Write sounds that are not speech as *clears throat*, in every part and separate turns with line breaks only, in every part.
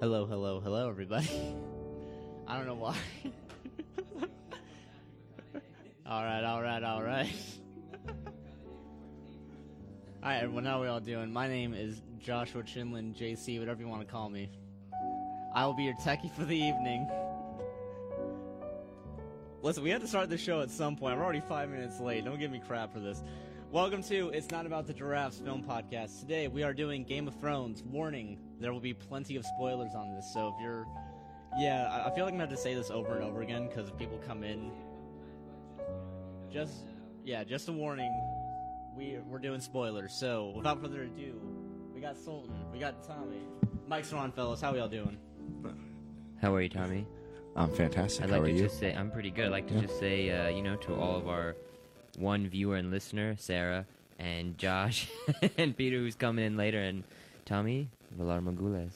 Hello, hello, hello, everybody. I don't know why. all right, all right, all right. All right, everyone. How are we all doing? My name is Joshua Chinlin, JC, whatever you want to call me. I will be your techie for the evening. Listen, we had to start the show at some point. I'm already five minutes late. Don't give me crap for this. Welcome to It's Not About the Giraffes film podcast. Today we are doing Game of Thrones. Warning, there will be plenty of spoilers on this, so if you're. Yeah, I- I feel like I'm gonna have to say this over and over again because if people come in. Just. Yeah, just a warning. We, we're doing spoilers, so without further ado, we got Sultan, we got Tommy. Mike's on, fellas. How y'all doing?
How are you, Tommy?
I'm fantastic.
I'd
How
like
are
to
you?
just say I'm pretty good. I'd like to just say, uh, you know, to all of our one viewer and listener, Sarah and Josh *laughs* and Peter, who's coming in later, and Tommy Villar Magules.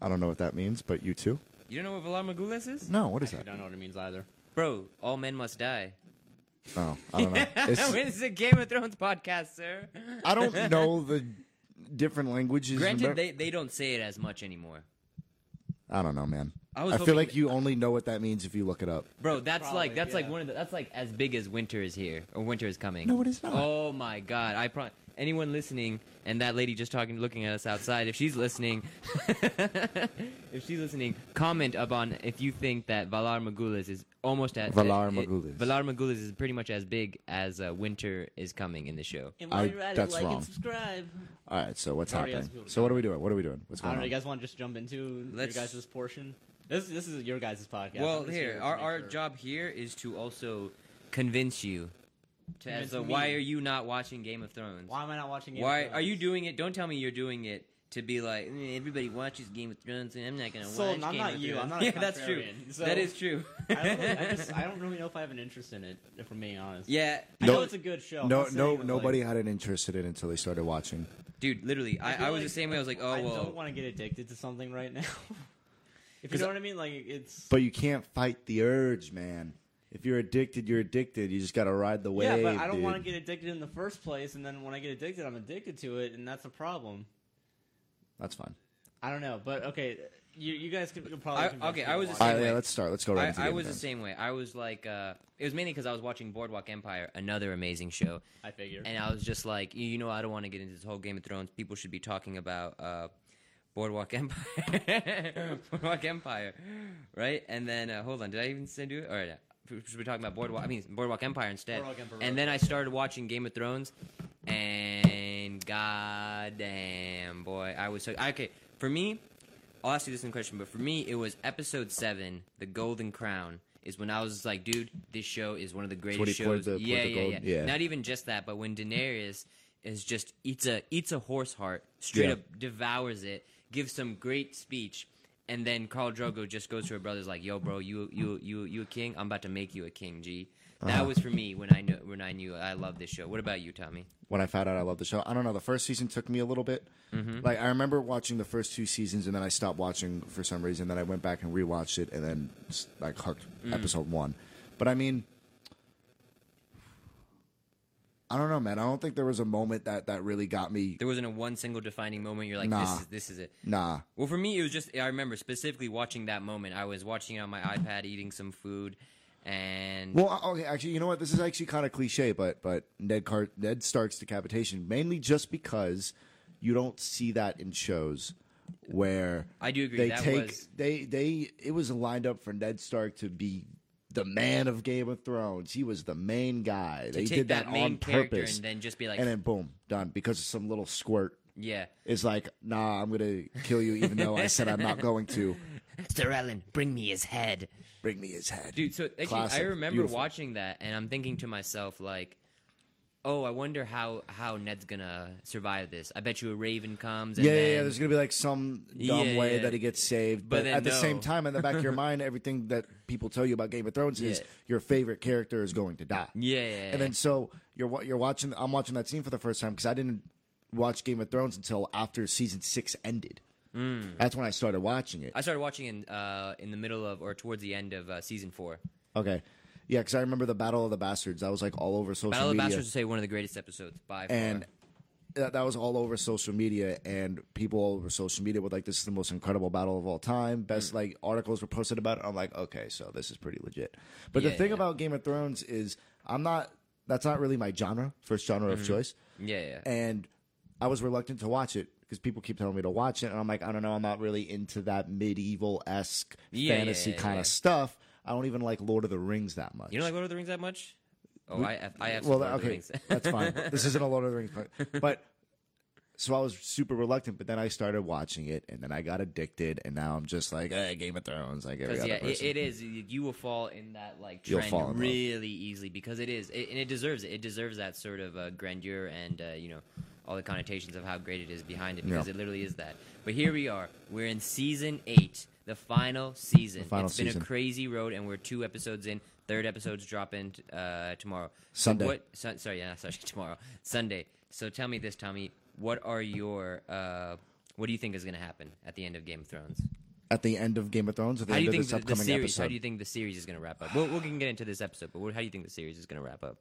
I don't know what that means, but you too?
You don't know what Villar Magules is,
No, what is
I
that?
don't know what it means either.
bro? All men must die.
*laughs* Oh, I don't know.
*laughs*
*laughs*
It's,
it's a Game of Thrones podcast, sir.
I don't know the different languages.
Granted,
but-
they, they don't say it as much anymore,
I don't know, man.
I
I,
was hoping
feel like
that-
you only know what that means if you look it up.
bro. That's
Probably,
like that's like
yeah.
one of the, that's like as big as winter is here or winter is coming.
No, it is not.
Oh my god! I pro- anyone listening and that lady just talking, looking at us outside. If she's listening, *laughs* if she's listening, comment upon if you think that Valar Magulis is almost at
Valar
it-
Magulis.
Valar Magulis is pretty much as big as uh, winter is coming in the show.
And
while I- you're at it, that's like and wrong.
subscribe.
All right, so what's
Sorry, I was
happening?
moving.
So what are we doing? What are we doing? What's
I
going
don't know.
on?
You guys want to just jump into
Um, Let's-
your guys' portion? This this is your guys' podcast.
well,
I'm just
here
to
our
make
our
sure.
job here is to also convince you. To
Convince
as to
me.
why are you not watching Game of Thrones?
Why am I not watching? Game
Why
of Thrones?
are you doing it? Don't tell me you're doing it to be like "Eh, everybody watches Game of Thrones, and I'm not gonna
So,
watch.
I'm
Game
not
of
you.
Thrones."
I'm not a
*laughs* yeah, that's true.
contrarian, so-
That is true.
I don't, really- I, just, I don't really know if I have an interest in it. If I'm being honest.
*laughs* yeah,
I
No-
know it's a good show. I'm
No,
not saying
no,
that, like,
nobody had an interest in it until they started watching.
dude. Literally, I,
feel
I was
like
the same way. I was like, oh
I
well.
don't want to get addicted to something right now. *laughs* if you
'Cause-
know what I mean, like it's.
But you can't fight the urge, man. If you're addicted, you're addicted. You just got to ride the wave.
yeah, but I don't
dude.
want to get addicted in the first place, and then when I get addicted, I'm addicted to it, and that's a problem.
That's fine.
I don't know, but okay, you you guys could could probably.
I-
convince
okay,
me
I
to
was the
watch
same
All
it.
right,
way.
yeah, let's start. Let's go right
I,
into
I
Game
was
of
the
Thrones.
same way. I was like, uh, it was mainly because I was watching Boardwalk Empire, another amazing show,
I figured.
and I was just like, you, you know, I don't want to get into this whole Game of Thrones. People should be talking about uh, Boardwalk Empire, *laughs* Boardwalk Empire, right? And then uh, hold on, did I even say do it? All right, we should be talking about Boardwalk. I mean, Boardwalk Empire instead.
Boardwalk Empire.
And then I started watching Game of Thrones, and goddamn boy, I was so okay. For me, I'll ask you this in question, but for me, it was episode seven, The Golden Crown, is when I was like, dude, this show is one of the
when
greatest
he poured
shows.
the- poured
yeah,
the
yeah,
gold-
yeah,
yeah.
Not even just that, but when Daenerys is just eats a eats a horse heart, straight
Yeah.
up devours it, gives some great speech, and then Carl Drogo just goes to her brothers like, "Yo, bro, you you you you a king? I'm about to make you a king, G."
Uh-huh.
That was for me when I knew when I knew I love this show. What about you, Tommy?
when I found out I loved the show. I don't know. The first season took me a little bit. Like I remember watching the first two seasons, and then I stopped watching for some reason. Then I went back and rewatched it, and then s- like hooked episode one. But I mean, I don't know, man. I don't think there was a moment that that really got me.
There wasn't a one single defining moment. You're like,
Nah.
this is this is it.
Nah,
Well, for me, it was just I remember specifically watching that moment. I was watching it on my iPad, eating some food, and
Well, I- okay, actually, you know what? This is actually kind of cliche, but but Ned Car- Ned Stark's decapitation mainly just because you don't see that in shows where
I do agree,
They
that
take
was-
they they it was lined up for Ned Stark to be the man of Game of Thrones. He was the main guy. they
take
did that,
that main
on
character
purpose,
and then just be like-
and then boom, done because of some little squirt.
yeah,
It's like, nah, I'm gonna kill you, even though I said I'm
*laughs*
not going to.
Sir Ellen, bring me his head.
Bring me his head,
dude. So actually, I
Classic.
remember
Beautiful.
watching that, and I'm thinking to myself, like, oh, I wonder how how Ned's gonna survive this. I bet you a raven comes. And
Yeah, yeah,
then,
yeah, there's gonna be like some dumb
Yeah,
way
yeah.
that he gets saved,
But
but,
then
at the
no.
same time, in the back
*laughs*
of your mind, everything that people tell you about Game of Thrones is
Yeah.
your favorite character is going to die.
Yeah, yeah, yeah.
and then so you're wa- you're watching. I'm watching that scene for the first time because I didn't watch Game of Thrones until after season six ended. That's when I started watching it.
Mm. I started watching in uh, in the middle of or towards the end of uh, season four.
Okay, yeah, because I remember the Battle of the Bastards. I was like all over social
Battle of
media,
Bastards would say one of the greatest episodes by far.
and that, that was all over social media, and people all over social media were like, "This is the most incredible battle of all time."
Mm.
Best like articles were posted about it. I'm like, okay, so this is pretty legit. But the
Yeah,
thing
yeah.
about Game of Thrones is, I'm not. That's not really my genre, first genre
Mm-hmm.
of choice,
Yeah, yeah.
and I was reluctant to watch it because people keep telling me to watch it, and I'm like, I don't know, I'm not really into that medieval esque
Yeah, yeah,
fantasy
yeah,
kind
yeah.
of stuff. I don't even like Lord of the Rings that much.
you don't like Lord of the Rings that much? Oh, I, I have
Well,
Lord of the
okay,
Rings.
that's
*laughs*
fine. This isn't a Lord of the Rings, but- but so I was super reluctant. But then I started watching it, and then I got addicted, and now I'm just like eh, Game of Thrones, like every
Because
other
yeah, it,
person.
it is. You you will fall in that like
You'll
trend
fall in love.
really easily because it is, it, and it deserves it. It deserves that sort of uh, grandeur and uh, you know all the connotations of how great it is behind it because
Yeah.
it literally is that. But here we are. We're in season eight, the final season.
final
It's been
season.
a crazy road, and we're two episodes in. Third episode's dropping t- uh, tomorrow. So
Sunday.
what? Sun, sorry, yeah, *laughs* sorry, tomorrow, Sunday. So tell me this, Tommy. What are your uh, what do you think is going to happen at the end of Game of Thrones?
At the end of Game of Thrones, at the
How do
end
you
of
think
this
the, the
upcoming
series?
episode,
How do you think the series is going to wrap up? We'll, we can get into this episode, but what, how do you think the series is going to wrap up?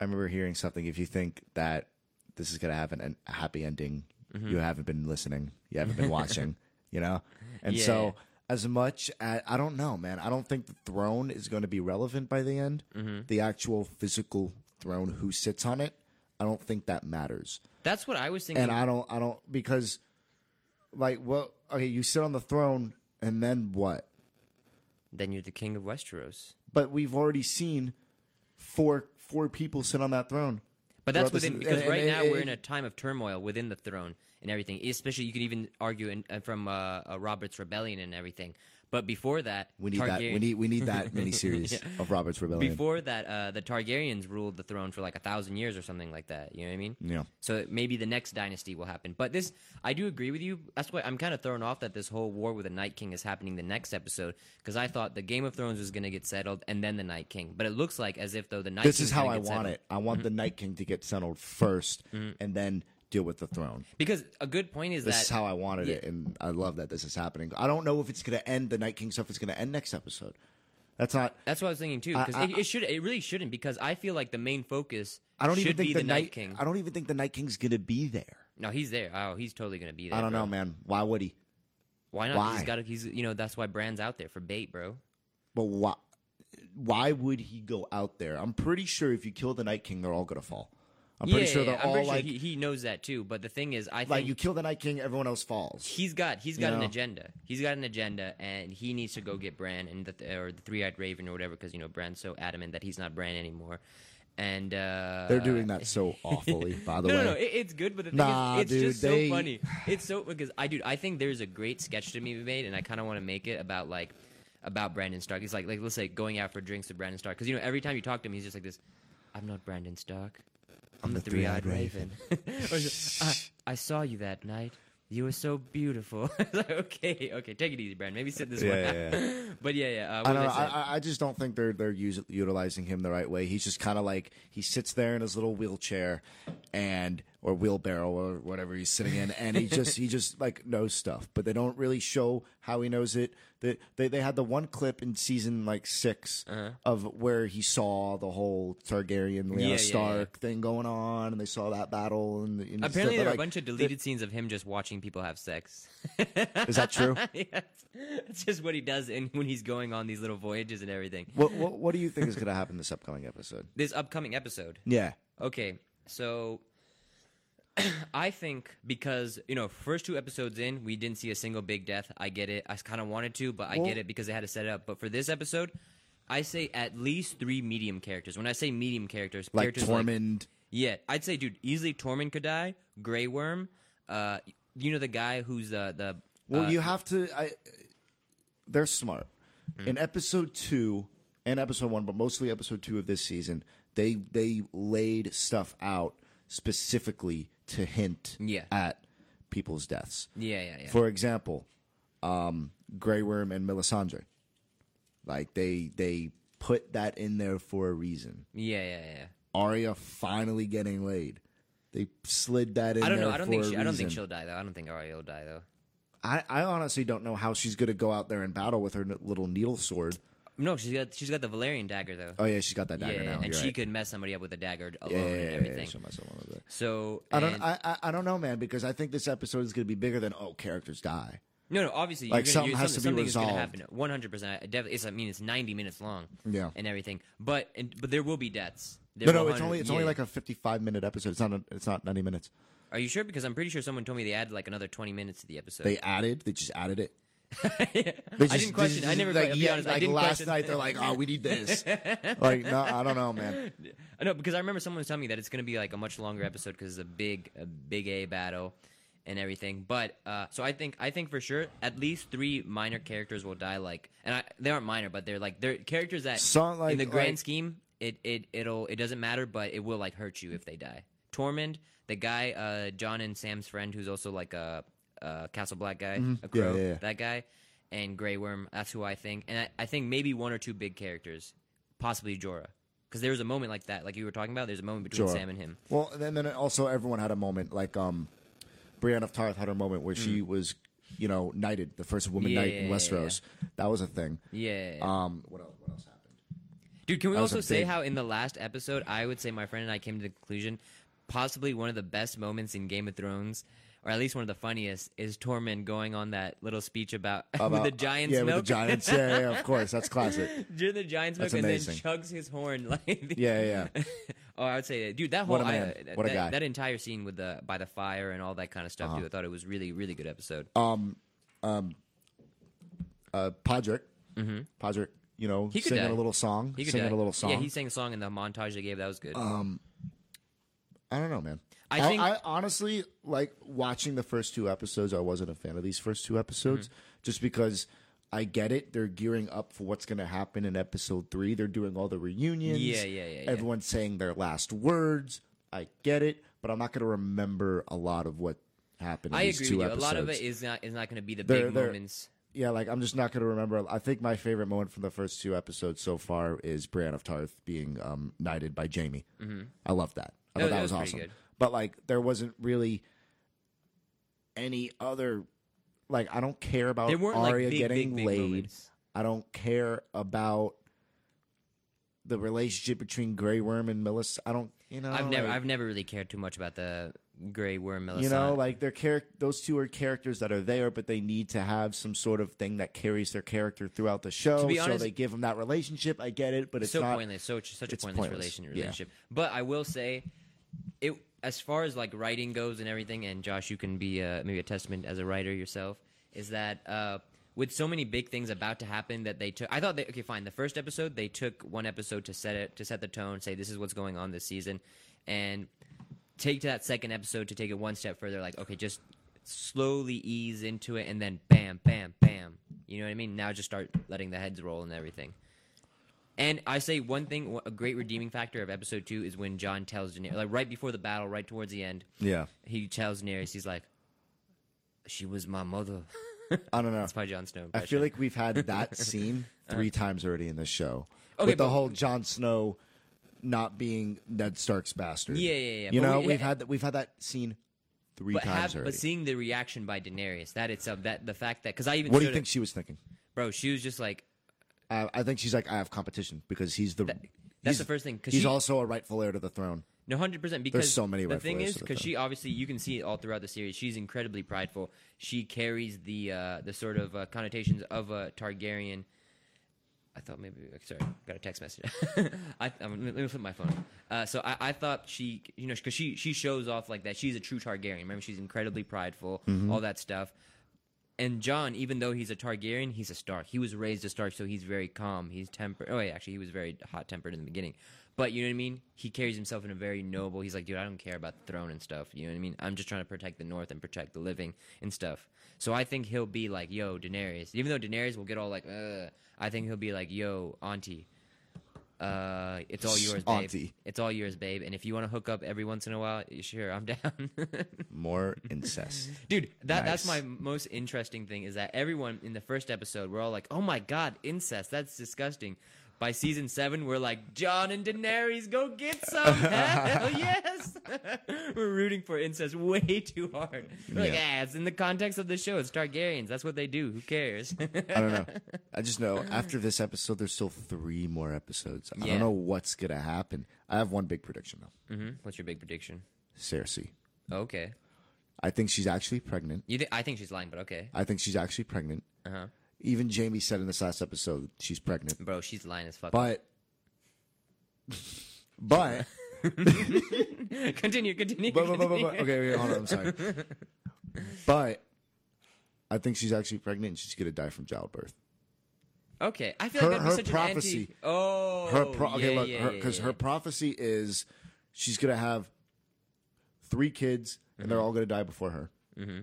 I remember hearing something. If you think that this is going to have an, an- a happy ending, you haven't been listening. You haven't been watching. You know, and
Yeah.
so as much as I don't know, man, I don't think the throne is going to be relevant by the end. The actual physical throne, who sits on it, I don't think that matters.
That's what I was thinking.
And I don't, I don't because, like, well, okay, you sit on the throne, and then what?
then you're the king of Westeros.
But we've already seen four four people sit on that throne.
But that's
throughout this-
within because
and-
right
and-
now
and-
we're in a time of turmoil within the throne and everything. Especially you could even argue in, uh, from uh, uh, Robert's rebellion and everything. But before that,
We need that. We
Targaryen-
need we
*laughs*
need that miniseries of Robert's Rebellion.
before that, uh, the Targaryens ruled the throne for like a thousand years or something like that. You know what I mean?
Yeah.
So maybe the next dynasty will happen. But this, I do agree with you. That's why I'm kind of thrown off that this whole war with the Night King is happening the next episode because I thought the Game of Thrones was going to get settled and then the Night King. But it looks like as if though the Night
this
King's
is how
gonna
I
get
want
settled.
it. I want
Mm-hmm.
the Night King to get settled 1st and then deal with the throne.
Because a good point is
This
Mm-hmm. that
is how I wanted it,
yeah.
and I love that this is happening. I don't know if it's going to end. The Night King stuff is going to end next episode. That's not.
that's what I was thinking too. Because it, it should, it really shouldn't. Because I feel like the main focus
I don't
should
even think
be
the,
the Night King.
I don't even think the Night King's going to be there.
no, he's there. Oh, he's totally going to be there.
I don't
bro.
know, man. Why would he?
Why not?
Why?
He's got. He's you know that's why Brand's out there for bait, bro.
But why? Why would he go out there? I'm pretty sure if you kill the Night King, they're all going to fall. I'm pretty
Yeah,
sure
yeah,
they're
I'm
all
pretty
like,
sure he, he knows that too. But the thing is, I think
like you kill the Night King, everyone else falls.
he's got he's got an
know.
agenda. He's got an agenda, and he needs to go get Bran and the or the three eyed Raven or whatever, because you know Bran's so adamant that he's not Bran anymore. And uh,
They're doing that so awfully, by
*laughs*
the
no,
way.
no, no, it, it's good, but the thing
Nah,
is, it's
dude,
just
they-
so funny. It's so because I, dude, I think there's a great sketch to be made, and I kind of want to make it about like about Brandon Stark. He's like, like let's say going out for drinks with Brandon Stark, because you know every time you talk to him, he's just like this. I'm not Brandon Stark. I'm, the, three-eyed, Raven. *laughs* Or he's like, I, I saw you that night. You were so beautiful. *laughs* It's like, okay, okay, take it easy, Brandon. Maybe sit this
Yeah,
one.
yeah,
out. *laughs* but yeah, yeah. Uh,
I
what
don't know.
was I
I,
saying?
I- I just don't think they're they're us- utilizing him the right way. He's just kind of like he sits there in his little wheelchair, and or wheelbarrow or whatever he's sitting in,
*laughs*
and he just he just like knows stuff, but they don't really show how he knows it. They they, they had the one clip in season like 6 of where he saw the whole Targaryen Lyanna
Uh-huh. Yeah, yeah, yeah.
Stark thing going on, and they saw that battle. And, and stuff,
Apparently,
but,
there are a
like,
bunch of deleted scenes of him just watching people have sex.
*laughs* Is that true?
*laughs* yes. That's just what he does and when he's going on these little voyages and everything.
what, what what do you think is going to happen this upcoming
*laughs*
episode?
This upcoming episode.
Yeah.
Okay, so *clears throat* I think because, you know, first two episodes in, we didn't see a single big death. I get it. I kind of wanted to, but I
Well-
get it because they had to set it up. But for this episode, I say at least three medium characters. When I say medium characters,
Like
characters
Tormund.
yeah, I'd say, dude, easily Tormund could die. Grey Worm, uh, you know the guy who's uh, the
Well,
uh,
you have to. I, they're smart.
Hmm.
In episode two and episode one, but mostly episode two of this season, they they laid stuff out specifically to hint
Yeah.
at people's deaths.
yeah, yeah, yeah.
For example, um, Grey Worm and Melisandre. Like they they put that in there for a reason.
yeah, yeah, yeah.
Arya finally getting laid. They slid that in.
I don't
there
know. I don't
for
think
a
she, I don't think
reason.
she'll die though. I don't think Arya will die though.
I, I honestly don't know how she's going to go out there and battle with her n- little needle sword.
No, she's got she's got the Valerian dagger though.
Oh yeah, she's got that
yeah,
dagger now.
and
You're
she
right.
could mess somebody up with a dagger alone
yeah, yeah, yeah,
and
yeah,
everything.
yeah, she'll mess up one of the-
So
I don't.
and-
I, I I don't know, man, because I think this episode is going to be bigger than oh characters die.
No, no. Obviously,
Like,
you're gonna,
something
you're,
has
something,
to be
something's gonna
resolved.
happen. One hundred percent. Definitely. It's. I mean, it's ninety minutes long.
Yeah.
And everything, but and, but there will be deaths. There
No,
will
no, it's
100
only it's only
yeah.
like a fifty-five minute episode. It's not a, it's not ninety minutes.
Are you sure? Because I'm pretty sure someone told me they added like another twenty minutes to the episode.
They added, they just
*laughs*
added it.
I didn't question. I never.
like,
I'll be
yeah,
honest,
like
I didn't
last
question.
night. They're like, oh, we
*laughs*
need this. like, no, I don't know, man.
I know because I remember someone telling me that it's going to be like a much longer episode because it's a big, a big A battle and everything. But uh, so I think I think for sure at least three minor characters will die. Like, and I, they aren't minor, but they're like they're characters that
So, like-
in the grand
like-
scheme it it it'll it doesn't matter, but it will like hurt you if they die. Tormund, the guy, uh, John and Sam's friend, who's also like a, a Castle Black guy, a
Mm-hmm. Yeah,
crow,
yeah, yeah.
that guy, and Grey Worm. That's who I think, and I, I think maybe one or two big characters, possibly Jorah, because there was a moment like that, like you were talking about. There's a moment between
Jorah.
Sam and him.
Well, and then, then also everyone had a moment like um, Brienne of Tarth had her moment where she was, you know, knighted, the first woman knight in
Mm. Yeah.
Westeros. That was a thing.
Yeah,
Um, what else? What else happened?
dude. Can we
that was
also
a
say
big-
how in the last episode, I would say my friend and I came to the conclusion, possibly one of the best moments in Game of Thrones. Or at least one of the funniest is Tormund going on that little speech about, *laughs* with
About-
the giant's
yeah,
milk.
with the giants. Yeah, yeah, of course, that's classic.
*laughs* during the Giants milk and
That's amazing.
then chugs his horn *laughs* like
Yeah, yeah.
oh, I would say, that. dude, that whole
What a man.
I, uh,
What a
that,
guy. Uh-huh.
that entire scene with the by the fire and all that kind of stuff, dude. I thought it was really, really good episode.
Uh, Podrick, mm-hmm. Podrick, you know,
He could
singing
die.
a little song,
he could
singing
die.
a little song. Um,
Yeah, he sang a song in the montage they gave. That was good.
I don't know, man.
I
I,
think-
I honestly like watching the first two episodes. I wasn't a fan of these first two episodes
Mm-hmm.
just because I get it. They're gearing up for what's going to happen in episode three. They're doing all the reunions.
Yeah, yeah, yeah, yeah.
Everyone's saying their last words. I get it, but I'm not going to remember a lot of what happened. In
I
these
agree with
two
you.
Episodes.
A lot of it is not is not going to be the
They're-
big
they're-
moments.
Yeah, like I'm just not going to remember. I think my favorite moment from the first two episodes so far is Brienne of Tarth being um, knighted by Jamie. Mm-hmm. I love that. I
No,
thought
that
that
was
was,
pretty
awesome.
good.
But like, there wasn't really any other. Like, I don't care about
There weren't like
Arya
big,
getting
big, big
laid.
moments.
I don't care about the relationship between Grey Worm and Millis. I don't. You know,
I've never
Oh, like-
I've never really cared too much about the Grey Worm. Melisandre.
you know, like their character, those two are characters that are there, but they need to have some sort of thing that carries their character throughout the show.
To be
so
honest-
they give them that relationship. I get it, but it's
so
not.
pointless. So such a pointless,
it's pointless,
relation-
yeah.
relationship. But I will say, it as far as like writing goes and everything. And Josh, you can be uh, maybe a testament as a writer yourself. Is that uh, with so many big things about to happen that they took? I thought they okay, fine. The first episode they took one episode to set it to set the tone, say this is what's going on this season, and take to that second episode to take it one step further. Like okay, just slowly ease into it, and then bam, bam, bam. You know what I mean? Now just start letting the heads roll and everything. And I say one thing: wh- a great redeeming factor of episode two is when John tells Daenerys, like right before the battle, right towards the end.
Yeah.
he tells Daenerys, he's like, "She was my mother."
I don't know.
That's my Jon Snow.
I
impression.
feel
Uh-huh.
like
*laughs*
we've had that scene three times already in this show.
Okay,
with the
but-
whole Jon Snow not being Ned Stark's bastard.
Yeah, yeah, yeah,
You
but
know,
we-
we, have had that. We've had that scene three
but,
times
have,
already.
but seeing the reaction by Daenerys, that it's uh, that the fact that because I even
what do you
showed it-
think she was thinking?
bro? She was just like,
Uh, I think she's like, I have competition because he's the.
that's
he's-
the first thing, 'cause
He's
she-
also a rightful heir to the throne.
No, hundred percent. Because
so many
The
red
thing
flags
is,
to the
because
thing.
she obviously you can see it all throughout the series. She's incredibly prideful. She carries the uh, the sort of uh, connotations of a Targaryen. I thought maybe uh, sorry, got a text message. *laughs* I, um, let me flip my phone. Uh, so I, I thought she, you know, because she she shows off like that. She's a true Targaryen. Remember, she's incredibly prideful,
Mm-hmm.
all that stuff. And John, even though he's a Targaryen, he's a Stark. He was raised a Stark, so he's very calm. He's tempered. Oh, wait, actually, he was very hot tempered in the beginning. But you know what I mean? He carries himself in a very noble. He's like, dude, I don't care about the throne and stuff. You know what I mean? I'm just trying to protect the North and protect the living and stuff. So I think he'll be like, yo, Daenerys. Even though Daenerys will get all like, Ugh, I think he'll be like, yo, Auntie. Uh, it's all yours, babe.
Auntie.
It's all yours, babe. And if you want to hook up every once in a while, sure, I'm *laughs* down.
More
*laughs*
incest.
Dude, that that's my
Nice.
most interesting thing is that everyone in the first episode we're all like, "Oh my god, incest! That's disgusting." By season seven, we're like John and Daenerys, go get some.
*laughs*
Hell yes, *laughs* we're rooting for incest way too hard. We're like,
Yeah.
ah, it's in the context of the show. It's Targaryens. That's what they do. Who
*laughs*
cares?
I don't know. I just know after this episode, there's still three more episodes. I
Yeah.
don't know what's gonna happen. I have one big prediction though.
hmm What's your big prediction?
Cersei.
Okay,
I think she's actually pregnant.
you. Th- I think she's lying, but okay.
I think she's actually pregnant.
Uh huh.
Even Jamie said in this last episode she's pregnant.
Bro, she's lying as fuck.
But, but,
*laughs* continue, continue.
but, but, but, but,
continue.
but- okay, wait, hold on. I'm sorry. But I think she's actually pregnant. and She's gonna die from childbirth.
Okay, I feel
Her-
like that'd
her
be such
prophecy-
an anti. Oh,
Her pro- okay,
yeah,
look,
yeah,
because her,
yeah,
'cause
yeah.
her prophecy is she's gonna have three kids, and they're all gonna die before her. Mm-hmm.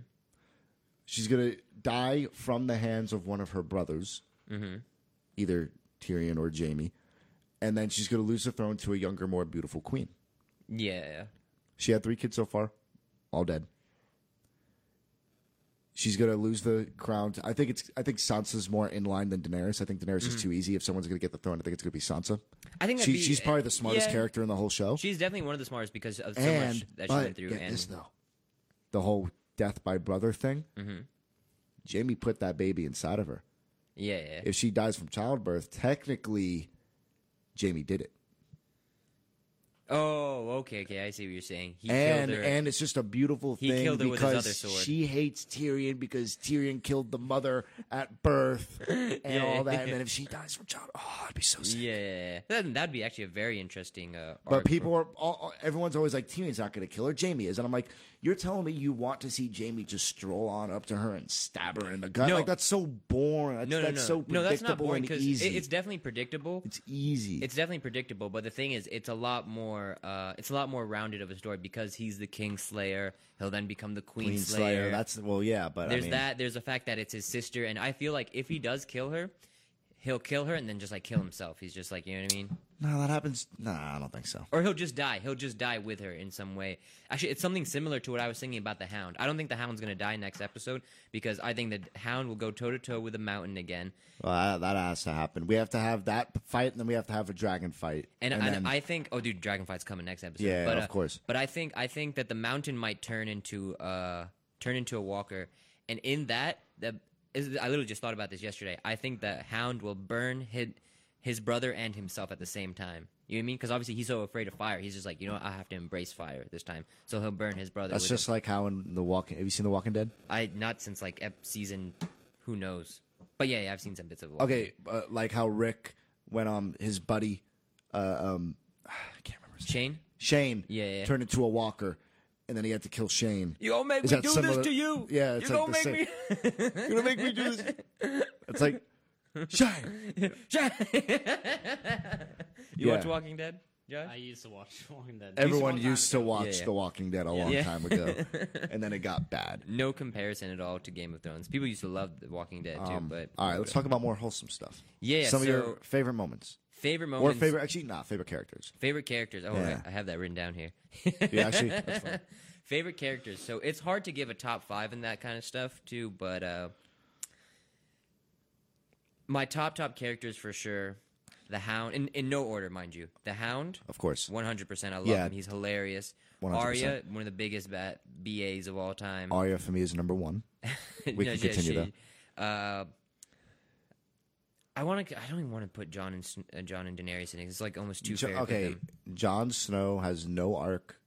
She's gonna die from the hands of one of her brothers, mm-hmm. either Tyrion or Jamie, and then she's gonna lose the throne to a younger, more beautiful queen.
yeah.
She had three kids so far, all dead. She's gonna lose the crown. to- I think it's. I think Sansa's more in line than Daenerys. I think Daenerys
Mm.
is too easy. If someone's gonna get the throne, I think it's gonna be Sansa.
I think that'd
She,
be-
she's probably the smartest
yeah.
character in the whole show.
She's definitely one of the smartest because of so
and
much that she
but
went through.
get
and
this though, the whole death by brother thing.
Mm-hmm.
Jamie put that baby inside of her.
yeah, yeah, yeah.
If she dies from childbirth, technically, Jamie did it.
Oh, okay, okay. I see what you're saying. He
and
killed her.
and it's just a beautiful
He
thing
killed her with his
because
other sword.
she hates Tyrion because Tyrion killed the mother at birth
*laughs*
and
Yeah.
all that. And then if she dies from child, oh, it'd be so sad.
yeah, yeah, yeah. That, that'd be actually a very interesting. Uh,
But
arc.
people are all, all- everyone's always like Tyrion's not going to kill her. Jamie is, and I'm like, you're telling me you want to see Jamie just stroll on up to her and stab her in the gut?
No.
Like that's so boring. That's,
no, no,
that's
no,
so
no.
predictable
That's not boring
and
because
easy.
it's definitely predictable.
it's easy.
It's definitely predictable, but the thing is, it's a lot more. Uh, it's a lot more rounded of a story because he's the King Slayer. He'll then become the Queen,
Queen Slayer. That's well, yeah, but
there's
I mean,
that. There's the fact that it's his sister, and I feel like if he does kill her, he'll kill her and then just like kill himself. He's just like, you know what I mean?
No, that happens. Nah, I don't think so.
Or he'll just die. He'll just die with her in some way. Actually, it's something similar to what I was thinking about the Hound. I don't think the Hound's gonna die next episode because I think the Hound will go toe to toe with the Mountain again.
Well, that, that has to happen. We have to have that fight, and then we have to have a dragon fight.
And, and,
then-
I think, oh, dude, Dragonfight's coming next episode.
Yeah,
but,
of
uh,
course.
But I think I think that the mountain might turn into uh turn into a walker, and in that the is, I literally just thought about this yesterday. I think the hound will burn his his brother and himself at the same time. You know what I mean? Because obviously he's so afraid of fire. He's just like, you know, what? I have to embrace fire this time. So he'll burn his brother.
that's
with
just
him.
like how in the Walking. Have you seen the Walking Dead?
I not since like ep- season, who knows? But yeah, yeah I've seen some bits of. Walking Dead.
Okay, uh, like how Rick went um his buddy, uh, um, *sighs* I can't remember his name.
Shane.
Shane.
Yeah, yeah.
Turned into a walker, and then he had to
*laughs*
kill Shane.
You all make
Is
me
that
do
similar-
this to you.
Yeah, it's
you gonna
like the
make me.
You're gonna make me do this. It's like
*laughs*
Shane.
Josh- you watch
Yeah.
Walking Dead,
I
Josh?
used to watch *laughs* Walking Dead.
Everyone
Long time
used to
ago.
watch
Yeah, yeah.
The Walking Dead a long
Yeah.
time ago,
*laughs*
and then it got bad.
No comparison at all to Game of Thrones. People used to love The Walking Dead too,
Um,
but
all right, let's talk about more wholesome stuff.
Yeah,
some of your
so-
favorite moments,
favorite
or
moments,
favorite actually not favorite characters.
favorite characters. Oh,
Yeah.
right, I have that written down here. *laughs*
Yeah, actually, that's fine.
favorite characters. So it's hard to give a top five and that kind of stuff too, but uh, my top top characters for sure. The Hound, in, in no order, mind you. The Hound,
of course.
one hundred percent. I love
Yeah.
him. He's hilarious.
100%.
Arya, one of the biggest bat, BAs of all time.
Arya for me is number one. *laughs* We can continue,
though. Uh, I want to. I don't even want to put John and Sn- uh, John and Daenerys in it. It's like almost too
Jo-
fair.
okay, Jon Snow has no arc.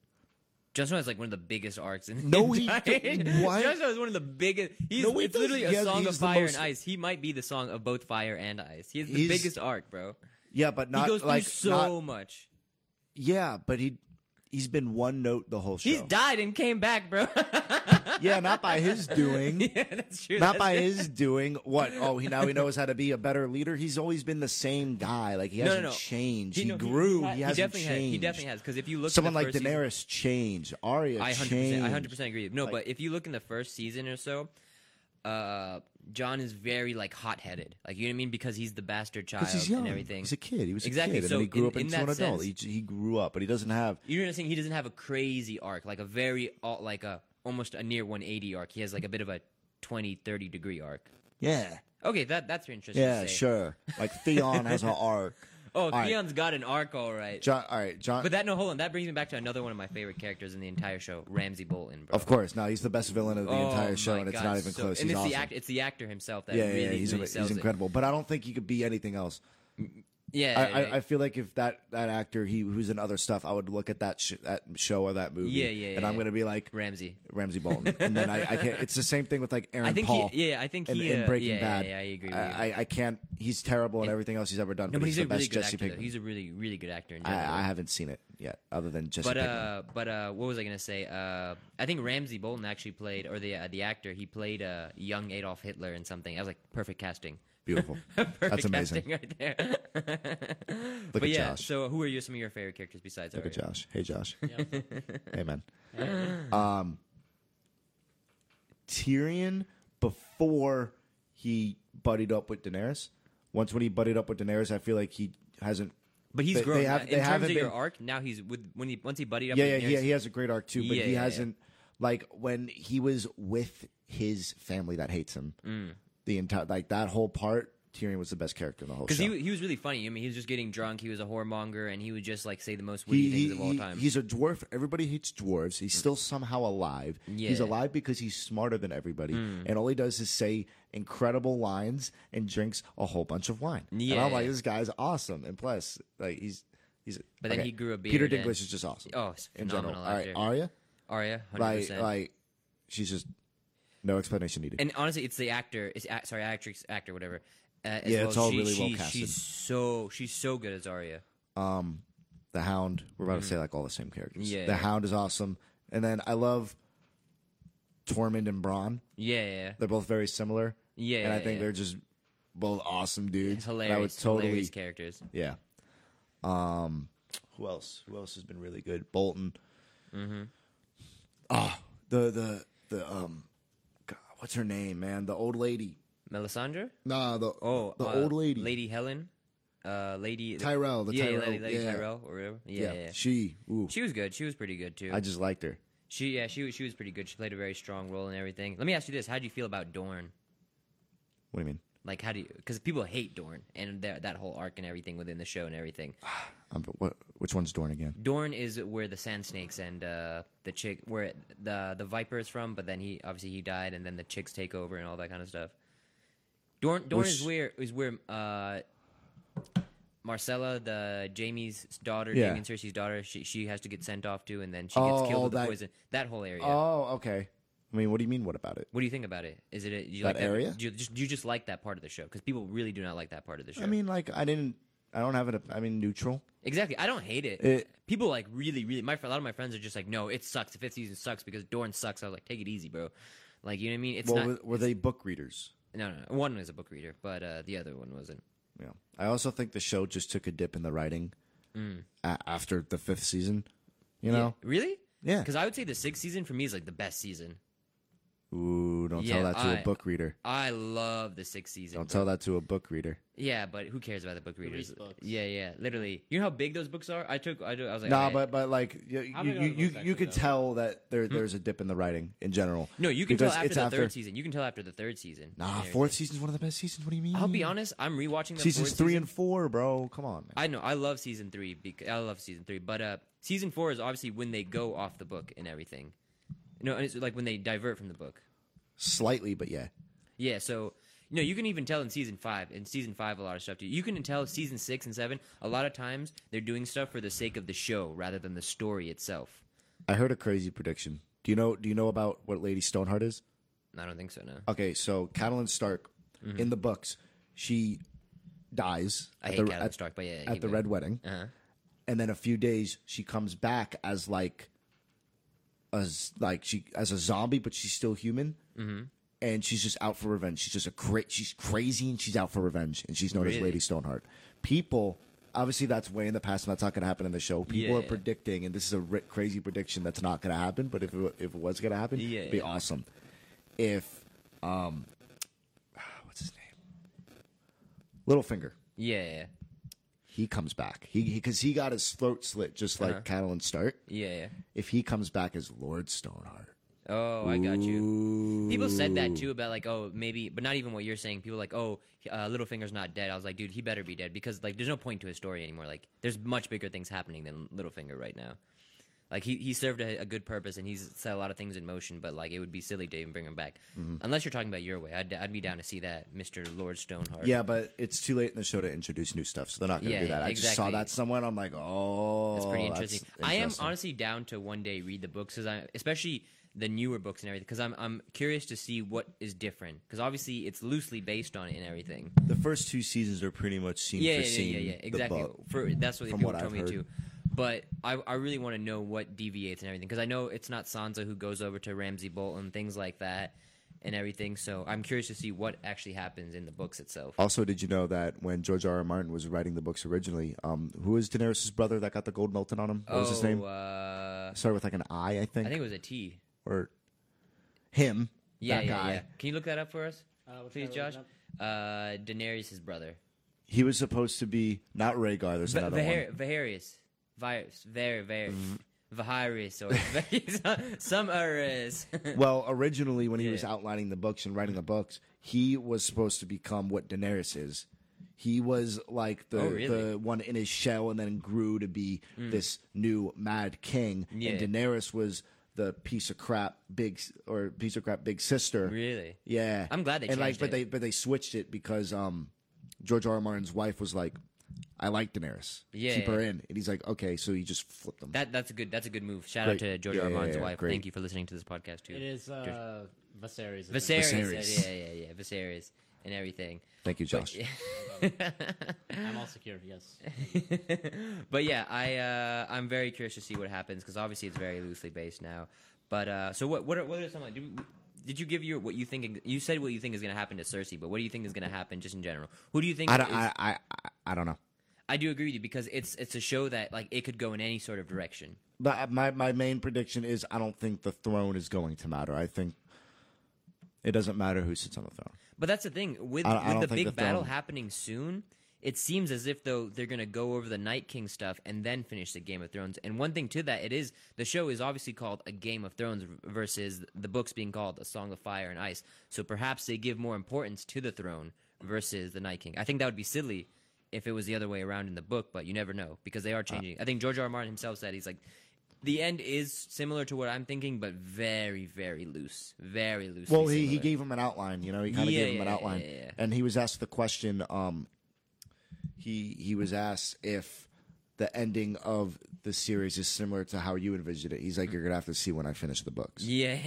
Jon Snow has like one of the biggest arcs. In
No,
the
he
entire- *laughs*
don't- what?
Jon Snow is one of the biggest. He's
No, he
it's literally
doesn't.
a
He has-
song of
he's the
fire
most-
and ice. He might be the song of both fire and ice. He has the
He's-
biggest arc, bro.
Yeah, but
He
not
goes
like
through so
not-
much.
yeah, but he he's been one note the whole show.
He's died and came back, bro. *laughs*
yeah, not by his doing.
yeah, that's *laughs* true.
Not
that's
by
true.
his doing.
*laughs*
What? Oh, he now he knows how to be a better leader. He's always been the same guy. Like he
No, no,
hasn't
no.
changed. He,
no,
grew. He,
ha-
hasn't
definitely
changed.
Has, he definitely has. Because if you look, at
Someone
the
like
first season-
Daenerys changed. Arya
I hundred
changed.
percent, I hundred percent agree. No, but if you look in the first season or so, uh, John is very like hot headed. Like you know what I mean? Because he's the bastard child
Because he's young.
and everything.
He's a kid. He was
Exactly,
a kid,
so
and then he grew
in-
up
in
into
that
an adult. He,
sense-
he grew up, but he doesn't have.
You know what I'm saying? He doesn't have a crazy arc, like a very all- like a almost a near 180 arc. He has like a bit of a 20, 30 degree arc.
Yeah,
Okay, that that's interesting.
yeah,
to say. *laughs*
sure. Like Theon has an arc.
Oh,
right.
Theon's got an arc, all right.
John, all right, John.
But that no, hold on. That brings me back to another one of my favorite characters in the entire show, Ramsey Bolton. Bro.
of course, no, he's the best villain of the
Oh,
entire show,
my
and it's
God,
not even
so-
close.
And
he's
it's
awesome.
the act, it's the actor himself that
yeah, yeah,
really,
yeah, he's,
really
he's
sells it.
incredible. But I don't think he could be anything else.
Yeah,
I,
yeah,
I, I feel like if that, that actor he who's in other stuff, I would look at that sh- that show or that movie,
Yeah, yeah,
and
yeah,
I'm
yeah.
gonna be like
Ramsey.
Ramsey Bolton, and then I, I can't. It's the same thing with like Aaron
I think
Paul.
he, yeah, I think
in,
he
in
uh,
Breaking
yeah, yeah,
Bad.
Yeah, I agree with you.
I, I, I can't. He's terrible in
And-
everything else he's ever done.
no, but he's,
the
a really
best
good
Jesse
actor. though.
Pinkman.
He's a really, really good actor in general.
I, I haven't seen it yet, other than Jesse
But
Pinkman.
uh, but uh, what was I gonna say? Uh, I think Ramsey Bolton actually played, or the uh, the actor, he played uh, young Adolf Hitler in something. I was like, perfect casting. *laughs*
Beautiful.
perfect
That's amazing.
casting right there. *laughs*
Look
but
at
yeah,
Josh.
so who are you? Some of your favorite characters besides?
Look at
Arya?
Josh.
*laughs*
Hey, Josh. hey, man. Um, Tyrion before he buddied up with Daenerys. Once when he buddied up with Daenerys, I feel like he hasn't.
But he's
They- they
grown
have-
in
they
terms of
haven't
your
been-
arc. Now he's with when he once he buddied up.
Yeah, yeah,
with
yeah.
Daenerys-
He has a great arc too, but
Yeah,
he
yeah, yeah.
hasn't. Like when he was with his family that hates him,
Mm.
the entire like that whole part. Tyrion was the best character in the whole show.
Because he, he was really funny. I mean, he was just getting drunk. He was a whoremonger, and he would just like say the most witty
He-
things
he-
of all
he-
time. Mm.
He's a dwarf. Everybody hates dwarves. He's still somehow alive. He's
Yeah. Mm.
alive because he's smarter than everybody, and all he does is say incredible lines and drinks a whole bunch of wine. and
Yeah,
I'm like,
yeah.
this guy's awesome. And plus, like he's he's.
But then he grew a
Peter
beard and-
Dinklage is just awesome.
Oh, it's
in general.
phenomenal
All right,
actor.
Arya,
Arya, hundred
like
percent.
like she's just no explanation needed.
and honestly, it's the actor. It's a, sorry, actress, actor, whatever. Uh, as
Yeah,
well.
it's all
she,
really well
she-
casted.
She's so she's so good as Arya.
um, the Hound. We're about to say like all the same characters.
Mm. Yeah,
the
yeah.
Hound is awesome, and then I love Tormund and Braun.
Yeah, yeah,
They're both very similar.
Yeah,
and I
yeah,
think
yeah.
they're just both awesome dudes.
hilarious,
And I would totally,
hilarious characters.
yeah. Um, who else? Who else has been really good? Bolton.
Mm-hmm.
Ah, the the the um, God, what's her name, man? The old lady.
Melisandre.
Nah, the
Oh,
the
uh,
old lady.
Lady Helen, uh, Lady
Tyrell, the
yeah,
Tyrell,
Lady, Lady
yeah.
Tyrell or whatever. Yeah,
yeah,
yeah. yeah. She,
she. Ooh,
was good. She was pretty good too.
I just liked her.
she yeah, she was she was pretty good. She played a very strong role and everything. Let me ask you this: How do you feel about Dorne?
What do you mean?
Like, how do you? Because people hate Dorne and that that whole arc and everything within the show and everything.
Um, but what? Which one's Dorn again?
Dorne is where the Sand Snakes and uh, the chick, where the the Viper is from, but then he obviously he died, and then the chicks take over and all that kind of stuff. Dorne, Dorne
Was-
is where is where uh, Marcella, the Jamie's daughter,
Yeah.
Jamie and Cersei's daughter, she she has to get sent off to, and then she
Oh,
gets killed
oh,
with
that-
the poison. That whole area.
Oh, okay. I mean, what do you mean? What about it?
what do you think about it? Is it a, do you
That
like that
area?
Do you just do you just like that part of the show? Because people really do not like that part of the show.
I mean, like, I didn't. I don't have it. I mean, neutral.
Exactly. I don't hate it.
It-
People like really, really. My a lot of my friends are just like, no, it sucks. The fifth season sucks because Dorn sucks. I was like, take it easy, bro. Like you know what I mean? It's
well,
not.
were, were they book readers?
no, no, no. One was a book reader, but uh, the other one wasn't.
Yeah. I also think the show just took a dip in the writing a- after the fifth season. You know?
Mm. Yeah. Really?
Yeah.
Because I would say the sixth season for me is like the best season.
Ooh, don't tell
Yeah,
that to a
I-
book reader.
I love the sixth season.
Don't tell that to a book reader.
Yeah, but who cares about the book readers?
reads books.
Yeah, yeah. Literally, you know how big those books are. I took. I, do- I was like,
Nah,
alright.
but but like you
How many
you you,
other
you,
books
you
actually
could
though?
tell that there there's a dip in the writing in general.
Hmm. no, you can tell
because
after
it's
the third season. You can tell after the third season.
Nah,
There.
fourth season's one of the best seasons. What do you mean?
I'll be honest. I'm rewatching the
Seasons
fourth
three
season.
and four, bro. Come on, man.
I know I love season three because I love season three, but uh, season four is obviously when they go off the book and everything. No, and it's like when they divert from the book.
Slightly, but yeah.
Yeah, so no, you can even tell in season five. In season five, a lot of stuff. Too. You can tell season six and seven. A lot of times they're doing stuff for the sake of the show rather than the story itself.
I heard a crazy prediction. Do you know do you know about what Lady Stoneheart is?
I don't think so. No,
Okay, so Catelyn Stark in the books, she dies
Mm-hmm. I hate
the,
Catelyn Stark, but yeah,
at
keep
the
it.
Red Wedding,
Uh-huh.
and then a few days she comes back as like as like she as a zombie, but she's still human, mm-hmm. and she's just out for revenge. She's just a cra- she's crazy and she's out for revenge, and she's known as
Really?
Lady Stoneheart. People. Obviously, that's way in the past, and that's not going to happen in the show. People
Yeah,
are
yeah.
predicting, and this is a ri- crazy prediction that's not going to happen. But if it, wa- if it was going to happen,
Yeah,
it'd be
yeah.
awesome. If um, *sighs* what's his name? Littlefinger.
Yeah, yeah,
He comes back. He because he,
Uh-huh.
got his throat slit just like Catelyn Stark.
yeah, yeah.
If he comes back as Lord Stoneheart,
Oh, I got you. People said that too about like, oh, maybe, but not even what you're saying. People like, oh, uh, Littlefinger's not dead. I was like, dude, he better be dead because like, there's no point to his story anymore. Like, there's much bigger things happening than Littlefinger right now. Like he, he served a, a good purpose and he's set a lot of things in motion, but like it would be silly to even bring him back, unless you're talking about your way. I'd, I'd be down to see that, Mister Lord Stoneheart.
Yeah, but it's too late in the show to introduce new stuff, so they're not going to
Yeah,
do that. I just saw
exactly.
that somewhere. and I'm like, oh,
That's pretty interesting. I am
interesting.
honestly down to one day read the books, because I, especially the newer books and everything, because I'm I'm curious to see what is different, because obviously it's loosely based on it and everything.
The first two seasons are pretty much scene
Yeah,
for
yeah,
scene.
yeah, yeah, yeah,
the
exactly.
book.
For that's what
from
people
what
told
I've
me
heard.
too. But I, I really want to know what deviates and everything because I know it's not Sansa who goes over to Ramsey Bolton things like that and everything. So I'm curious to see what actually happens in the books itself.
Also, did you know that when George R. R. Martin was writing the books originally, um, who was Daenerys' brother that got the gold melted on him? What was his name?
Uh, I
Started with like an I, I think,
think it was a T.
or him.
Yeah,
that
yeah,
guy.
yeah. Can you look that up for us,
Uh, which
please,
guy was
Josh? Uh, Daenerys' his brother,
He was supposed to be not Rhaegar. There's
Va-
another
Vaher- Viserys, Virus, Ver, Ver, Viserys, *laughs* or some Eris.
one. Well, originally when he was
Yeah.
outlining the books and writing the books, he was supposed to become what Daenerys is. He was like the
Oh, really? Hmm.
the one in his shell, and then grew to be this new mad king.
Yeah.
And Daenerys was the piece of crap big s- or piece of crap big
*laughs*
sister.
really?
Yeah,
I'm glad they
and like,
changed
but
it.
they but they switched it because um, George R. R. Martin's wife was like, "I like Daenerys,
Yeah,
keep her
yeah.
in," and he's like, "Okay," so he just flipped them.
That that's a good that's a good move. Shout out
Great.
to George
Yeah,
R.
yeah,
Martin's
yeah,
wife.
great.
Thank you for listening to this podcast too.
It is uh, Viserys. I think.
Viserys.
Viserys.
Yeah, yeah, yeah. Viserys and everything. *laughs*
Thank you, Josh.
I'm all secure.
*laughs*
Yes.
but yeah, I uh, I'm very curious to see what happens because obviously it's very loosely based now. But uh, so what what are, what are some like? Did, did you give your what you think? You said what you think is going to happen to Cersei, but what do you think is going to happen just in general? Who do you think?
I, don't,
is-
I, I I I don't know.
I do agree with you because it's it's a show that like it could go in any sort of direction.
But my my main prediction is I don't think the throne is going to matter. I think it doesn't matter who sits on the throne.
But that's the thing with,
I don't- I don't
with the
think
big
the
battle
film-
happening soon. It seems as if though they're gonna go over the Night King stuff and then finish the Game of Thrones. And one thing to that, it is the show is obviously called a Game of Thrones versus the books being called a Song of Fire and Ice. So perhaps they give more importance to the throne versus the Night King. I think that would be silly if it was the other way around in the book, but you never know because
Uh,
they are changing. I think George R. R. Martin himself said he's like. The end is similar to what I'm thinking, but very, very loose. Very loose.
Well, he, he gave him an outline. You know, he kind of
Yeah,
gave him an
yeah,
outline,
yeah, yeah.
and he was asked the question. Um, he he was asked if the ending of the series is similar to how you envisioned it. He's like, "You're gonna have to see when I finish the books,"
Yeah.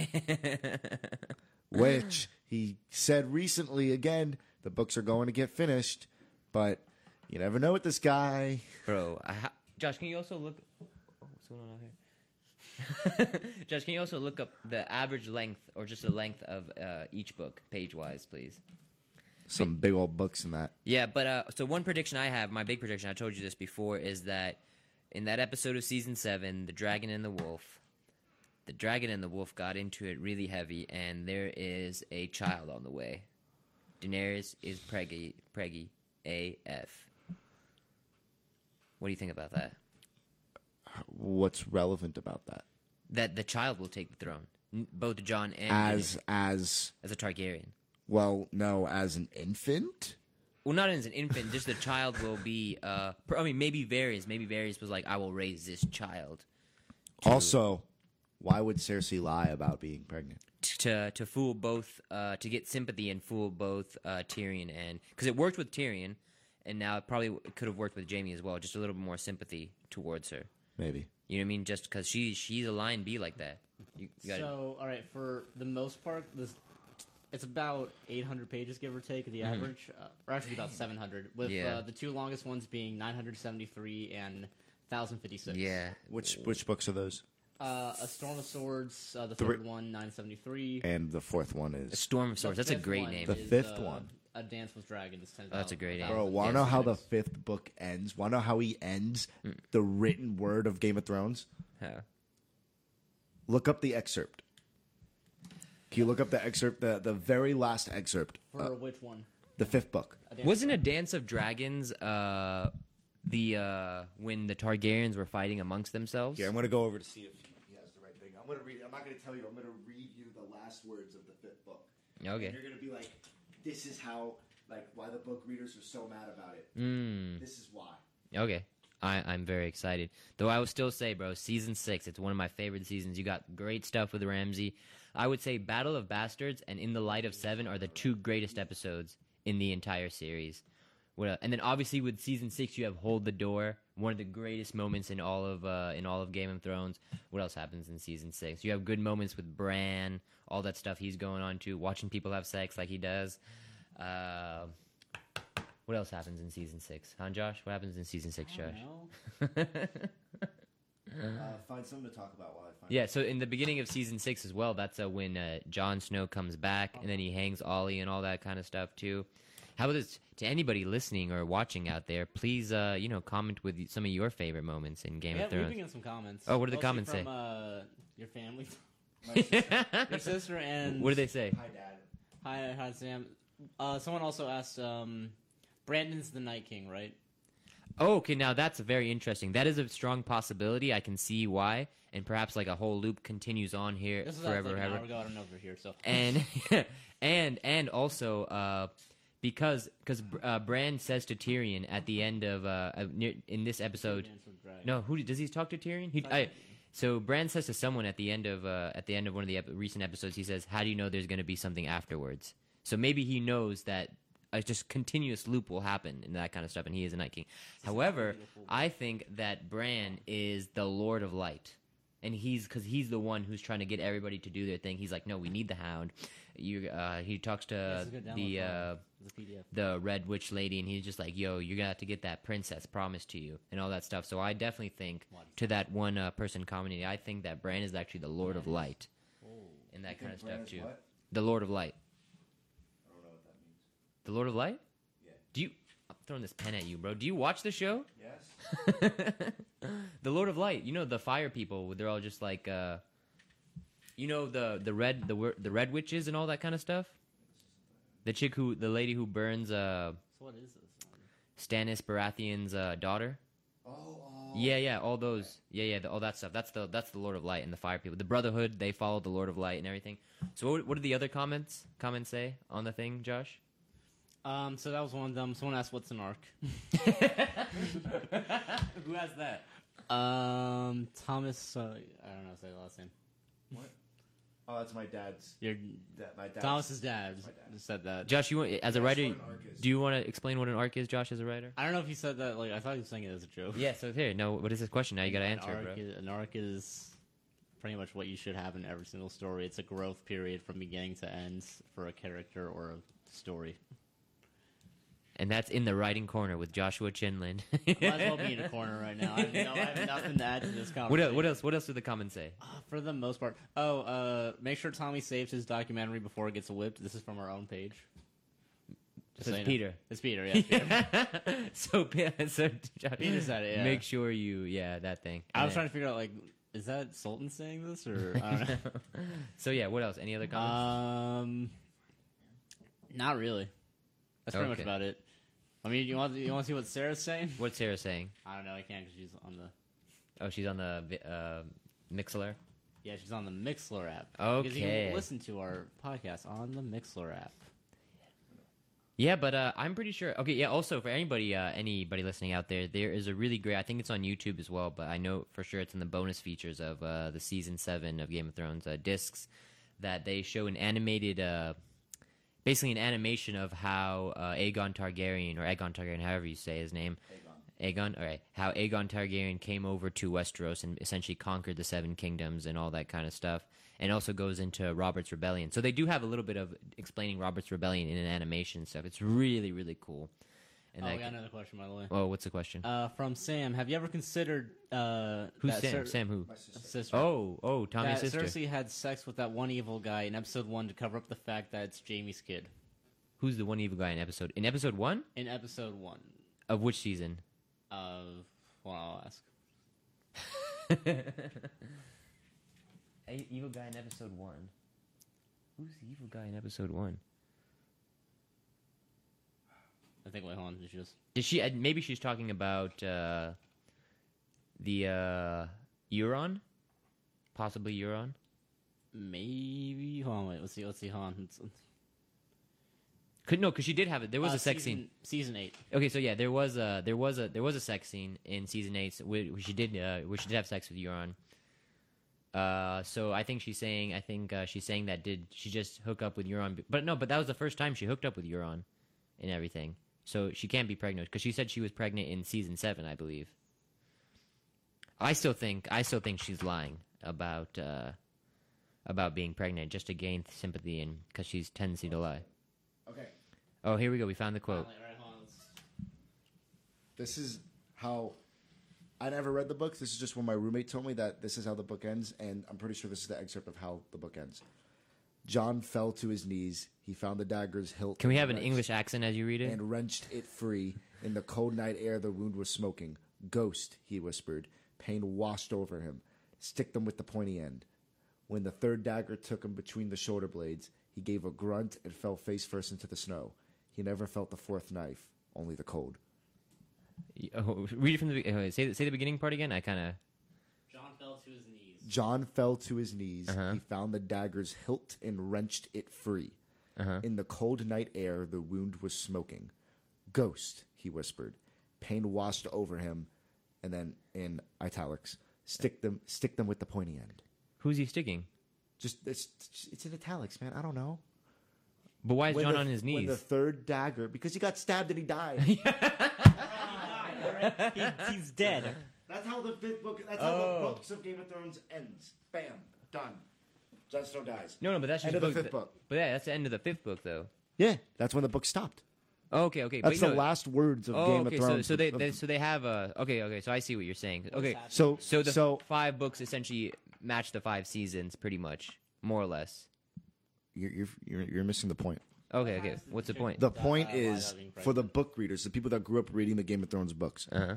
*laughs*
which he said recently again. The books are going to get finished, but you never know with this guy.
Bro, I ha- Josh, can you also look? Oh, what's going on out here? *laughs* Josh, can you also look up the average length or just the length of uh, each book, page wise, please?
Some big old books in that.
Yeah, but uh, so one prediction I have, my big prediction, I told you this before, is that in that episode of season seven, the dragon and the wolf, the dragon and the wolf got into it really heavy, and there is a child on the way. Daenerys is preggy, preggy, AF. What do you think about that?
What's relevant about that?
that the child will take the throne. N- Both John and
As
Daenerys,
as
as a Targaryen.
well, no, as an infant.
Well, not as an infant, just the child will be. Uh, pr- I mean, maybe Varys. Maybe Varys was like, "I will raise this child
Also, why would Cersei lie about being pregnant?
t- to to fool both, uh, to get sympathy and fool both uh, Tyrion and because it worked with Tyrion, and now it probably w- could have worked with Jamie as well. Just a little bit more sympathy towards her.
Maybe.
You know what I mean? Just because she she's a lion bee like that. You, you got
So, all right, for the most part, this it's about 800 pages, give or take, the average, uh, or actually about 700, with
Mm-hmm. Yeah.
uh, the two longest ones being 973 and 1056.
Yeah.
Which which books are those?
Uh, a Storm of Swords, uh, the
Three-
third one, 973.
And the fourth one is.
Storm of Swords.
The
That's a
fifth
great
one
name.
The
is,
fifth
uh,
one.
A Dance with Dragons. 10,
that's a great name.
Bro, want to
Dance
know
with
how the
Dragons.
fifth book ends? Want to know how he ends the written word of Game of Thrones?
Huh.
Look up the excerpt. Can you look up the excerpt, the, the very last excerpt,
For
uh,
which one?
the fifth book?
A Dance
Wasn't a Dance of Dragons uh, the uh, when the Targaryens were fighting amongst themselves?
Here, I'm going to go over to see if he has the right thing. I'm gonna read. I'm not gonna tell you. I'm gonna read you the last words of the fifth book.
Okay.
And you're gonna be like, this is how, like, why the book readers are so mad about it.
Hmm.
This is why.
Okay. I, I'm very excited. Though I will still say, bro, season six, it's one of my favorite seasons. You got great stuff with Ramsey. I would say Battle of Bastards and In the Light of Seven are the two greatest episodes in the entire series. What el- and then obviously with season six, you have Hold the Door, one of the greatest moments in all of uh, in all of Game of Thrones. What else happens in season six? You have good moments with Bran, all that stuff he's going on to, watching people have sex like he does. Uh, what else happens in season six? Huh, Josh? What happens in season six, Josh?
Uh, find something to talk about while I
*laughs*
find.
Uh-huh. Yeah, so in the beginning of season six as well, that's uh, when uh, Jon Snow comes back and then he hangs Ollie and all that kind of stuff too. How about this to anybody listening or watching out there? Please, uh, you know, comment with some of your favorite moments in Game
Yeah, we've
of
been
Thrones.
getting some comments.
Oh, what do the
Mostly
comments
from,
say?
Uh, your family, *laughs*
*laughs*
My sister,
your sister, and
what do they say?
my dad.
Hi, hi, Sam. Uh, someone also asked, um, Brandon's the Night King, right?
Oh, okay, now that's very interesting. That is a strong possibility. I can see why, and perhaps like a whole loop continues on here
This was like
forever,
an
ever.
hour ago. I don't know if we're here, so
*laughs*
*laughs*
and and and also uh, because because uh, Bran says to Tyrion at the end of uh, uh, near, in this episode. No, who does he talk to Tyrion? He, I, so Bran says to someone at the end of uh, at the end of one of the ep- recent episodes, he says, "How do you know there's going to be something afterwards?" So maybe he knows that a just continuous loop will happen and that kind of stuff, and he is a Night King. However, uh, I think that Bran is the Lord of Light, and he's because he's the one who's trying to get everybody to do their thing. He's like, "No, we need the Hound." You, uh, he talks to
This is a good download
the.
file.
Uh,
It's a PDF.
the red witch lady and he's just like yo you're gonna have to get that princess promised to you and all that stuff so i definitely think to that one uh, person commenting i think that bran is actually the lord of light and that kind of
Bran
stuff
is
too
what?
the lord of light
I don't know what that means.
the lord of light
Yeah.
do you i'm throwing this pen at you bro do you watch the show
Yes.
*laughs* the lord of light you know the fire people they're all just like uh you know the the red the wer- the red witches and all that kind of stuff the chick who the lady who burns uh
So what is this?
stannis baratheon's uh, daughter
Oh. oh.
Yeah, yeah, all those. Yeah, yeah, the, all that stuff. That's the that's the Lord of Light and the Fire people. The Brotherhood they follow the Lord of Light and everything. So what, what did the other comments comments say on the thing, Josh?
Um, so that was one of them. Someone asked, "What's
*laughs*
an arc?" *laughs*
Who has that?
Um, Thomas. Uh, I don't know. Say the last name.
What? Oh, that's my dad's.
Your
That my dad's.
Thomas's dad,
my dad.
said that.
Josh, you want, as a writer,
what an arc is.
do you want to explain what an arc is, Josh, as a writer?
I don't know if he said that. Like I thought he was saying it as a joke.
Yeah. So here, no. What is this question? Now you got to
An
answer, it,
arc
bro.
is- an arc is pretty much what you should have in every single story. It's a growth period from beginning to end for a character or a story.
and that's in the writing corner with Joshua Chinlin.
*laughs* Might as well be in a
*laughs*
corner right now. I have, no, I have nothing to add to this conversation.
what else? What else? What else did the comments say?
For the most part. Oh, uh, make sure Tommy saves his documentary before it gets whipped. This is from our own page. Just
So
so
it's
you know.
Peter.
It's Peter, yeah. it's Peter.
*laughs* so, so Josh,
Peter said it, yeah.
Make sure you, yeah, that thing.
I was
And
trying to figure out, like, is that Sultan saying this or I don't
then- *laughs* so yeah, what else? Any other
know.
comments?
um, not really. That's pretty much
Okay.
about it. I mean, you want you want to see what Sarah's saying?
What's Sarah saying?
I don't know. I can't because she's on the
Oh, she's on the vi- uh, Mixler.
yeah she's on the Mixler app. Because you
Okay.
can listen to our podcast on the Mixler app.
Yeah, but uh, I'm pretty sure. Okay, yeah. Also, for anybody, uh, anybody listening out there, there is a really great. I think it's on YouTube as well, but I know for sure it's in the bonus features of uh, the season seven of Game of Thrones uh, discs that they show an animated, uh, basically an animation of how uh, Aegon Targaryen or Aegon Targaryen, however you say his name, Aegon, all right, how Aegon Targaryen came over to Westeros and essentially conquered the Seven Kingdoms and all that kind of stuff, and also goes into Robert's Rebellion. So they do have a little bit of explaining Robert's Rebellion in an animation stuff. It's really, really cool. And
Oh,
that
we got
can-
another question by the way.
oh, what's the question?
Uh, from Sam, have you ever considered uh,
Who's
that
Sam?
Cer-
Sam who?
My sister.
sister?
Oh, oh, Tommy's
that
sister.
Cersei had sex with that one evil guy in episode one to cover up the fact that it's Jamie's kid
Who's the one evil guy in episode? In episode one
in episode one
of which season?
of. Well, I'll ask.
evil guy in episode one. Who's the evil guy in episode one?
I think. Wait, hold on. It's just
Did she? uh, Maybe she's talking about uh, the uh, Euron, possibly Euron.
Maybe. Hold on, wait. Let's see. Let's see. Hold on. It's-
Could no, because she did have it. There was
uh,
a sex
season,
scene.
Season eight.
Okay, so yeah, there was a there was a there was a sex scene in season eight so where, where she did uh, where she did have sex with Euron. Uh, so I think she's saying I think uh, she's saying that did she just hook up with Euron? b- But no, but that was the first time she hooked up with Euron, and everything. So she can't be pregnant because she said she was pregnant in season seven, I believe. I still think I still think she's lying about uh, about being pregnant just to gain sympathy and because she's tendency to lie.
Okay.
Oh, here we go. We found the quote.
Finally, all right, hold on, let's-
This is how I never read the book. This is just when my roommate told me that this is how the book ends, and I'm pretty sure this is the excerpt of how the book ends. John fell to his knees. He found the dagger's hilt.
Can we
and
have an
wrenched-
English accent as you read it?
And wrenched it free. In the cold night air, the wound was smoking. Ghost, he whispered. Pain washed over him. Stick them with the pointy end. When the third dagger took him between the shoulder blades, he gave a grunt and fell face first into the snow. He never felt the fourth knife, only the cold.
Y- Oh, read it from the be- uh, say the- say the beginning part again. I kind
John fell to his knees.
John fell to his knees.
Uh-huh.
He found the dagger's hilt and wrenched it free. In the cold night air, the wound was smoking. Ghost, he whispered. Pain washed over him, and then in italics, stick them, stick them with the pointy end.
who's he sticking?
Just it's, it's in italics, man. I don't know.
But why is
When
John
the-
on his
When
knees?
the third dagger, because he got stabbed and
*laughs*
he died.
He- he's dead.
that's how the fifth book. That's how
Oh.
the books of Game of Thrones ends. Bam, done. Jon Snow dies.
no, no, but that's just
End of the
book
fifth
that-
book.
But yeah, that's the end of the fifth book, though.
Yeah, that's when the book stopped.
Oh, okay, okay.
That's
but,
the
no,
last words of
Oh,
Game
okay.
of Thrones.
So, so they, they so they have a okay, okay. So I see what you're saying. Okay,
happening?
so
so the
so
five books essentially match the five seasons, pretty much, more or less.
you're, you're you're you're missing the point.
Okay, okay. What's the point?
The point
uh, why
is
not being
for the book readers, the people that grew up reading the Game of Thrones books.
Uh-huh.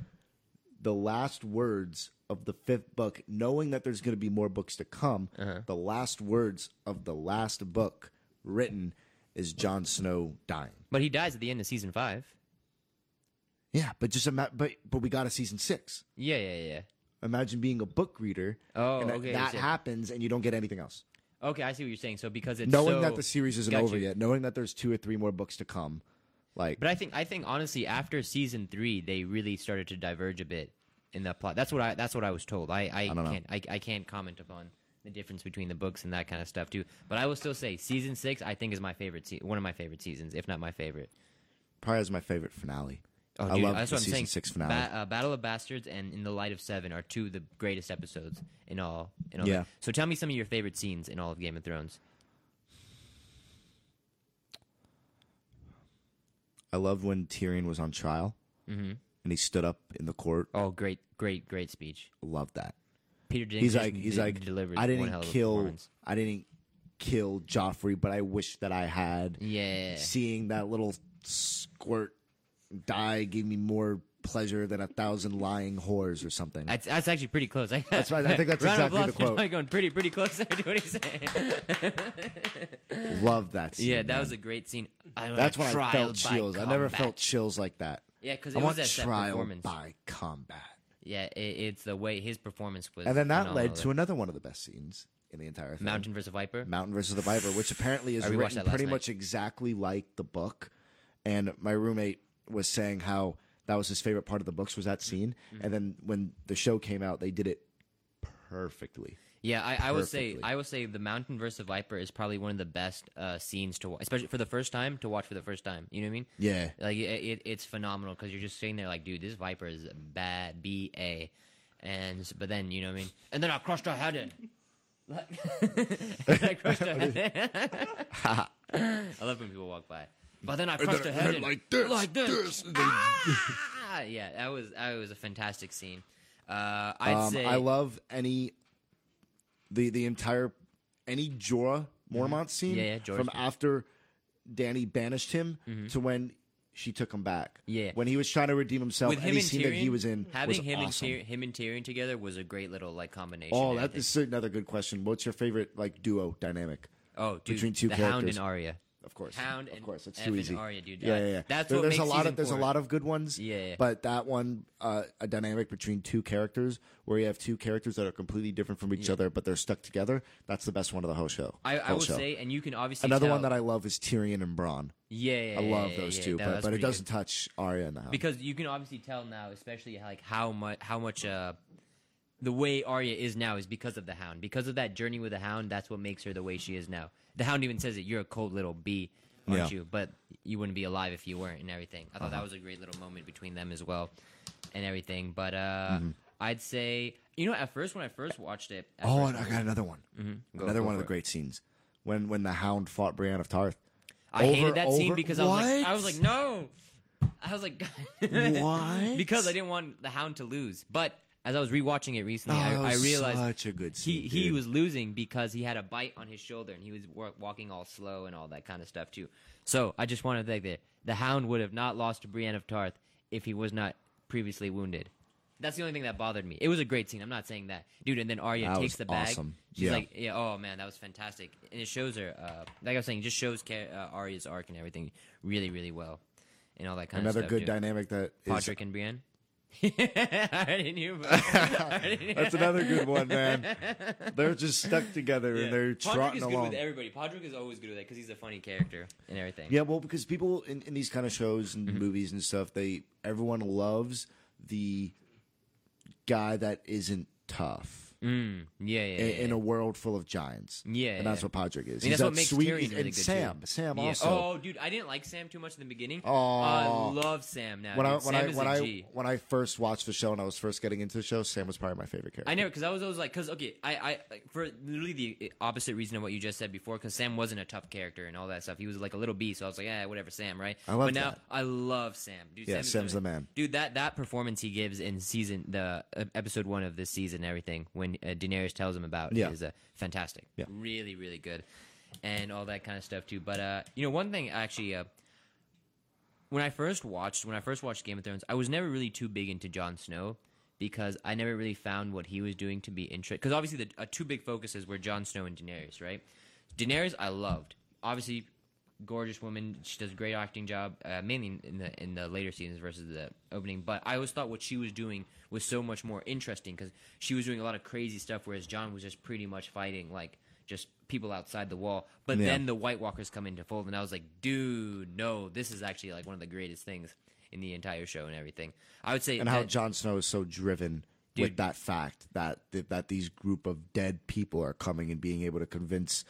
The last words of the fifth book, knowing that there's going to be more books to come, the last words of the last book written is Jon Snow dying.
But he dies at the end of season five.
Yeah, but just ima- but but we got a season six.
Yeah, yeah, yeah.
Imagine being a book reader,
Oh,
and that-
okay,
that
so-
happens, and you don't get anything else.
Okay, I see what you're saying. So because it's
knowing
so-
that the series isn't
Got
over
you.
yet, knowing that there's two or three more books to come, like
But I think I think honestly, after season three, they really started to diverge a bit in that plot. That's what I that's what I was told. I I,
don't know.
can't I, I can't comment upon the difference between the books and that kind of stuff too. But I will still say season six I think is my favorite se- one of my favorite seasons, if not my favorite.
probably has my favorite finale.
Oh,
I
dude,
love
that's
the
what I'm
season
saying.
six finale.
Ba- uh, Battle of Bastards and In the Light of Seven are two of the greatest episodes in all. In all
Yeah.
that. So tell me some of your favorite scenes in all of Game of Thrones.
I loved when Tyrion was on trial
Mm-hmm.
and he stood up in the court.
Oh, great, great, great speech.
Love that.
Peter Dinklage.
He's like, he's
de-
like,
delivered one
I
hell
didn't
of a
kill,
performance.
I didn't kill Joffrey, but I wish that I had.
Yeah.
Seeing that little squirt die gave me more pleasure than a thousand lying whores or something.
That's, that's actually pretty close. *laughs* I, that's
right. I think that's
round
exactly the
of applause for
quote.
John Going pretty, pretty close. I do *laughs* what he's saying.
love that. Scene,
Yeah, that
man.
was a great scene. I was
That's when I
trialed
felt
by
chills. I never
combat.
felt chills like that.
Yeah, because
I
it was
want
that set
trial
performance.
by combat.
Yeah, it, it's the way his performance was.
And then that
phenomenal.
led to another one of the best scenes in the entire thing.
Mountain versus Viper.
Mountain versus the Viper, which apparently is
I rewatched
written
that last
pretty
night.
much exactly like the book. And my roommate was saying how that was his favorite part of the books was that scene.
Mm-hmm.
And then when the show came out, they did it perfectly.
Yeah, I, I would say
Perfectly.
I would say the Mountain versus Viper is probably one of the best uh, scenes to watch, especially for the first time to watch for the first time. You know what I mean?
Yeah.
Like it, it, it's phenomenal because you're just sitting there like, dude, this Viper is bad, B A, and s- but then you know what I mean? And then I crushed her head in. *laughs* Like- I crushed her head in. *laughs* I love when people walk by. But then I crushed her
then
head
I
in.
like this,
like this.
this, and then-
Ah! Yeah, that was that was a fantastic scene. Uh, I'd
Um,
say
I love any the the entire any Jorah Mormont scene
Mm-hmm. Yeah, yeah, Jorah's
from
scene.
after Danny banished him to when she took him back.
Yeah.
when he was trying to redeem himself,
with him
any
and
scene
Tyrion,
that he was in
having
was
him
awesome.
and Tyr- him and Tyrion together was a great little like combination.
Oh,
and
that
everything.
is another good question. What's your favorite like duo dynamic?
oh, dude,
between two
the Hound
characters.
and Arya.
of course.
Hound
of
and
course, it's
F
too
and
easy.
Arya, dude.
Yeah,
That-
yeah, yeah.
that's
There-
what
there's
makes
a lot
season
of there's
four.
a lot of good ones.
Yeah, yeah.
But that one, uh, a dynamic between two characters where you have two characters that are completely different from each other, but they're stuck together. That's the best one of the whole show.
I, I
whole
will
show.
say, and you can obviously
Another one
tell-
that I love is Tyrion and Braun.
yeah, yeah,
I love
yeah,
those
yeah,
two,
that
but
was
but it
pretty good.
doesn't touch Arya and the Hound.
because you can obviously tell now, especially like how much how much uh the way Arya is now is because of the Hound, because of that journey with the Hound. That's what makes her the way she is now. The Hound even says it. You're a cold little bee, aren't
Yeah. Uh-huh.
you? But you wouldn't be alive if you weren't, and everything. I thought that was a great little moment between them as well, and everything. But uh I'd say you know at first when I first watched it, at
Mm-hmm. oh,
first
and I
when-
got another one.
Mm-hmm. Go-
another
go for
one of the
it.
great scenes when when the Hound fought Brienne of Tarth.
I
Over-
hated that scene
over-
because I was like, I was
What?
like, no. I was like, *laughs*
What?
because I didn't want the Hound to lose. But as I was rewatching it recently,
Oh,
I,
that
I
was
realized
such a good
he
scene,
he
dude.
was losing because he had a bite on his shoulder and he was wa- walking all slow and all that kind of stuff too. So I just wanted to think that the Hound would have not lost to Brienne of Tarth if he was not previously wounded. That's the only thing that bothered me. It was a great scene. I'm not saying that, dude. And then Arya
That
takes
was
the bag.
awesome.
She's
Yeah.
like, yeah, oh man, that was fantastic, and it shows her. Uh, like I was saying, it just shows Ca- uh, Arya's arc and everything really, really well, and all that kind
Another
of stuff.
good
too.
dynamic that is
Podrick *laughs* and Brienne. I already knew. About
*laughs*
I already knew.
That's another good one, man. They're just stuck together and they're
Podrick
trotting
is good
along.
with everybody. Podrick is always good with that because he's a funny character and everything.
yeah, well, because people in, in these kind of shows
Mm-hmm.
and movies and stuff, they everyone loves the guy that isn't tough
Mm, yeah, yeah,
in,
yeah,
in a world full of giants.
Yeah,
and that's
yeah.
what Podrick
I
is.
mean,
He's
that's what
that
makes
sweet
Tyrion
and
really good
Sam.
too.
Sam
Yeah.
also.
Oh, dude, I didn't like Sam too much in the beginning.
Oh.
I love Sam now.
when I
dude.
when
Sam
I
is
when
a
I
G.
when I first watched the show and I was first getting into the show, Sam was probably my favorite character.
I never, because I was always like, because okay, I, I like, for literally the opposite reason of what you just said before, because Sam wasn't a tough character and all that stuff. He was like a little bee, so I was like, yeah, whatever, Sam, right?
I love
but now
that.
I love Sam, dude.
Yeah,
Sam is
Sam's the man.
dude. That that performance he gives in season the uh, episode one of this season, and everything when uh, Daenerys tells him about
Yeah.
is uh, fantastic,
Yeah.
really really good, and all that kind of stuff too. But uh, you know, one thing actually. Uh, when I first watched when I first watched Game of Thrones, I was never really too big into Jon Snow because I never really found what he was doing to be interesting. Because obviously, the uh, two big focuses were Jon Snow and Daenerys, right? Daenerys, I loved. Obviously, gorgeous woman. She does a great acting job, uh, mainly in the in the later seasons versus the opening. But I always thought what she was doing was so much more interesting because she was doing a lot of crazy stuff, whereas Jon was just pretty much fighting like just people outside the wall. But
Yeah.
then the White Walkers come into fold, and I was like, dude, no, this is actually like one of the greatest things in the entire show and everything. I would say
and how
that-
Jon Snow is so driven with
Dude.
that fact that th- that these group of dead people are coming and being able to convince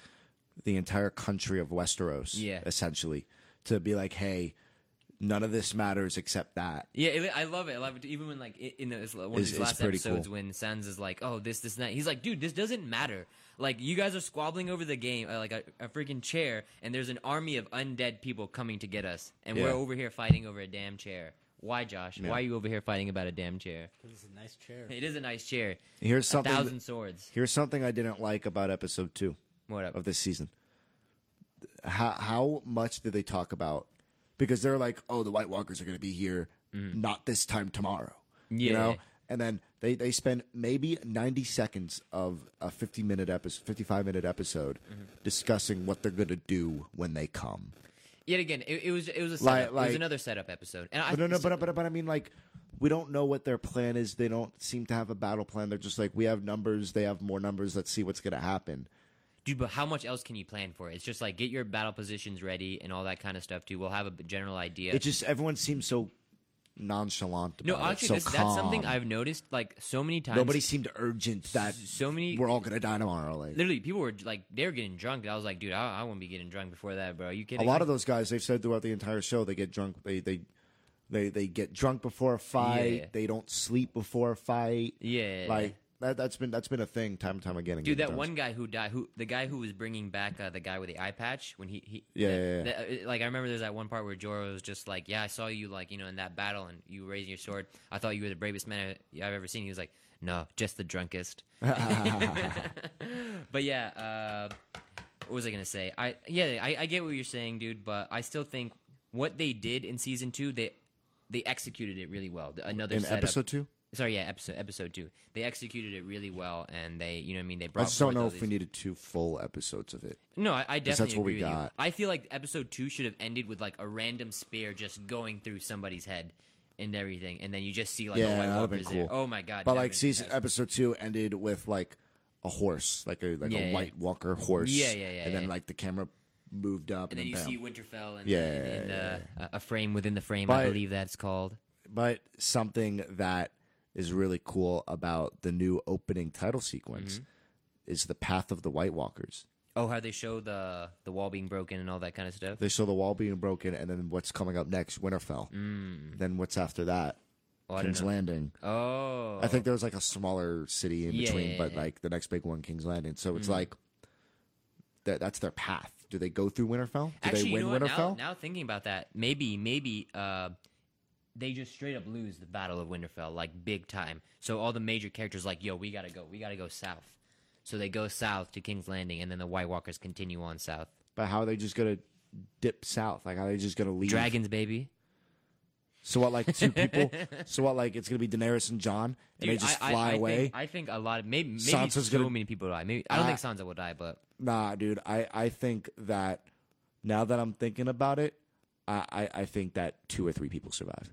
the entire country of Westeros,
Yeah.
essentially, to be like, hey, none of this matters except that.
Yeah, it, I love it. I love it. Even when like i- in the, one of
It's-
these
it's
last
pretty
episodes,
cool.
when Sans is like, "Oh, this, this, and that," he's like, "Dude, this doesn't matter. Like, you guys are squabbling over the game, uh, like a, a freaking chair, and there's an army of undead people coming to get us, and we're
Yeah.
over here fighting over a damn chair. Why, Josh? Why are you over here fighting about a damn chair?
This is a nice *laughs* chair.
It is a nice chair.
Here's
A
something.
thousand swords.
here's something I didn't like about episode two
What up?
of this season. How how much did they talk about? Because they're like, oh, the White Walkers are going to be here, not this time tomorrow. You
Mm-hmm. Yeah.
know, and then they they spend maybe ninety seconds of a fifty minute episode, fifty five minute episode,
Mm-hmm.
discussing what they're going to do when they come.
Yet again, it, it was it was a
Like-
setup. it was
like-
another setup episode, and I
But no, no, but, but but I mean, like, we don't know what their plan is. They don't seem to have a battle plan. They're just like, we have numbers. They have more numbers. Let's see what's going to happen.
Dude, but how much else can you plan for? It's just like get your battle positions ready and all that kind of stuff too. We'll have a b- general idea.
It just everyone seems so nonchalant. About
No,
it,
actually,
so
this, that's something
calm.
I've noticed like so many times.
Nobody seemed urgent that
so many.
we're all gonna die tomorrow. Like
literally, people were like they were getting drunk. and I was like, dude, I, I won't be getting drunk before that, bro. Are you
a
kidding? me?
lot of those guys, they've said throughout the entire show, they get drunk. They they they they get drunk before a fight.
Yeah.
They don't sleep before a fight.
Yeah.
like that. That's been that's been a thing time and time again. in
Dude,
Game of
that
Thrones.
one guy who died, who the guy who was bringing back uh, the guy with the eye patch when he, he
Yeah,
that-
yeah, yeah.
that- uh, like I remember there's that one part where Jorah was just like, yeah, I saw you like you know in that battle and you raising your sword. I thought you were the bravest man I- I've ever seen. He was like, no, just the drunkest.
*laughs*
*laughs* but yeah, uh, what was I gonna say? I yeah, I, I get what you're saying, dude, but I still think what they did in season two, they they executed it really well. Another
in
setup.
episode two.
Sorry, yeah, episode episode two. They executed it really well, and they, you know, what I mean, they
I
brought.
just don't
forth
know
all
if we
these-
needed two full episodes of it.
No, I, I definitely
that's what we
agree with you.
got.
I feel like episode two should have ended with like a random spear just going through somebody's head and everything, and then you just see like
Yeah,
a
that
white
would have been
walker's
cool.
there. Oh my god!
But
that
like
would've been
season
fantastic.
episode two ended with like a horse, like a like
Yeah,
a
yeah.
white walker horse.
Yeah, yeah, yeah,
And then
yeah.
like the camera moved up,
and then you
bam.
see Winterfell and,
Yeah,
and, uh, a a frame within the frame. I
But-
believe that's called.
but something that is really cool about the new opening title sequence
Mm-hmm.
is the path of the White Walkers.
Oh, how they show the the wall being broken and all that kind of stuff.
They show the wall being broken, and then what's coming up next? Winterfell. Mm. Then what's after that?
Oh, I don't
King's
know.
Landing.
Oh,
I think there was like a smaller city in
Yeah,
between,
yeah,
but
yeah. Mm-hmm.
like the next big one, King's Landing. So it's like that, that's their path. Do they go through Winterfell? Do
Actually,
they win
you know what?
Winterfell?
Now, now thinking about that, maybe maybe uh, they just straight up lose the Battle of Winterfell like big time. So all the major characters like, yo, we gotta go, we gotta go south. So they go south to King's Landing, and then the White Walkers continue on south.
But how are they just gonna dip south? Like how are they just gonna leave?
Dragons, baby.
So what? Like
*laughs*
two people? so what? Like it's gonna be Daenerys and John, and they
Dude,
just
I- I-
fly
I think-
away?
I think a lot of maybe maybe
Sansa's
so
gonna-
many people die. Maybe I don't
I-
think Sansa will die, but
Nah, dude. I I think that now that I'm thinking about it, I I, I think that two or three people survive.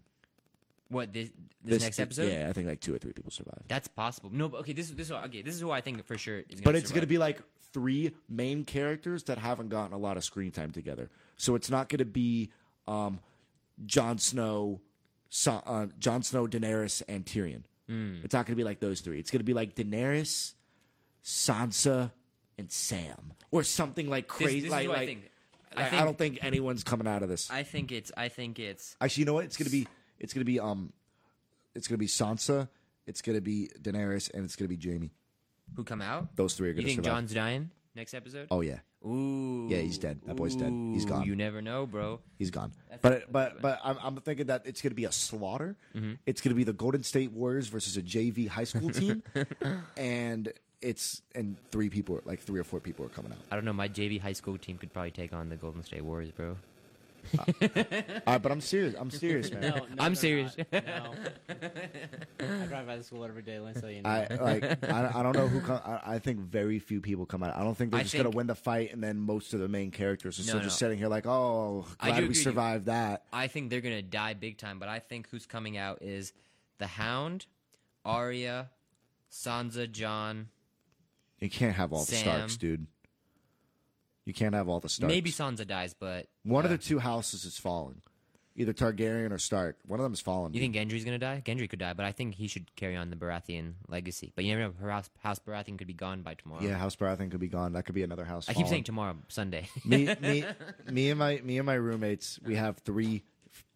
what this this, next episode?
Yeah, I think like two or three people survive.
That's possible. No, but okay, this is this is okay. This is who I think for sure. Is gonna
But it's
survive.
going to be like three main characters that haven't gotten a lot of screen time together. So it's not going to be um, Jon Snow, Sa- uh, Jon Snow, Daenerys, and Tyrion.
Hmm.
It's not going to be like those three. It's going to be like Daenerys, Sansa, and Sam, or something like crazy.
this is
like,
what I
like-
think. I
like, I,
think-
don't think anyone's coming out of this.
I think it's. I think it's.
Actually, you know what? It's going to be. It's going to be. Um, it's going to be Sansa. It's going to be Daenerys, and it's going to be Jamie.
who come out.
Those three are
You
going to
think
survive.
John's dying next episode?
oh yeah.
Ooh.
Yeah, he's dead. That boy's dead. He's
Ooh,
gone.
You never know, bro.
He's gone. But but but I'm, I'm thinking that it's going to be a slaughter.
Mm-hmm.
It's going to be the Golden State Warriors versus a JV high
*laughs*
school team, and it's and three people, like three or four people, are
*laughs*
coming out.
I don't know. My JV high school team could probably take on the Golden State Warriors, bro.
All right, Uh, but I'm serious. I'm serious, man.
No, no, they're
I'm serious.
not. No.
*laughs*
I drive by the school every day, Lynn, so *laughs* you know.
I like I, I don't know
*laughs*
who. Come, I, I think very few people come out. I don't think they're
I
just going
think-
to win the fight, and then most of the main characters are still
no.
just sitting here like, oh,
I do
glad we
agree with you.
survived that.
I think they're gonna die big time. But I think who's coming out is the Hound, Arya, Sansa, John.
You can't have all the
Sam.
Starks, dude. You can't have all the Starks.
Maybe Sansa dies, but
One of
uh,
the two houses is falling, either Targaryen or Stark. One of them is falling.
You think Gendry's gonna die? Gendry could die, but I think he should carry on the Baratheon legacy. But you never know. her House, House Baratheon could be gone by tomorrow.
yeah, House Baratheon could be gone. That could be another house.
I keep
falling.
saying tomorrow, Sunday. *laughs*
me, me, me and my me and my roommates. We have three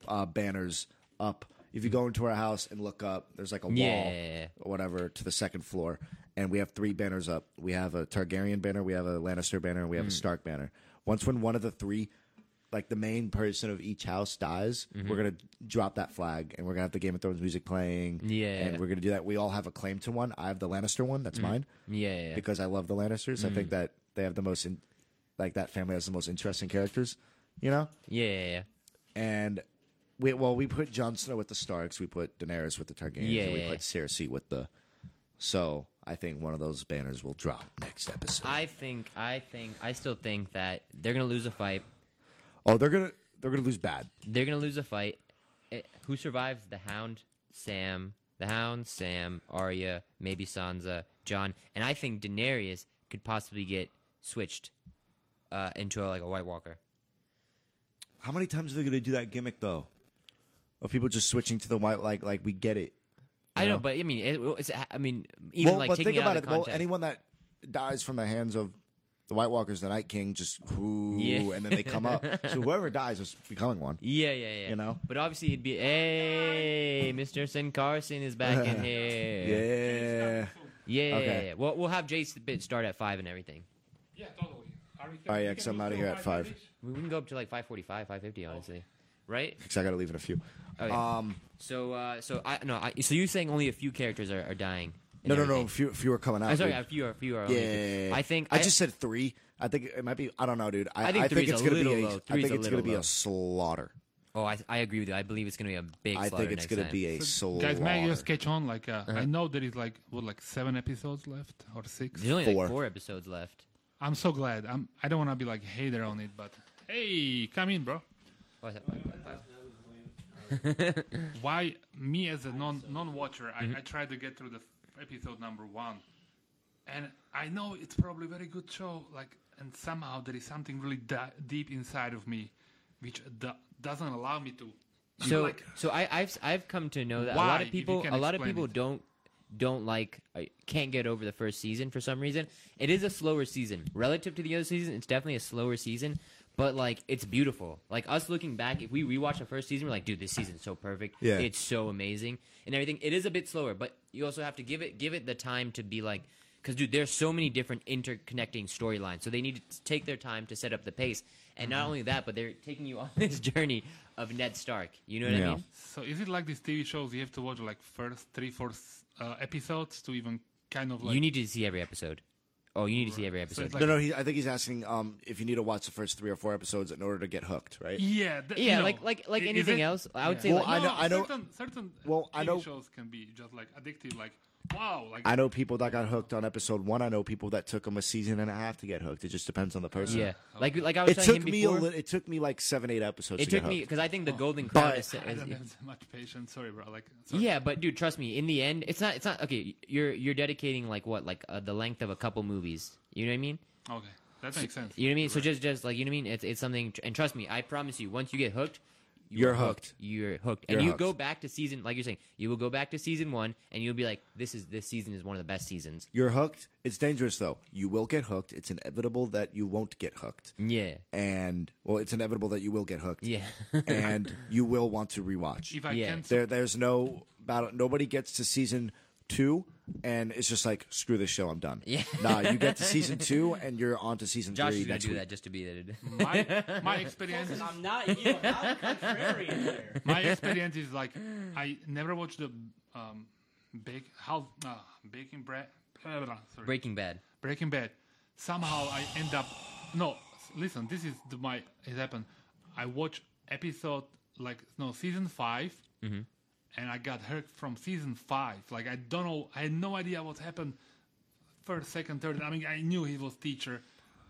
uh, banners up. If you go into our house and look up, there's like a wall,
Yeah.
or whatever, to the second floor, and we have three banners up. We have a Targaryen banner, we have a Lannister banner, and we
Hmm.
have a Stark banner. Once when one of the three, like the main person of each house dies,
Mm-hmm.
we're gonna drop that flag, and we're gonna have the Game of Thrones music playing.
Yeah.
and we're gonna do that. We all have a claim to one. I have the Lannister one. That's mine
yeah, yeah, Mm-hmm. yeah.
because I love the Lannisters. I think that they have the most, in, like that family has the most interesting characters, you know.
yeah, yeah, yeah.
And we well, we put Jon Snow with the Starks, we put Daenerys with the Targaryens,
Yeah,
and we
yeah,
put Cersei with the. So I think one of those banners will drop next episode.
I think, I think, I still think that they're gonna lose a fight.
oh, they're gonna they're gonna lose bad.
They're gonna lose a fight. Eh, who survives? The Hound, Sam, the Hound, Sam, Arya, maybe Sansa, John, and I think Daenerys could possibly get switched uh, into a, like a White Walker.
How many times are they gonna do that gimmick though? Of people just switching to the white, like like we get it.
I know, but I mean, it, it's, I mean, even like
but
taking
think about
out of
it.
the
Well,
context.
anyone that dies from the hands of the White Walkers, the Night King, just who,
Yeah.
and then they come
*laughs*
up. So whoever dies is becoming one.
yeah, yeah, yeah.
You know?
but obviously it'd be, hey, Mister Sin Carson is back
*laughs*
in here.
Yeah.
Yeah,
Okay.
yeah, yeah. We'll, we'll have Jace bit start at five and everything.
Yeah, totally. Are we-
All right,
we
yeah,
can
'cause I'm
do
outta
two
here at five.
minutes.
We, we can go up to like five forty-five, five fifty, honestly, right?
Because I got to leave in a few.
Oh, yeah.
Um,
so, uh, so I no, I, so you're saying only a few characters are, are dying? and
no, no, no.
everything.
Few, few are coming out.
I'm sorry,
dude.
a few are, a few are. Only
yeah,
a few. I think
I just said three. I think it might be. I don't know, dude. I,
I think
I
three's
think it's
a
gonna be.
little
A,
low.
I
Three's
think
a
it's gonna
little
be
low.
a slaughter.
Oh, I, I agree with you. I believe it's going to be a big.
I think it's
going
to be a soul.
Guys, may I just catch on? Like, uh,
Uh-huh.
I know there is like what, like seven episodes left or six.
There's only
Four.
like four episodes left.
I'm so glad. I'm. I don't want to be like hater on it, but hey, come in, bro.
Oh, is that five?
Why me as a non non watcher?
Mm-hmm.
I, I tried to get through the f- episode number one, and I know it's probably a very good show. Like, and somehow there is something really da- deep inside of me, which do- doesn't allow me to.
So,
like,
so I, I've I've come to know that a
Why,
lot
if
of
you
people,
can
a lot of
explain
people
it.
don't don't like uh, can't get over the first season for some reason. It is a slower season relative to the other season. It's definitely a slower season, but like it's beautiful. Like us looking back, if we rewatch the first season, we're like, dude, this season's so perfect.
Yeah.
it's so amazing and everything. It is a bit slower, but you also have to give it give it the time to be like. Because dude, there's so many different interconnecting storylines, so they need to take their time to set up the pace. And
Mm-hmm.
not only that, but they're taking you on *laughs* this journey of Ned Stark. You know what I
Yeah.
mean?
So is it like these TV shows you have to watch like first three, four uh, episodes to even kind of like
you need to see every episode. Oh, you need to see every
So
episode.
it's like-
No, no. He, I think he's asking um, if you need to watch the first three or four episodes in order to get hooked, right?
yeah th-
yeah,
you know.
like like like
I- is
anything
it-
else, I would
Yeah.
say
Well,
like
I
No,
know- I know-
certain certain
Well, I
TV
know-
shows can be just like addictive like wow like
I know people that got hooked on episode one. I know people that took them a season and a half to get hooked. It just depends on the person.
yeah,
uh,
like like I was
It
telling
took
him
me a
before.
li- it took me like seven eight episodes.
it
to
took
get
me
hooked.
because I think the Golden Crown
But-
is,
Oh. I
is
don't have that much patience sorry bro like
*laughs*
sorry.
yeah, but dude, trust me. In the end, it's not it's not okay. You're you're dedicating like what like uh, the length of a couple movies. You know what I mean?
okay that makes sense
You know what I mean? So just just like you know what I mean? It's it's something. tr- And trust me, I promise you. Once you get hooked. you
You're
are
hooked.
You're hooked,
You're
and you
hooked.
go back to season like you're saying. You will go back to season one, and you'll be like, "This is this season is one of the best seasons."
You're hooked. It's dangerous though. You will get hooked. It's inevitable that you won't get hooked.
Yeah,
And well, it's inevitable that you will get hooked. *laughs*
yeah.
and you will want to rewatch.
if I
yeah.
can
There, there's no battle. Nobody gets to season two, and it's just like screw this show. I'm done.
Yeah.
Nah, you get to season two, and you're on to season
Josh
three.
is gonna
next
do
week.
that just to be there. *laughs*
my, my experience
Listen, I'm not you. I'm not
*laughs*
contrarian here.
my experience is like I never watched the um bake how uh, baking bread sorry
Breaking Bad.
Breaking Bad. Somehow I end up. No, s- listen. This is the, my. It happened. I watch episode like no season 5
Mm-hmm.
and I got hurt from season five. Like I don't know. I had no idea what happened. First, second, third. I mean, I knew he was teacher,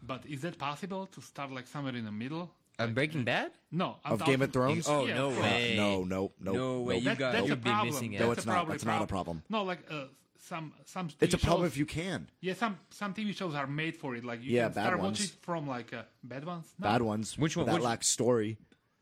but is that possible to start like somewhere in the middle?
Uh, Breaking Bad?
No, I'm
Of Game of
talking-
Thrones?
Oh,
Yeah,
no
of
Uh,
course.
way.
No, no, no,
No way. You
That-
got
that's
you
a
been
problem.
missing
No,
out.
That's
it's
a
not.
probably
It's not a problem.
No, like uh, some some.
It's a
TV shows-
problem if you can.
Yeah, some some TV shows are made for it. Like you
Yeah,
can
bad
start
ones.
watching from like uh, bad ones. No,
Bad ones.
Which one-
That
which- Oh,
lacks story.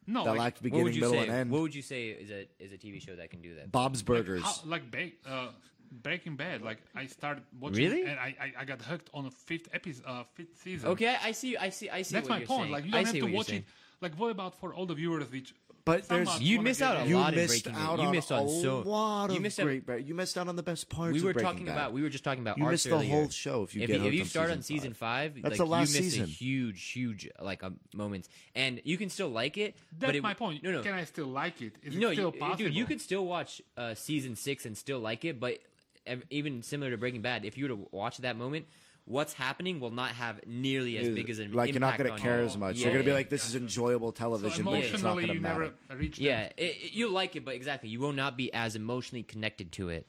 No,
that
like,
lacked
What would
beginning,
you
middle,
say?
and end.
What would you say is a is a TV show that can do that?
Bob's Burgers.
how, like ba- uh, Breaking Bad. Like I started watching,
Really?
and I, I, I got hooked on a fifth episode, uh, fifth season.
Okay, I, I see. I see. I see.
that's
what
my
you're
point.
Saying.
Like you
I
don't
see
have to
what you're
watch it.
saying.
Like what about for all the viewers which?
But
some
there's-
are-
You
wanna
missed
get
out a
in.
you
lot in
missed
Breaking Bad.
out
You
on
missed
a
on so-
lot
you
of
missed out-
great. Out, you missed out on the best parts.
We
of
were
Breaking
talking
Bad.
about. We were just talking about.
You
Arts
missed the
earlier.
whole show if you
if,
get
if
hooked
you
on
start on
season
season
five.
five.
That's
like,
the last
you missed
season.
A huge, huge like um, moments, and you can still like it.
That's
but it,
my point.
No, no.
Can I still like it? Is
no,
it still
you,
possible?
dude, you could still watch uh, season six and still like it, but ev- even similar to Breaking Bad, if you were to watch that moment, what's happening will not have nearly as big as an
like you're not
impact
going to
on
care
you.
as much.
Yeah,
you're going to be
yeah.
like, this is enjoyable
So
television, but it's not going
emotionally,
to
you
matter.
never reach. that.
yeah, it, it- you'll like it, but exactly, you will not be as emotionally connected to it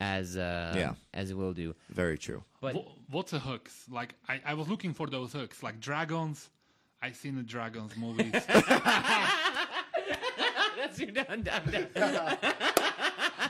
as uh,
Yeah.
as it will do. *laughs*
Very true.
But
Wha- what's a hooks? Like I, I was looking for those hooks, like dragons. I seen the dragons
*laughs*
movies.
that's your down, down, down.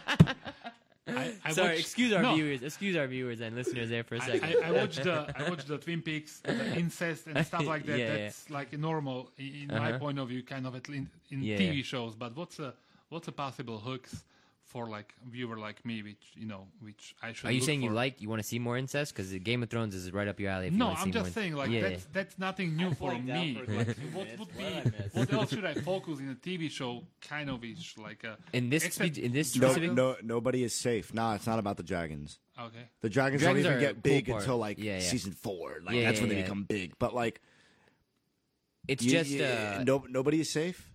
I, I
Sorry,
watched-
excuse our
No,
viewers, excuse our viewers and listeners there for a
I,
second.
I, I watched uh, the I watched the Twin Peaks, the incest and stuff like
*laughs*
that.
Yeah, yeah.
That's like normal i- in my point of view, kind of at least in
Yeah,
TV
yeah.
shows. But what's a what's a possible hooks for like viewer like me, which you know, which I should.
*laughs* Are you
look
saying you
for?
like you want to see more incest? Because Game of Thrones is right up your alley. If you
No,
wanna
I'm
see
just
more
saying like
yeah,
that's that's nothing new for
blanked out
me.
for like two
what
minutes. What
would
did I
be
miss?
what else should I focus in a TV show? Kind of ish like a
In this
except-
speech- in this
No,
Dragons?
no, nobody is safe. Nah, it's not about the dragons.
okay.
The dragons,
Dragons
don't
are
even
a
get
cool
big
part.
until like
Yeah, yeah.
season four. Like
Yeah,
that's
yeah,
when
yeah.
they become big. But like,
it's
you-
just
you-
uh,
no, nobody is safe.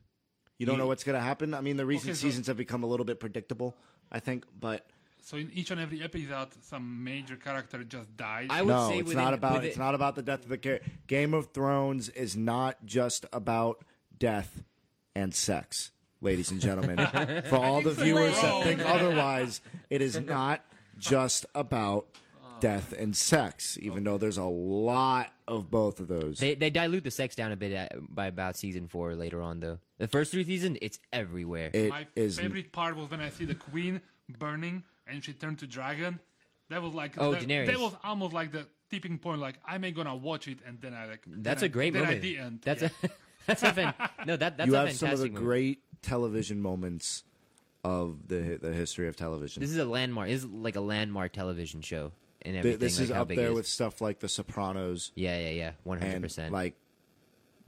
You don't
you-
know what's going to happen. I mean, the recent
Okay, so-
seasons have become a little bit predictable, I think. But
So in each and every episode, some major character just dies.
I would
no,
say
it's
within-
not about
within-
it's not about the death of the character. Game of Thrones is not just about death and sex, ladies
*laughs*
and gentlemen. For all the viewers that think otherwise, it is not just about
Oh.
death and sex, even though there's a lot of both of those.
They they dilute the sex down a bit at, by about season four later on though. The first three seasons, it's everywhere.
It
My
is-
favorite part was when I see the queen burning and she turned to dragon. That was like
Oh,
that,
Daenerys.
that was almost like the tipping point. Like I may gonna watch it and then I like.
that's
then
a great
I, then
moment.
At the end,
That's
yeah.
a *laughs* that's a fan, no that that's
you
a
have some
fantastic
of the
movie.
great television moments of the hi- the history of television.
This is a landmark. This is like a landmark television show and
Th-
everything.
this
like
is
how
up
big
there
it is.
with stuff like The Sopranos
yeah yeah yeah one hundred
and
percent.
like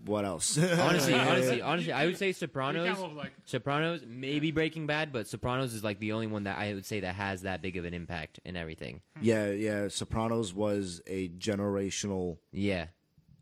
what else? *laughs*
Honestly,
Yeah.
honestly, honestly,
You-
I would say
you
Sopranos.
kind of like-
Sopranos, maybe Breaking Bad, but Sopranos is like the only one that I would say that has that big of an impact and everything.
yeah, yeah. Sopranos was a generational
Yeah,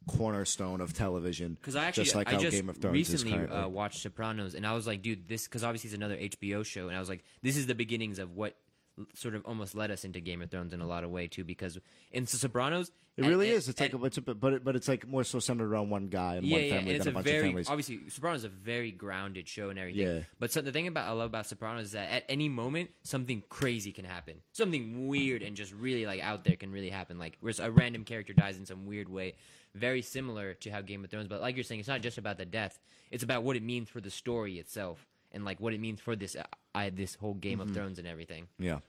cornerstone of television.
because I actually
just like
I
how
just
Game of Thrones
recently
is currently.
uh, watched Sopranos, and I was like, dude, this because obviously it's another HBO show, and I was like, this is the beginnings of what l- sort of almost led us into Game of Thrones in a lot of way too, because in S- Sopranos, e-
it
and-
really
and-
is. It's like
and-
a, it's a, but it, but it's like more so centered around one guy and one family
it's
than
a
a, bunch
very
of families.
obviously Sopranos is a very grounded show and everything.
Yeah.
But so the thing about I love about Sopranos is that at any moment something crazy can happen, something weird and just really like out there can really happen. Like whereas a random character dies in some weird way, very similar to how Game of Thrones. But like you're saying, it's not just about the death; it's about what it means for the story itself and like what it means for this uh, I, this whole Game
Mm-hmm.
of Thrones and everything.
yeah.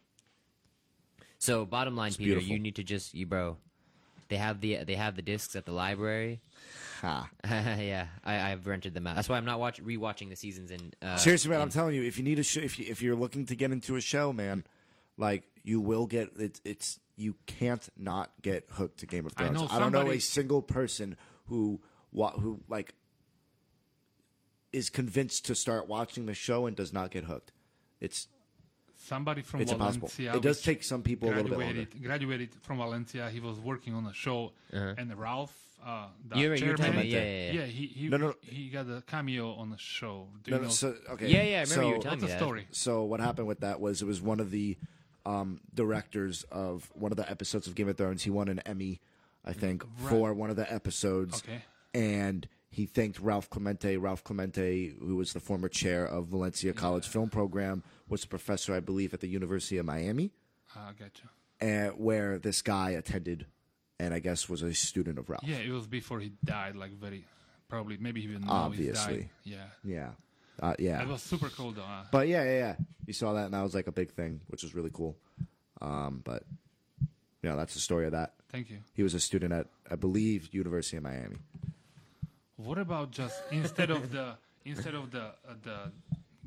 So bottom line, Peter,
beautiful.
you need to just you bro. They have the they have the discs at the library.
Ha.
*laughs* yeah, I, I've rented them out. That's why I'm not watch, rewatching the seasons. And uh,
Seriously, man, I'm telling you, if you need a show, if you, if you're looking to get into a show, man, like you will get it. It's you can't not get hooked to Game of
I
Thrones. I,
know
don't know
somebody-
a single person who wa- who like is convinced to start watching the show and does not get hooked. It's
somebody from
it's impossible.
Valencia.
It does
which
take some people a little bit longer.
graduated graduated from Valencia. He was working on a show,
Uh-huh.
and Ralph, uh, the
You're right, you were
chairman,
telling me, yeah,
yeah,
yeah.
he he,
No, no.
he got a cameo on the show. Do
No,
you
no,
know?
so, okay.
yeah, yeah, I remember you were
so-
telling me
What's the
that.
story?
So what happened with that was it was one of the um, directors of one of the episodes of Game of Thrones. He won an Emmy, I think, for one of the episodes.
Okay.
And he thanked Ralph Clemente. Ralph Clemente, who was the former chair of Valencia College Film Program, was a professor, I believe, at the University of Miami,
Ah, gotcha.
uh, where this guy attended, and I guess was a student of Ralph.
Yeah, it was before he died. Like very, probably maybe even know He
Obviously.
died. Yeah.
Yeah. Uh, yeah.
That was super cool though. huh?
But yeah, yeah, yeah. You saw that, and that was like a big thing, which was really cool. Um, but you know, that's the story of that.
Thank you.
He was a student at, I believe, University of Miami.
What about just instead of the instead of the uh, the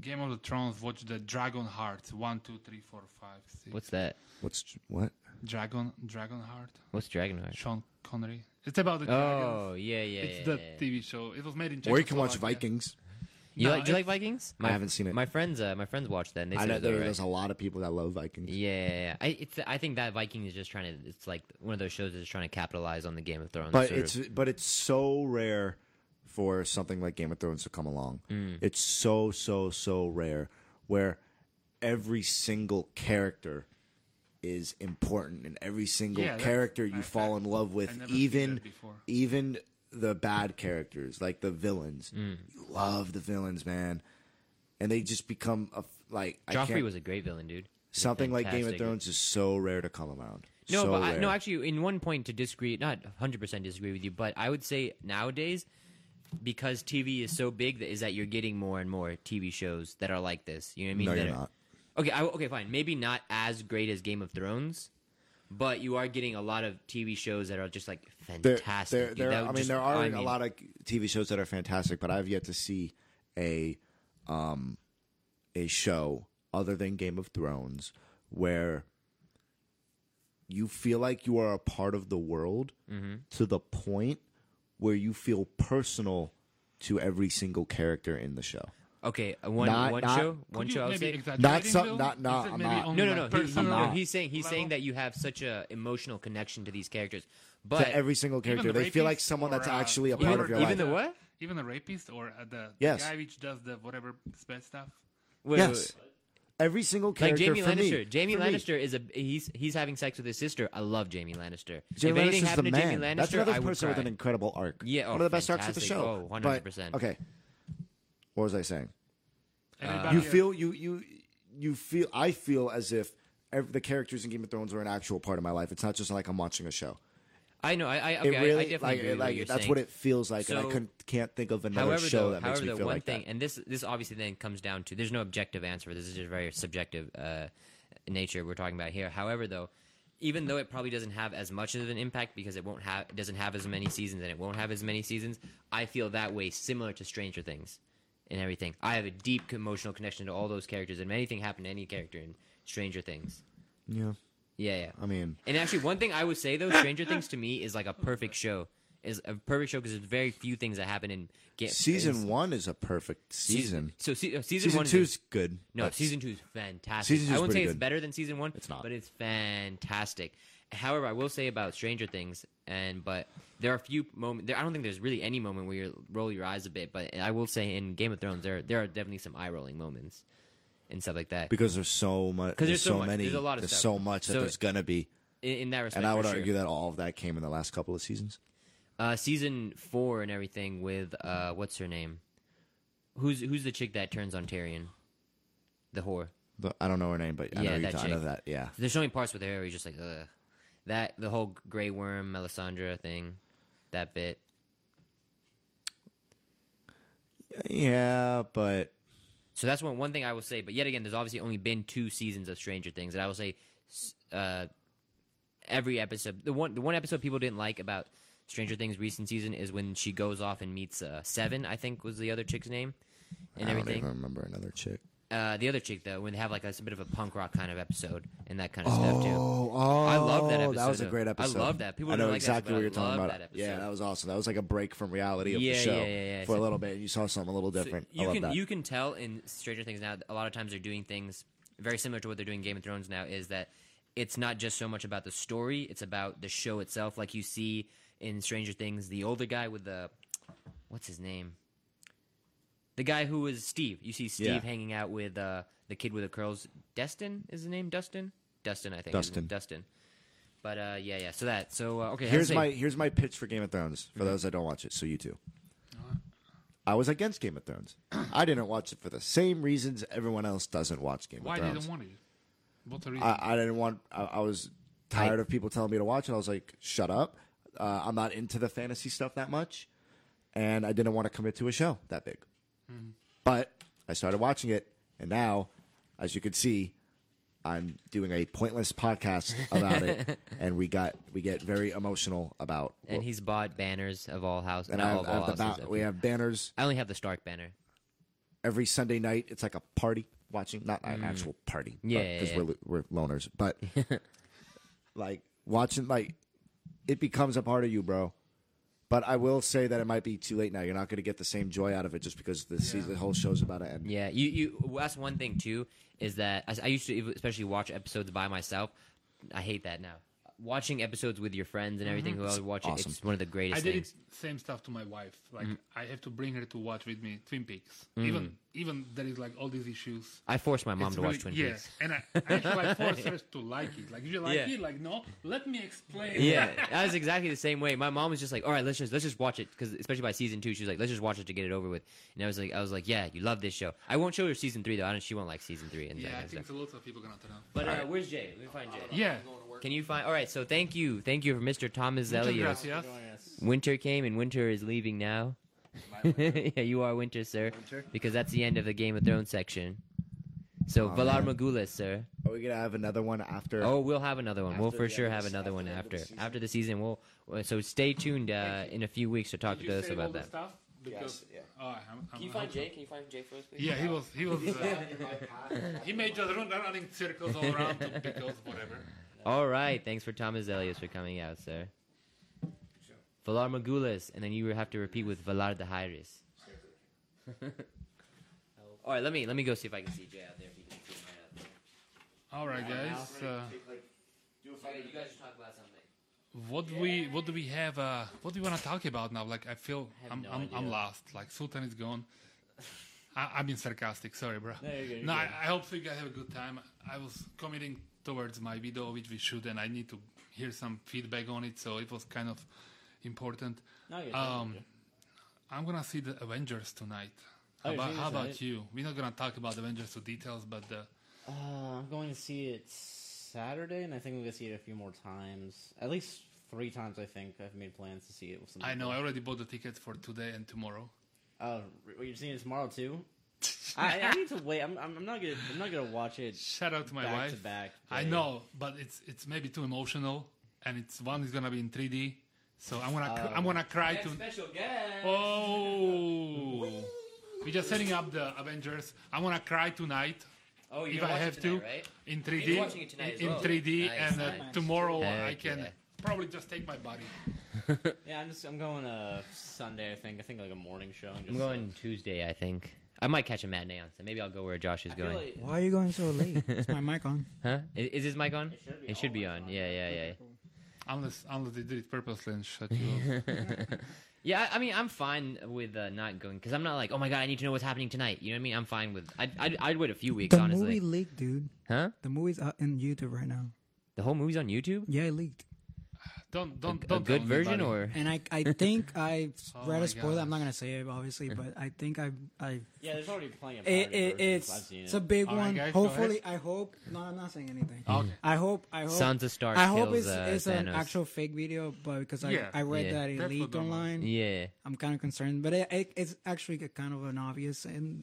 Game of the Thrones, watch the Dragon Heart one, two, three, four, five, six.
What's that?
What's what?
Dragon Dragon Heart?
What's Dragonheart?
Sean Connery. It's about the
Oh
dragons.
yeah, yeah,
It's
yeah.
the TV show. It was made in.
Or you can watch
Czechoslovakia.
Vikings.
You
No,
like? Do you
it-
like Vikings?
I haven't seen it.
My friends, uh, my friends watched that. And they
I
said
know
it was
there,
alright.
there's a lot of people that love Vikings.
Yeah, yeah, yeah. I, it's, I think that Viking is just trying to. It's like one of those shows that's trying to capitalize on the Game of Thrones.
But
sort
it's
of.
but it's so rare for something like Game of Thrones to come along. It's so so so rare where every single character is important and every single
Yeah, that's-
character you
I-
fall
I-
in love
I
with
never seen
even
that before.
even the bad characters like the villains.
Mm.
You love the villains, man. And they just become a f- like I
Joffrey
can't-
was a great villain, dude. He's a
something like Game of
fantastic-
Thrones is so rare to come around.
No,
So
but I,
rare.
no, actually, in one point to disagree, not 100% disagree with you, but I would say nowadays, because TV is so big, that is that you're getting more and more TV shows that are like this. You know what I mean?
No,
That
you're
are-
not.
Okay, I, okay, fine. Maybe not as great as Game of Thrones, but you are getting a lot of TV shows that are just like
There-
fantastic.
There,
dude.
there,
That
I
would
mean,
just-
there are
I
a
mean,
lot of TV shows that are fantastic, but I've yet to see a um, a show other than Game of Thrones where you feel like you are a part of the world
Mm-hmm.
to the point where you feel personal to every single character in the show.
Okay, uh, one
Not-
one
not-
show,
Could
one
You
show. I would
maybe
say.
exaggerating,
Not some-
Bill?
not- no,
Is it
I'm
maybe
not.
on
No, no,
like
no. he- he-
personal
no,
not.
he's saying he's saying
level?
that you have such a emotional connection to these characters, but
to every single character,
the
they feel like
rapists
someone
or,
that's
uh,
actually a
even-
part of your
even
life.
the what?
Even the rapist or uh, the, the
Yes.
guy which does the whatever bad stuff.
Wait, wait, wait.
yes, every single
uh, Like
character.
Jamie
for me-
Lannister. Jamie
for me.
Lannister is a he's he's having sex with his sister. I love Jamie Lannister.
Jamie
if anything
Lannister's the
happened to
man.
Jamie Lannister,
That's another
I would
person
cry.
with an incredible arc.
Yeah, oh,
one of the best arcs of the
fantastic.
show.
Oh,
But-
100%.
okay, What was I saying?
Everybody
Uh,
you
else-
feel you you you feel I feel as if ev the characters in Game of Thrones are an actual part of my life. It's not just like I'm watching a show.
I know. I, I,
It
okay, I- I
really
definitely
like,
agree
it,
with
like
what you're
that's
saying.
what it feels like, and
So-
I couldn't, can't think of another
However,
show
though,
that
however,
makes me
the
feel
one
like
thing,
that.
and this this obviously then comes down to there's no objective answer. This is just very subjective uh, nature we're talking about here. However, though, even though it probably doesn't have as much of an impact because it won't have it doesn't have as many seasons and it won't have as many seasons, I feel that way similar to Stranger Things and everything. I have a deep emotional connection to all those characters, and if anything happened to any character in Stranger Things.
Yeah,
Yeah, yeah.
I mean,
And actually, one thing I would say though, Stranger Things to me is like a perfect show. Is a perfect show because there's very few things that happen in get,
season one is a perfect season.
So se- uh, season,
Season
one
two's
is
good.
no,
but
season two is fantastic.
Season two's
I wouldn't say
pretty
it's
good.
better than season one. It's
not.
but it's fantastic. However, I will say about Stranger Things, and but there are a few moments. There, I don't think there's really any moment where you roll your eyes a bit. But I will say in Game of Thrones, there there are definitely some eye rolling moments and stuff like that.
because there's so much.
there's
There's,
so
so,
much.
many.
There's a lot of
there's
stuff.
so much that
So-
there's gonna be,
in, in that respect,
and I would
for sure.
argue that all of that came in the last couple of seasons.
uh, season four and everything with uh, what's her name? Who's who's the chick that turns on Tyrion? The whore.
The- I don't know her name, but I
Yeah,
know you
that
I know
chick.
that. Yeah,
There's so many parts with her where you're just like, ugh. That, the whole Grey Worm, Melisandre thing, that bit.
yeah, but
So that's one, one thing I will say. But yet again, there's obviously only been two seasons of Stranger Things. And I will say, s- uh, every episode, the one, the one episode people didn't like about Stranger Things recent season is when she goes off and meets uh, Seven, I think was the other chick's name, and
I don't
everything.
even remember another chick.
uh, the other chick though, when they have like a, it's a bit of a punk rock kind of episode and that kind of stuff too.
Oh, oh,
I love that
That was
episode,
a great
though. I
episode.
love that. People
I
don't
know
like that,
exactly
but
what
I
you're talking
love
about.
that
yeah,
episode.
that was awesome. That was like a break from reality of
Yeah,
the show
yeah, yeah, yeah.
for a
So-
little bit. You saw something a little different. I
You
love
can
that.
you can tell in Stranger Things now. that A lot of times they're doing things very similar to what they're doing in Game of Thrones now. Is that it's not just so much about the story; it's about the show itself. Like you see in Stranger Things, the older guy with the what's his name, the guy who was Steve. You see Steve
Yeah.
hanging out with uh, the kid with the curls. Destin is the name. Dustin. Dustin, I think. isn't it?
Dustin.
Dustin. But uh, yeah, yeah. So that. So uh, okay. I'd
here's
say- Mm-hmm.
my here's my pitch for Game of Thrones for those that don't watch it. So you too. I was against Game of Thrones. *clears throat* I didn't watch it for the same reasons everyone else doesn't watch Game
Why
of
they
Thrones.
don't want it? What's the reason?
I, I didn't want. I, I was tired of people telling me to watch it. I was like, shut up. Uh, I'm not into the fantasy stuff that much, and I didn't want to commit to a show that big.
Mm-hmm.
But I started watching it, and now, as you can see, I'm doing a pointless podcast
*laughs*
about it, and we got we get very emotional about.
And he's bought banners of all house.
and
not
I
all
have,
of
I
all
have the
houses,
ba-
of-
we have banners
I only have the Stark banner.
every Sunday night. It's like a party watching, not an actual party.
Yeah, Mm. yeah,
because
yeah.
we're we're loners, but
*laughs*
like watching, like it becomes a part of you, bro. But I will say that it might be too late now. You're not going to get the same joy out of it just because the season, the whole show's about to end.
Yeah, you you well, that's one thing too is that I, I used to especially watch episodes by myself. I hate that now. Watching episodes with your friends and everything who else watch it,
Awesome.
it's one of the greatest
I did
things.
it, same stuff to my wife. Like I have to bring her to watch with me Twin Peaks. Even even there is like all these issues.
I forced my mom
It's
to
really-
watch Twin
yeah.
Peaks.
and I actually I forced her to like it. Like, you like
Yeah.
it? Like, no, let me *laughs* explain.
Yeah, I was exactly the same way. My mom was just like, "All right, let's just let's just watch it," because especially by season two, she was like, "Let's just watch it to get it over with." And I was like, "I was like, yeah, you love this show." I won't show her season three though. I don't. She won't like season three and that
Yeah, I
kind of
think
stuff.
a lot of people gonna turn out.
But uh, where's Jay? Let me find Jay.
Yeah.
Can you find? All right, so thank you, thank you for Mr. Thomas
Muchas
Zelios.
gracias.
Winter came and winter is leaving now. *laughs* yeah, you are winter, sir. Because that's the end of the Game of Thrones section. So
Aw,
Valar
man.
Magulis, sir.
Are we going to have another one after?
Oh, we'll have another one. we'll
After
for
the
sure
end of
have
the se-
another
after
one
the end of
after
the season.
after the season. We'll uh, so stay tuned uh, in a few weeks to talk
Did
to
you
us
save all
about
the
that.
stuff? Because,
*laughs*
yeah.
Oh, I'm, I'm,
Can you find Jay for us, please?
Yeah, he was. He was. Uh, *laughs* he made just run, running circles all around to- because whatever.
All right. Thanks for Thomas Elias for coming out, sir. Valar Magulis, and then you have to repeat with Valar the Hyris. *laughs* All right, let me let me go see if I can see Jay out there. If he can see uh, him right out there.
All right, guys. Uh,
you guys talk about something.
what do we what do we have? Uh, what do we want to talk about now? Like, I feel
have
I'm
no
I'm, I'm
idea.
lost. Like, Sultan is *laughs* gone. I, I've been sarcastic. Sorry, bro.
No, you're good, you're
no, I,
good.
I hope you guys have a good time. I was committing towards my video, which we should, and I need to hear some feedback on it. So it was kind of important.
No, you're
Um,
fine.
I'm gonna see the Avengers tonight. How
Oh,
about,
Avengers,
how about
right?
you? We're not gonna talk about Avengers to details, but uh,
Uh, I'm going to see it Saturday, and I think I'm going to see it a few more times. At least three times, I think. I've made plans to see it with some
I know I
people.
already bought the tickets for today and tomorrow.
Oh, re- you're seeing it tomorrow, too? I, I need
*laughs*
to wait. I'm, I'm I'm not gonna. I'm not gonna watch it.
Shout out to my
Back
wife.
to back,
I
babe.
know, but it's it's maybe too emotional, and it's one is gonna be in 3D, so I'm gonna cr- I'm gonna cry to.
special guest.
Oh, we're just setting up the Avengers. I'm gonna cry tonight
Oh,
if I have to in 3D.
You're watching it tonight as
in, in
well.
3D,
Nice,
and uh,
nice.
tomorrow I
Heck
can
yeah.
probably just take my body.
Yeah, I'm just. I'm going uh Sunday. I think. I think like a morning show. And just,
I'm
*laughs*
going Tuesday, I think. I might catch a matinee on, so maybe I'll go where Josh is
I feel
going.
like-
Why are you going so
*laughs*
late? Is my mic on?
huh? Is, is his mic on?
It should be
It should be
always
on.
on.
Yeah, yeah, yeah.
Unless unless they did it purposely and
*laughs*
shut you. up.
Yeah, I I mean, I'm fine with uh, not going because I'm not like, oh my god, I need to know what's happening tonight. You know what I mean? I'm fine with. I'd, I'd, I'd wait a few weeks,
The
honestly.
movie leaked, dude.
Huh?
The movie's out in YouTube right now.
The whole movie's on YouTube.
Yeah, it leaked.
don't
A,
don't
a
don't tell
good version
anybody.
or
And I, *laughs* I think I
Oh
read
my
a spoiler. I'm
gosh.
not gonna say it, obviously, but I think I,
*laughs*
I.
Yeah, there's already plenty of.
It,
pirated
it,
versions.
it's,
I've seen
it's
it.
a big
All right,
one.
guys, go ahead.
Hopefully, I hope. No, I'm not saying anything.
Okay.
I hope. I hope.
Sansa Stark
I hope
kills,
it's,
uh,
it's an
Thanos.
actual fake video, but because I,
Yeah.
I read
Yeah.
that it
That's what
leaked
I'm-
online,
yeah.
I'm kind of concerned. But it, it, it's actually a kind of an obvious. And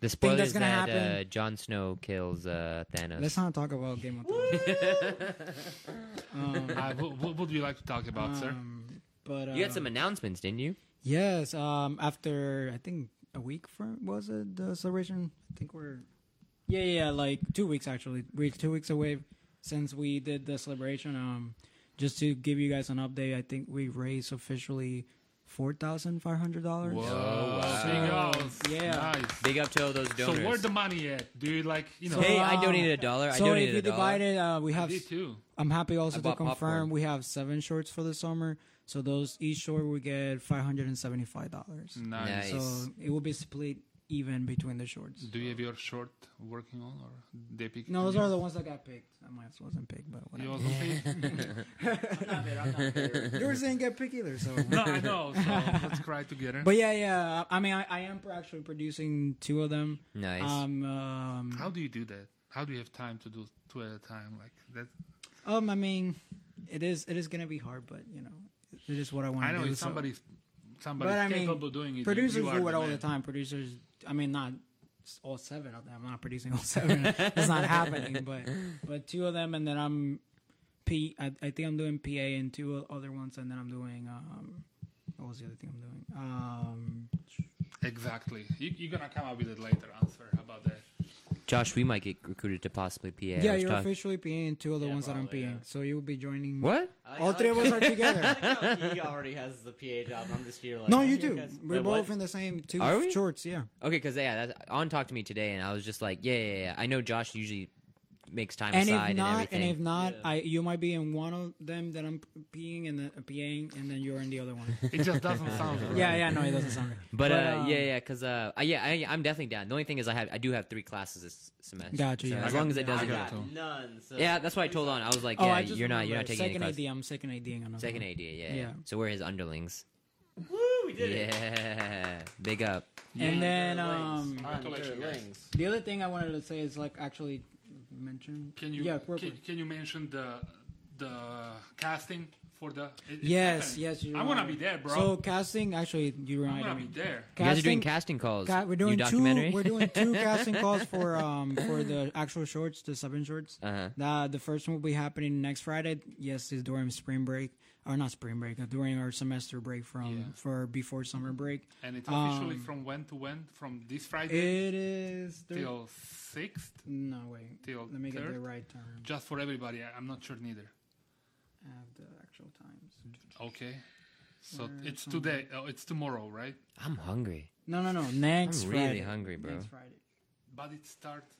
The spoiler
that's
is
gonna
that uh,
happen?
Jon Snow kills uh, Thanos.
let's not talk about
*laughs*
Game of Thrones.
Uh, what, what would you like to talk
*laughs*
about, sir?
Um, but uh,
you had some announcements, didn't you?
Yes, um, after I think a week from was it the celebration? I think we're yeah, yeah, like two weeks actually. We're two weeks away since we did the celebration. Um, just to give you guys an update, I think we raised officially four thousand five hundred dollars.
Wow.
Yeah.
Nice.
Big up to all those donors.
So where the money at? Do you like you know?
hey, I
um,
donated a dollar. I
So
donated
if you
a dollar.
divide it, uh, we
I
have.
did too.
I'm happy also
I
to
bought
confirm
popcorn.
we have seven shorts for the summer. So those each short we get five hundred and seventy five dollars.
Nice.
Nice.
So it will be split even between the shorts.
Do you have your short working on, or they pick?
No, those
you?
are the ones that got picked. I might as well wasn't picked, but
You
whatever.
also pick?
*laughs* You were saying get picked either, so.
*laughs* *laughs* no, I know.
*laughs*
So let's cry together.
But yeah, yeah. I I mean, I, I am pro- actually producing two of them.
Nice.
Um, um,
How do you do that? How do you have time to do two at a time like that?
um, I mean, it is it is gonna be hard, but you know, it is what I want
I
to do.
know if
so-
somebody's somebody's
but I
capable
mean,
doing it.
producers
you are
do it all
man.
the time. Producers, I mean, not s- all seven of them. I'm not producing all
*laughs*
seven. it's not happening. But but two of them, and then I'm P. I, I think I'm doing PA and two o- other ones, and then I'm doing um. What was the other thing I'm doing? Um,
Exactly. You, you're gonna come up with a later answer about
*laughs*
that.
Josh, we might get recruited to possibly PA. I
yeah,
was
you're
talk-
officially PA and two of the
Yeah,
ones
probably,
that I'm PAing.
yeah.
So you'll be joining.
What?
I-
All
I
three of us
like-
are
*laughs*
together.
*laughs* I like how he already has the PA job. and I'm just here like.
No,
"Oh,
you
here,
do.
guys."
We're
Wait, what?
both in the same two
Are we?
shorts. Yeah.
Okay, because yeah, that's, On talked to me today, and I was just like, yeah, yeah, yeah. I know Josh usually makes time
and
aside
if
and
not,
everything.
and if not,
Yeah.
I you might be in one of them that I'm peeing and then uh, peeing, and then you're in the other one.
It just doesn't sound. right.
yeah, yeah, no, it doesn't sound right.
but, uh,
um,
yeah, yeah, because uh, I- yeah, I, I'm definitely down. The only thing is, I have I do have three classes this semester.
Gotcha,
So
yeah.
As
I
long
got-
as it
yeah, I
I
doesn't.
got-
got
Arigato.
none. So
yeah, that's why I told on. I was like,
Oh,
yeah,
I just
you're not, you're not
remembered.
taking any classes.
second AD. I'm second AD. -ing another
Second
one.
AD, yeah. yeah.
Yeah.
So we're his underlings.
Woo, we did it.
Yeah, big up.
And then
Underlings.
um,
Underlings.
the other thing I wanted to say is like actually mention.
Can you
Yeah, we're-
can, can you mention the the casting for the? it- it's
Yes,
happening.
yes. you're
I wanna
right.
be there, bro.
So casting, actually, you
I'm
reminded
gonna
me.
be there.
you guys are doing casting calls.
Ca- we're
New
doing
documentary?
two. We're doing
*laughs*
two casting calls for um for the actual shorts, the seven shorts.
Uh-huh.
The the first one will be happening next Friday. Yes, is during spring break or not spring break? uh, During our semester break from
Yeah.
for before summer break.
And it's officially
Um,
from when to when? From this Friday
It is thir-
till sixth.
no wait.
till
Let me get the
third?
right term.
Just for everybody. I, I'm not sure neither.
I have the actual times.
Mm-hmm. Okay. So it's today. Oh, it's tomorrow, right?
I'm hungry.
No no no. Next
I'm really
Friday.
hungry, bro.
Next Friday.
But it starts.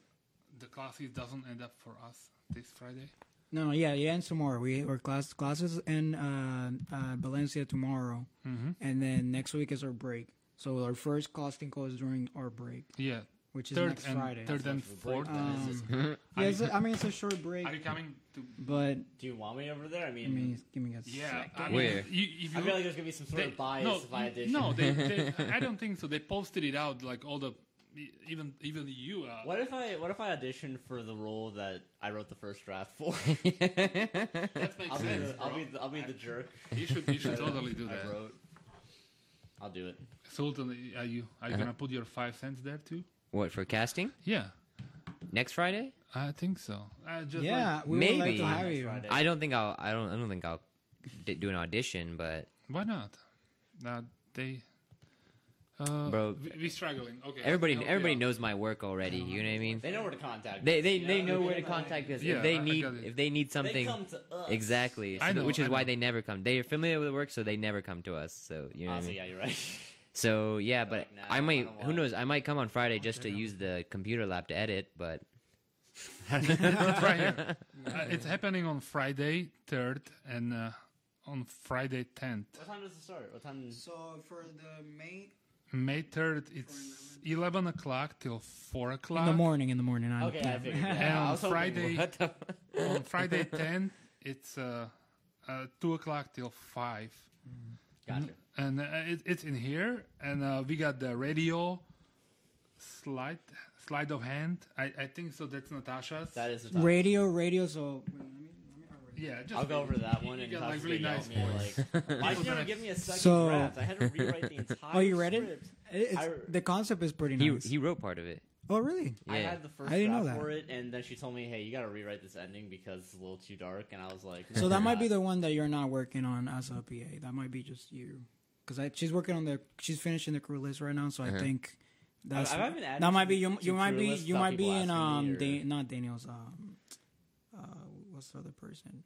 The classes doesn't end up for us this Friday.
No, yeah, yeah, and tomorrow we our class classes in uh, uh, Valencia tomorrow,
Mm-hmm.
and then next week is our break. So our first casting call is during our break.
Yeah.
which is
third
next
and
Friday.
third and fourth.
Um, *laughs* yeah, it's a, I mean it's a short break,
Are you coming to?
but
Do you want me over there? I mean,
give me give me a
Yeah,
sec.
I
Where?
mean, you, if
I
you
feel like there's gonna be some sort
they-
of bias
no,
if I did.
No, they, they,
*laughs*
I don't think so. They posted it out like all the, even even you. Uh,
What if I what if I auditioned for the role that I wrote the first draft for?
That makes
I'll be
sense.
the, I'll be
bro.
the, I'll be the jerk.
You should you
*laughs*
should totally do
I
that.
wrote. I'll do it.
Sultan, are you are you gonna put your five cents there too?
What for casting
Yeah,
next Friday?
I think so. I just
Yeah,
like-
we would like
Maybe.
to hire you.
Friday.
I don't think I'll. I don't. I don't think I'll d- do an audition. But
why not? Now they. Uh,
Bro.
we, we're struggling. Okay,
everybody,
help you
everybody
out.
knows my work already. You know what I mean?
They know where to contact.
They
us,
they,
you
they know where
They
to contact us
Yeah,
if they
I- I
need
got it.
if they need
They
something.
come to us.
Exactly,
I
So-
know,
which is
I
why
know.
they never come. They are familiar with the work, so they never come to us. So you know,
Ah,
Honestly,
what I mean?
Ah, yeah, you're right.
so yeah,
like,
but
nah,
I might.
I don't
who
wanna-
knows? I might come on Friday just to use the computer lab to edit. But
*laughs*
*laughs*
*laughs*
Right here. Uh, it's happening on Friday third and uh, on Friday tenth.
what time does it start? What time?
So for the May
May third, it's eleven o'clock till four o'clock.
in the morning, in the morning. I
Okay, I figured. that.
And
*laughs* I
*laughs* on
was hoping-
Friday,
what the?
*laughs*
on Friday ten, it's uh, uh, two o'clock till five.
Gotcha.
And uh, it, it's in here, and uh, we got the radio slide slide of hand. I, I think so. That's Natasha's.
That is the time.
radio, radio. So wait, let me- let me already-
Yeah, just
I'll go over that
you-
one
you
and
got, like
possibly
really nice
yell at me,
voice.
like, why did
*laughs*
you never
People
give me a second
So-
draft? I had to rewrite the entire.
Oh, you read it?
script.
It- it's-
I-
the concept is pretty
he
nice.
he wrote part of it.
oh, really?
I
Yeah.
had the first
I didn't know
draft
that.
for it, and then she told me, "Hey, you got to rewrite this ending because it's a little too dark." And I was like,
So that might be
"Nah."
the one that you're not working on as a PA. That might be just you, because she's working on the she's finishing the crew list right now. So
Uh-huh.
I think that's
I've- I've been adding
that might be
to-
you.
to
You might
crew
be
lists
you
without
might be
people
in
asking me,
um da-
or-
not Daniel's um uh what's the other person?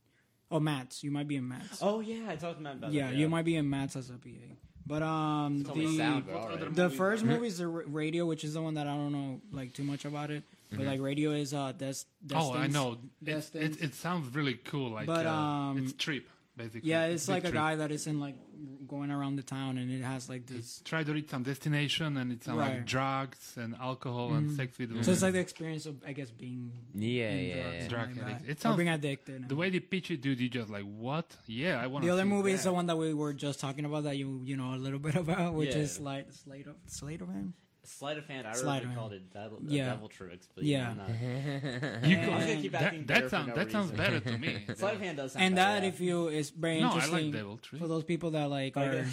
Oh, Matt's. You might be in
*laughs*
Matt's.
Oh yeah, I talked to Matt about
yeah,
it.
you might be in Matt's as a PA. But um
It's only
the
sound, but
What
alright.
other
the
movies
first
are-
movie is the ra- radio, which is the one that I don't know like too much about it. But like radio is uh that's
Mm-hmm. Oh, I know.
That's
It's, it, it
things.
sounds really cool. Like,
But,
uh,
um,
it's trip basically.
Yeah, it's
Big
like a
Trip.
guy that is in like going around the town, and it has like this.
Try to read some destination, and it's uh, like
Right. Mm-hmm.
drugs and alcohol and sex with.
So it's like the experience of I guess being
Yeah,
in
yeah,
drugs
yeah.
and
Drug
like that.
addict. It
Or
sounds-
being addicted.
the way they pitch it, dude. You just like what? Yeah, I want.
the other movie
is
is the one that we were just talking about that you you know a little *laughs* bit about, which
Yeah.
is like Slate of Slate of Hand.
Sleight of hand. I
Sleight
originally
of
called it devil, uh,
Yeah.
devil tricks, but uh, yeah,
Yeah.
not.
You
I was
could-
gonna keep acting
that that,
better for
sound,
no
that sounds
reason. *laughs*
better to me.
Sleight of hand does sound
And
better,
that, if you, is very
No, I like
interesting
Devil Tree.
for those people that like
yeah.
are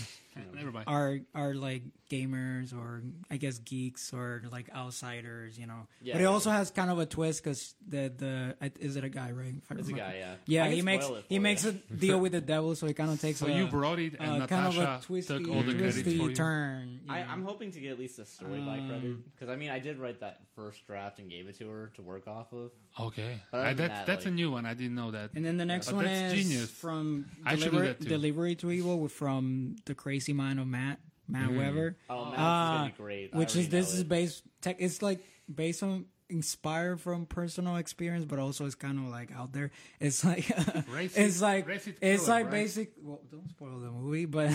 Never mind.
are are like gamers or I guess geeks or like outsiders, you know.
Yeah,
but it
yeah.
also has kind of a twist because the the I- is it a guy right? If I
It's a
remember.
guy, yeah. I
Yeah,
can
he makes
spoil it
he
for
makes
you.
a deal with the devil, so it kind of takes
So
a,
you brought it, and
uh,
Natasha
kind of a twisty,
took all the credit for
twisty
you.
turn. you
I,
know.
I'm hoping to get at least a story by
Um,
credit because I mean I did write that first draft and gave it to her to work off of.
Okay,
But other
I,
than
that's
that,
that's a
like-
new one. I didn't know that.
and then the next
But
one
that's
is
genius.
from
I should do
Deliver-
that too.
Delivery to Evil with- from the Crazy Mind of Matt Matt
Mm-hmm.
Weber.
Oh man,
Uh,
this is gonna be great. I
which
already
is this
know
is
it.
based tech it's like based on inspired from personal experience but also it's kind of like out there it's like *laughs* it's like
racist
it's
killer,
like
right?
basic well don't spoil the movie but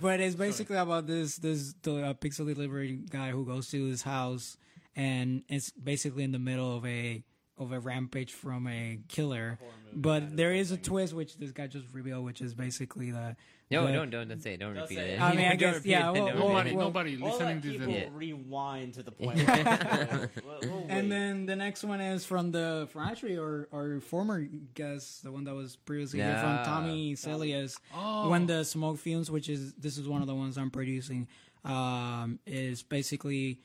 *laughs* but it's basically about this this uh, pixel delivery guy who goes to his house and it's basically in the middle of a of a rampage from a killer but there is a twist which this guy just revealed which is basically the
*laughs* No,
the-
don't don't don't say it. Don't repeat
say it.
it.
I
*laughs*
mean, I
Don't
guess-
repeat
yeah,
it,
well,
don't repeat
well,
Nobody,
it.
well-
nobody
All
listening
that
to
people
this.
rewind to
*laughs*
the point. where- We'll- we'll wait.
And then the next one is from the from actually our, our former guest, the one that was previously here
Yeah.
from Tommy Celia's.
Oh.
When the smoke fumes, which is this is one of the ones I'm producing, um, is basically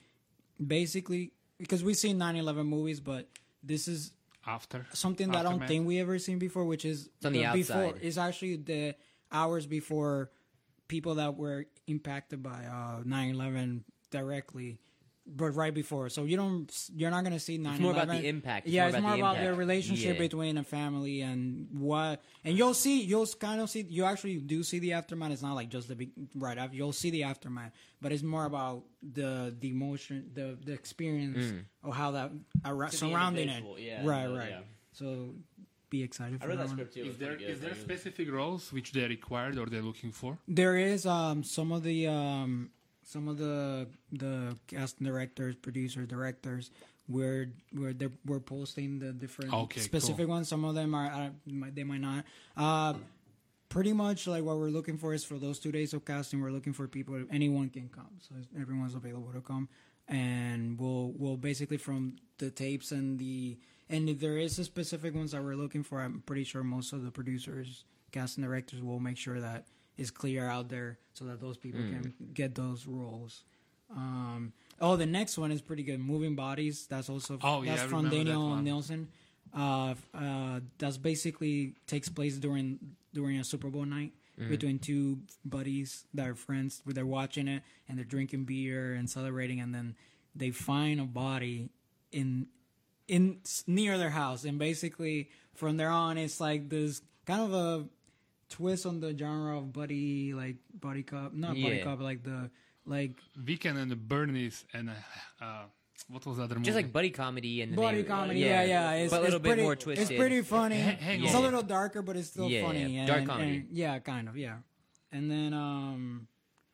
basically because we've seen 9/11 movies, but this is
Oh, After
something that I don't
Aftermath.
think we ever seen before, which is
on the
before
outside.
it's actually the hours before people that were impacted by uh 9/11 directly, but right before. So you don't, you're not gonna see 9/11.
more about the impact. It's
yeah,
more
it's
about
more
the
about the
impact.
relationship
Yeah.
between a family and what, and you'll see, you'll kind of see, you actually do see the aftermath. It's not like just the big, right after. You'll see the aftermath, but it's more about the the emotion, the the experience
Mm.
of how that around, surrounding it.
individual, yeah,
right,
the-
right.
yeah.
So be excited
I
for
read
that,
that
one.
script too. it was
Is there
pretty good.
is there
Like, it was-
specific roles which they're required or they're looking for?
There is um some of the um some of the the cast directors, producers, directors, were were they were posting the different
Okay,
specific ones. Some of them are uh, might- they might not. Uh, pretty much like what we're looking for is for those two days of casting, we're looking for people. Anyone can come, so everyone's available to come, and we'll we'll basically from the tapes and the and if there is a specific ones that we're looking for, I'm pretty sure most of the producers, casting directors will make sure that is clear out there so that those people can
Hmm.
get those roles. Um, oh, the next one is pretty good. Moving Bodies. That's also
Oh, yeah,
that's
I
from
remember that
Daniel
one.
Nelson. Uh, f- uh, that's basically takes place during during a Super Bowl night
Hmm.
between two buddies that are friends. Where they're watching it and they're drinking beer and celebrating, and then they find a body in in s- near their house, and basically from there on, it's like this kind of a twist on the genre of buddy like buddy cop, not buddy
Yeah.
cop, like the like
Weekend and the Bernies and uh, uh, what was the other movie?
Just like buddy comedy and then
Body
they-
comedy, yeah, yeah. It's,
but a
it's
little
pretty,
bit more twisted.
It's
*laughs*
pretty funny.
Hang
It's a
on.
little darker, but it's still
Yeah,
funny.
yeah.
And,
Dark comedy.
and- yeah, kind of. Yeah. And then, um,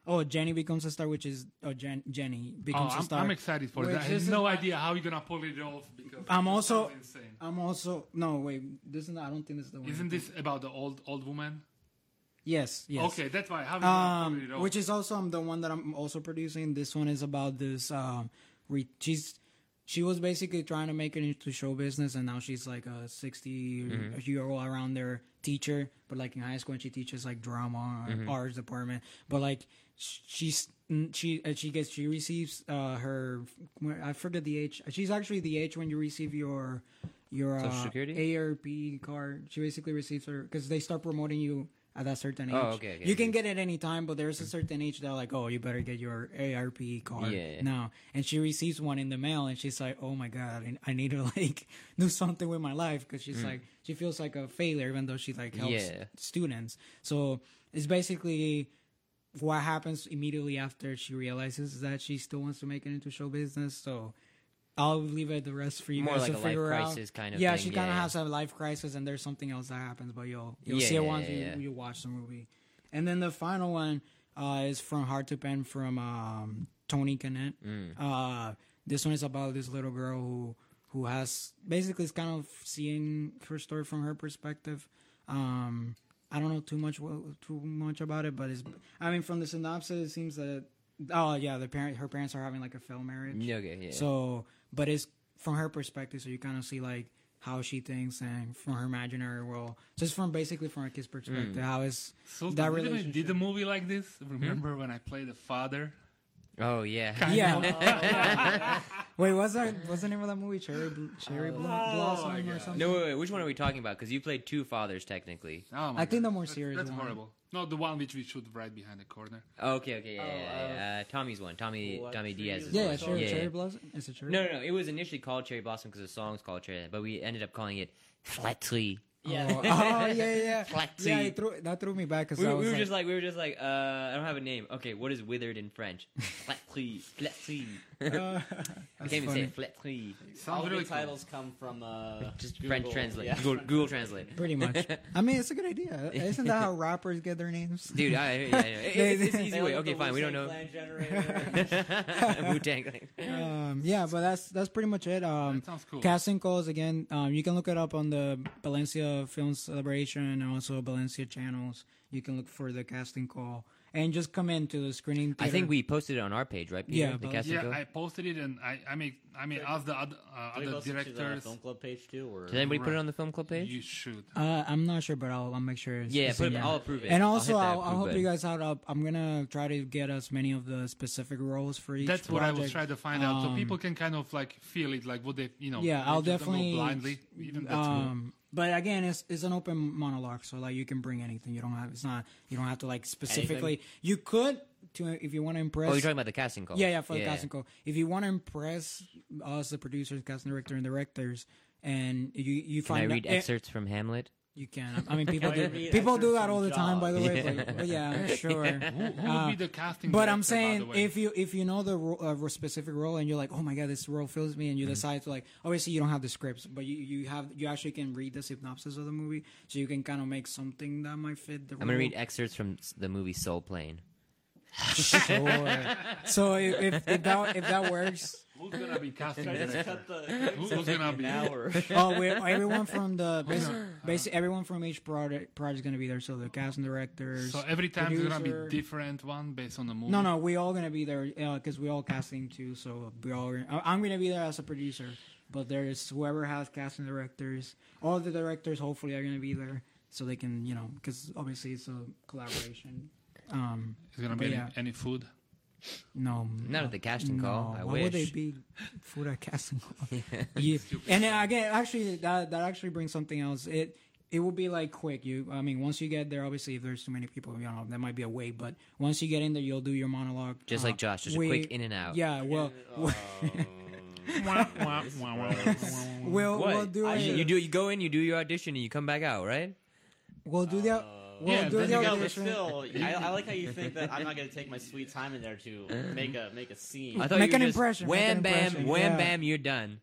oh, Jenny becomes a star, which is oh, Jen, Jenny
oh,
becomes a
I'm,
star.
I'm excited for
Wait,
that. I
this
have
is
no
my-
idea how you're gonna pull it off because
I'm
it
also-
sounds insane.
I'm also no wait. This is not, I don't think this is the one.
Isn't this about the old old woman?
Yes. Yes.
Okay, that's why. How you gonna pull
um,
it off?
which is also um, the one that I'm also producing. This one is about this. Um, re- she's she was basically trying to make it into show business, and now she's like a 60
Mm-hmm.
year old around there teacher, but like in high school, and she teaches like drama,
Mm-hmm.
arts department. But like sh- she's mm, she uh, she gets she receives uh her I forget the age. She's actually the age when you receive your your
Social
uh,
Security?
ARP card. She basically receives her because they start promoting you at that certain age.
Oh, okay, okay,
you can get it any time, but there's a certain age they're like, oh, you better get your ARP card
Yeah.
now. And she receives one in the mail, and she's like, oh my god, I, I need to *laughs* like do something with my life because she's like she feels like a failure even though she like helps
Mm. Yeah.
students. So it's basically what happens immediately after she realizes that she still wants to make it into show business. So I'll leave it the rest for you
More
guys
like
to
a life
figure out.
crisis kind of
yeah,
thing,
she kind of
yeah.
has a life crisis, and there's something else that happens, but you'll you'll
Yeah,
see it
yeah,
once
yeah,
you,
yeah.
you watch the movie. And then the final one uh, is from Hard to Pen from um, Tony Cannett. Uh, this one is about this little girl who who has basically is kind of seeing her story from her perspective. Um, I don't know too much well, too much about it, but it's I mean from the synopsis it seems that oh yeah the parent her parents are having like a failed marriage.
Yeah, okay, yeah.
So, but it's from her perspective, so you kind of see like how she thinks and from her imaginary world, just from basically from a kid's
Mm.
perspective, how is
so
that
did,
relationship? Hmm?
did a movie like this? Remember when I played the father?
oh yeah. *laughs*
yeah. *laughs*
oh,
*laughs*
Wait, was that what's the name of that movie? Cherry Bl- Cherry
Oh,
Bl- Blossom or something?
No, wait, wait. Which one are we talking about? Because you played two fathers technically.
Oh my
I think
God.
the more
That's-
serious
That's
one.
horrible. No, the one which we shoot right behind the corner.
Okay, okay, yeah, yeah,
Oh,
yeah. Uh, Tommy's one. Tommy, Tommy Diaz's
Yeah,
one.
yeah, Cherry, Cherry Blossom. Is it Cherry?
No, no, no. It was initially called Cherry Blossom because the song's called Cherry, but we ended up calling it Flat Tree.
Yeah.
*laughs*
Oh, oh, yeah,
*laughs*
yeah.
Flexi.
Yeah, it threw, that threw me back because
We,
I
we
was
were
like,
just like, we were just like, uh, I don't have a name. Okay, what is withered in French?
*laughs*
Flat Tree. Flat Tree. *laughs* I
"Uh,
can't even say it. Flat Tree.
All
Sounds
the
really
big
cool.
titles come from uh,
Just
Google.
French translate.
Yeah.
Google, Google translate. *laughs*
pretty much. I mean, it's a good idea. Isn't that how rappers get their names?
*laughs* Dude,
*laughs*
I, yeah, I know. It- it's, it's
They
easy way.
look
Okay,
at the
fine. We don't know.
Wu-Tang Clan generator.
*laughs* Wu Tang.
um, yeah, but that's that's pretty much it. Um,
That sounds cool.
Casting calls again. Um, you can look it up on the Valencia Film Celebration and also Valencia channels. You can look for the casting call and just come into the screening.
I
Theater.
think we posted it on our page, right? Peter?
Yeah,
the
but-
casting
Yeah,
code?
I posted it, and I, I mean, I mean, ask the other, uh,
Did it
other
go to the
directors.
film club page too, or
Did anybody put it
Right.
on the film club page?
You should.
Uh, I'm not sure, but I'll, I'll make sure. It's,
Yeah,
it's
put
in
it-
there.
I'll approve it.
And
I'll
also,
hit that
I'll, I'll
approve
help you
button.
guys out. I'll- I'm gonna try to get as many of the specific roles for each.
That's what I was
project.
trying to find out, so
Um,
people can kind of like feel it, like what they, you know.
Yeah,
they
I'll
just don't go
definitely
blindly. Even that's cool.
um, but again, it's it's an open monologue, so like you can bring anything. You don't have it's not you don't have to like specifically. You could to if you want to impress.
Oh, you're talking about the casting call.
Yeah, yeah, for the casting call. If you want to impress us, the producers, casting director, and directors, and you you
Can I
find
read
out, eh,
excerpts from Hamlet?
you can. I mean, people
Can I
do
read
people
excerpts
do that all
from
the time, by the way.
Jaws? *laughs*
But, but yeah, I'm sure.
Who, who would be the casting?
But
director,
I'm
by
saying
the way?
if you if you know the ro- uh, ro- specific role and you're like, oh my god, this role fills me,
Mm-hmm.
and you decide to like, obviously you don't have the scripts, but you, you have you actually can read the synopsis of the movie, so you can kind of make something that might fit the.
I'm gonna read excerpts from s- the movie Soul Plane.
*laughs* sure. uh, so if, if, if that if that works,
Who's gonna be
*laughs*
casting
I
the
just
next?
cut *laughs* the
Who- Who's gonna be?
now or
oh, we everyone from the basically, basically everyone from each project project is gonna be there. So the casting directors.
So every time there's gonna
producer-
be different one based on the movie.
No, no, we all gonna be there because we all casting too. So we all. I- I'm gonna be there as a producer, but there's whoever has casting directors. All the directors hopefully are gonna be there, so they can you know because obviously it's a collaboration. Um,
Is gonna
but
be any-
yeah.
any
*laughs*
food?
no,
Not at the casting call. I
why
wish.
would they be for that
*laughs*
casting call? yeah. And then again, actually, that that actually brings something else. It it will be like quick. You, I mean, once you get there, obviously, if there's too many people, you know, that might be a wait. But once you get in there, you'll do your monologue. uh,
Just like Josh, just a quick in and out.
Uh-huh. Yeah.
*laughs*
Well, we'll
Oh.
Wah, wah, wah, wah, wah, wah.
*laughs* we'll,
What?
we'll do
I
it.
should-
you do. You go in. You do your audition, and you come back out, right?
We'll do
Oh.
the. We'll
Yeah,
do
then
the
you
No, but
audition.
still, I, I like how you think that I'm not going to take my sweet time in there to make a make a scene.
I thought
Make
you were
an
just
impression, make
Wham
an
bam,
impression,
wham
yeah.
bam. You're done.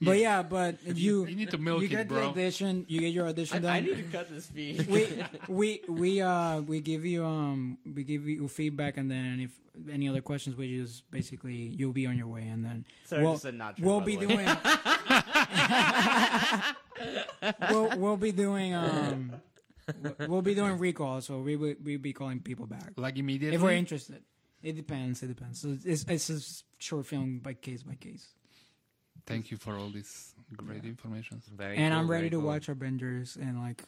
But yeah, but you
you need to milk
you
it,
get the
bro.
audition. You get your audition
I,
done.
I need to cut this feed. *laughs*
we we we uh we give you um we give you feedback and then if any other questions we just basically you'll be on your way and then
Sarah
we'll,
just said not true,
we'll
by
be
the way.
doing
*laughs*
we'll we'll be doing um we'll- we'll be doing recalls so we will we'll be calling people back
Like immediately.
if we're interested it depends it depends so it's it's a s- short film by case by case
Thank you for all this great information.
Very
and
cool,
I'm
very
ready to
cool.
watch Avengers in like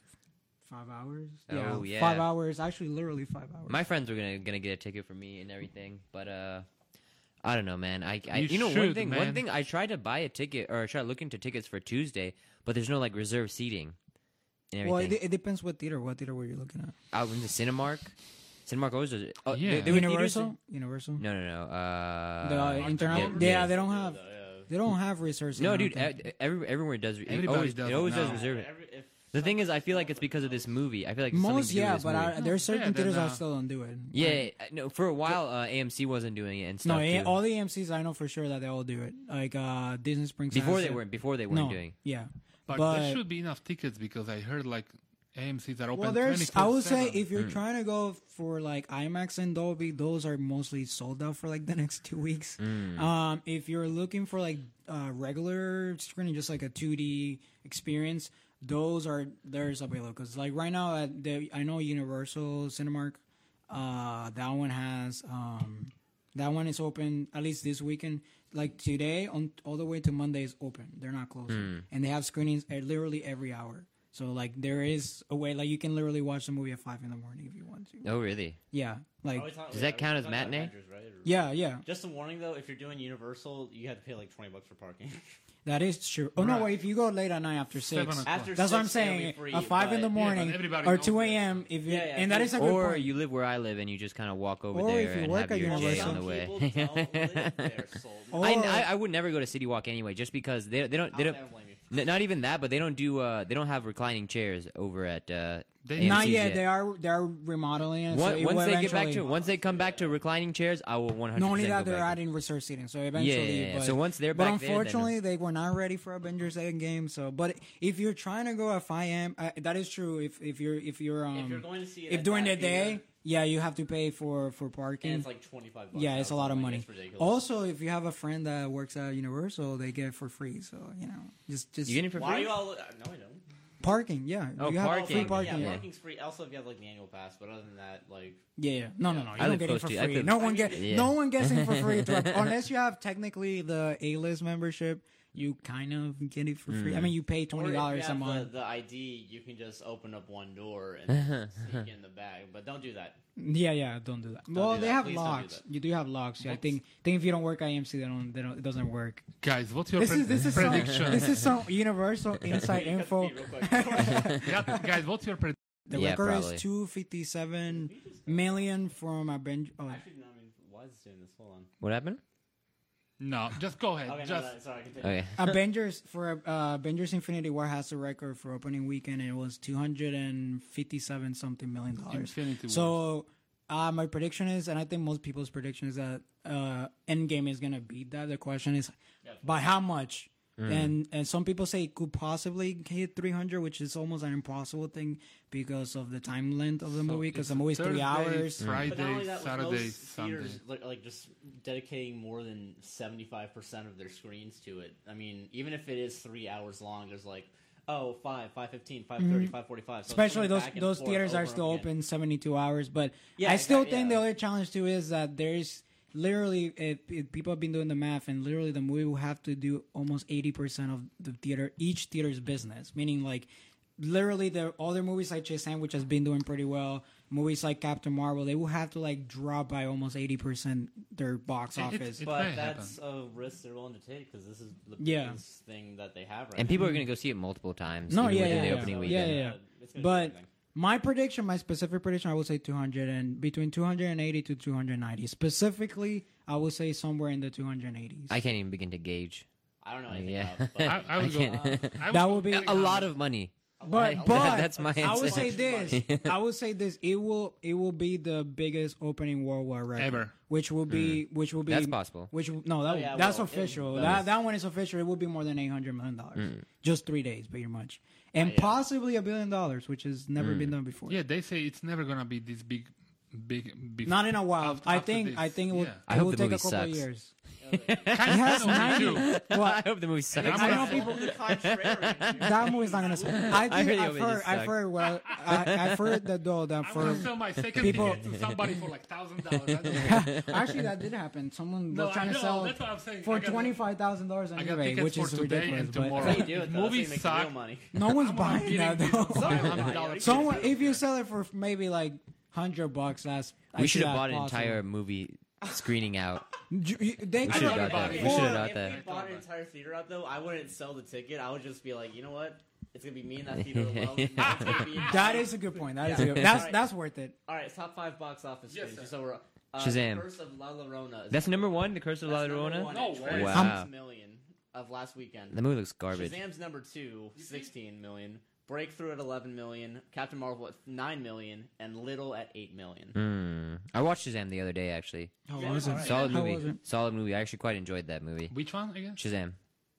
five hours
Oh, yeah.
five hours actually literally five hours
My friends were gonna gonna get a ticket for me and everything, but uh, I don't know, man. I, I
You
you, know one
should,
thing
man.
one thing I tried to buy a ticket or I tried looking to tickets for Tuesday, but there's no like reserved seating. And everything.
Well, it, it depends what theater. What theater were you looking at?
out in the Cinemark. Cinemark always does it. Oh,
Yeah.
they, they were theaters
Universal. Universal.
in- No, no, no. Uh,
The, uh, internal-
yeah,
yeah,
yeah.
they don't have. They don't have research.
No,
I don't
dude.
think.
e- Every, everywhere does. It
Everybody
always,
does
it always
it
does
now.
reserve it.
Every, if,
The thing is, I feel like it's because of this movie. I feel like it's something
most
to do with
yeah,
this
but
movie.
I, there's certain
then,
theaters
uh,
that still don't do it.
yeah, I- no. For a while, uh, AMC wasn't doing it and
No,
stuff.
eh,
too.
all the AMC's I know for sure that they all do it. Like uh, Disney Springs.
before
has
they
it.
weren't. Before they weren't
No.
doing.
Yeah.
But,
But,
there should be enough tickets because I heard like AMC's are open.
well, there's. I would say
24/7.
if you're trying to go for like IMAX and Dolby, those are mostly sold out for like the *laughs* next two weeks. Um, if you're looking for like uh, regular screening, just like a 2D experience, those are there's available because like right now at the I know Universal Cinemark, uh, that one has um, that one is open at least this weekend. Like today, on all the way to Monday is open. They're not closing,
Hmm.
and they have screenings at literally every hour. So like there is a way like you can literally watch the movie at five in the morning if you want to.
Oh, really?
Yeah, like
Oh,
Does that count as matinee?
yeah, yeah.
Just a warning though, if you're doing Universal, you have to pay like twenty bucks for parking.
That is true. Oh no,
Right.
wait, if you go late at night after
Seven
six,
*laughs*
o'clock.
After
that's what I'm
six, it'll be
saying.
free,
at five in
but-
the morning
but everybody
or
knows
two
that.
a.m. If you,
Yeah, yeah,
and that
so-
is a good
Or
point.
you live where I live and you just kind of walk over
Or
there
if you
and
work
have
at
your J
Universal. Oh,
on
Some
the way.
people
*laughs*
don't live
*laughs*
there, so
Or-
I, I, I would never go to City Walk anyway, just because they they don't
I
they
don't
don't
ever blame you.
n- not even that, but they don't do uh, they don't have reclining chairs over at uh,
They-
AMC's
not yet. They are they are remodeling it. so
Once,
it
once
will
they get back
eventually-
to once they come back to reclining chairs, I will one hundred.
Not only that, they're adding research seating, so eventually.
yeah, yeah.
But,
So once they're
but
back there, then-
unfortunately, they were not ready for Avengers Endgame. So, but if you're trying to go at 5 a.m., uh, that is true. If if you're if you're um
If you're going to see it
if
at
during the
that
day,
theater,
yeah, you have to pay for for parking.
and it's like twenty five bucks.
yeah, it's a
now,
lot of
like,
money.
It's ridiculous.
Also, if you have a friend that works at Universal, they get it for free. So you know, just just
You getting it for
why are
free?
you all? uh, No, I don't.
parking. Yeah,
Oh,
you have
parking.
free parking.
Yeah,
Yeah,
parking's free. Also, if you have like the annual pass, but other than that, like
yeah. No, no, no. You
I
don't
live
get it
close
for
to you. I
free.
could-
No one get.
Yeah.
No one gets it for
*laughs*
free through- unless you have technically the A list membership. You kind of get it for free.
Mm.
I mean, you pay
or if
twenty
you
dollars a
have
month.
The, the ID, you can just open up one door and sneak in the back. But don't do that.
Yeah, yeah. Don't do that. well,
do
they
that.
have
Please don't do
locks.
that.
you do have locks. Yeah, I think. Think if you don't work at AMC, they don't. They don't. It doesn't work.
guys, what's your
This
pred-
is this is some,
prediction?
this is some universal
*laughs*
inside
Cut the
info.
feed real
*laughs*
quick.
Gu- guys, what's your prediction?
The
Yeah,
record
probably.
is 257 million from Aven- oh,
Actually, no, I mean, why is this doing this? Hold on.
What happened?
No, just go ahead.
Okay, no,
just
no, sorry. Continue.
Okay.
Avengers for uh, Avengers Infinity War has the record for opening weekend and it was 257 something million dollars.
Infinity
So uh, my prediction is and I think most people's prediction is that uh, Endgame is going to beat that. The question is by how much? and and some people say it could possibly hit 300, which is almost an impossible thing because of the time length of the movie. Because the movie's three hours.
But not
Friday,
only that, with
Saturday,
most
Sunday.
theaters, like, like just dedicating more than seventy five percent of their screens to it. I mean, even if it is three hours long, there's like oh five, five fifteen, five thirty, five forty five. So it's
Mm-hmm.
coming
Especially those
back and
those
forth
theaters
over
are
and
still
over again.
open 72 hours. But
Yeah,
I still
exact-
think
yeah.
the other challenge too is that there's literally it, it, people have been doing the math, and literally the movie will have to do almost 80 percent of the theater each theater's business, meaning like. Literally, the other movies like Chase Sandwich has been doing pretty well. Movies like Captain Marvel, they will have to like drop by almost eighty percent their box
It- it-
office.
it- may
But
happen.
that's a risk they're willing to take because this is the
Yeah.
biggest thing that they have right
And
now.
people are going to go see it multiple times.
Mm-hmm. No,
even
yeah,
within
yeah,
the
yeah.
opening
So,
weekend.
yeah, yeah.
It's gonna be
But
something.
my prediction, my specific prediction, I would say 200 and between 280 to 290. Specifically, I would say somewhere in the 280s.
I can't even begin to gauge.
I don't know anything
Yeah.
about.
*laughs*
But
I, I would go. I would
that
go-
would be
A lot of money. *laughs*
but
That-
but
that's my
I would
answer.
say
*laughs*
this. I would say this. It will it will be the biggest opening World War record
Ever. Oh,
which will be which will be
Mm. That's possible.
Which will- no, that,
yeah, it
that's
will. It-
official.
that
that
is-
that one is official. It will be more than eight hundred million dollars.
Mm.
Just three days, pretty much, and possibly a billion dollars, which has never
Mm.
been done before.
Oh, Yeah, they say it's never gonna be this big, big. big
Not in a while.
after-
I
after
think
this.
I think it will,
Yeah.
it
I hope
will
the
take
movie
a couple of
sucks.
years.
Kind
has
of only
90
two.
Well,
I hope the movie sucks.
I
I'm
know
gonna-
people.
Contrary.
*laughs* That movie's
*laughs*
not gonna suck. I
I
think
really
I
hope
have
it
heard.
just
I've
sucks.
heard.
*laughs*
Well, I, I've heard that though. That
I'm
for *laughs*
gonna sell my second
people-
ticket to somebody for like thousand
*laughs*
dollars.
actually that did happen. Someone
No,
was trying
I
to
know.
sell
That's what I'm saying. I
for
got-
twenty five thousand dollars on
I got
eBay,
tickets
which
for
is
today
ridiculous.
and
But
tomorrow.
They do it though.
Movies
Movies make real
suck.
money.
*laughs* no one's
I'm
buying
getting
that
this *laughs*
though. *laughs*
$500
Someone, if you sell it for maybe like hundred bucks, that's
*laughs*
I
we
see
should have
that
bought an
possible.
entire movie screening out.
Ju- you-
We
They could-
should
thought
have
about
got
it.
that. We
Or-
should have got
If we
that.
bought an entire theater out, though, I wouldn't sell the ticket. I would just be like, you know what? It's gonna be me and that theater
*laughs*
alone. It's gonna be-
That is a good point. That is a
Yeah.
good. That's
Alright.
that's worth it.
all right. Top five box office
Yes,
screens.
sir.
So we're uh,
Shazam.
Curse of La Llorona. is-
That's number one, The Curse of La
that's number
Llorona.
one
No
at
way.
26
Wow.
million of last weekend.
That movie looks garbage.
Shazam's number two, 16 million. Breakthrough at 11 million. Captain Marvel at 9 million, and Little at 8 million.
Mm. I watched Shazam the other day, actually.
How
Yeah,
was it?
alright.
Solid
How was
movie.
it?
Solid movie. I actually quite enjoyed that movie.
Which one again?
Shazam.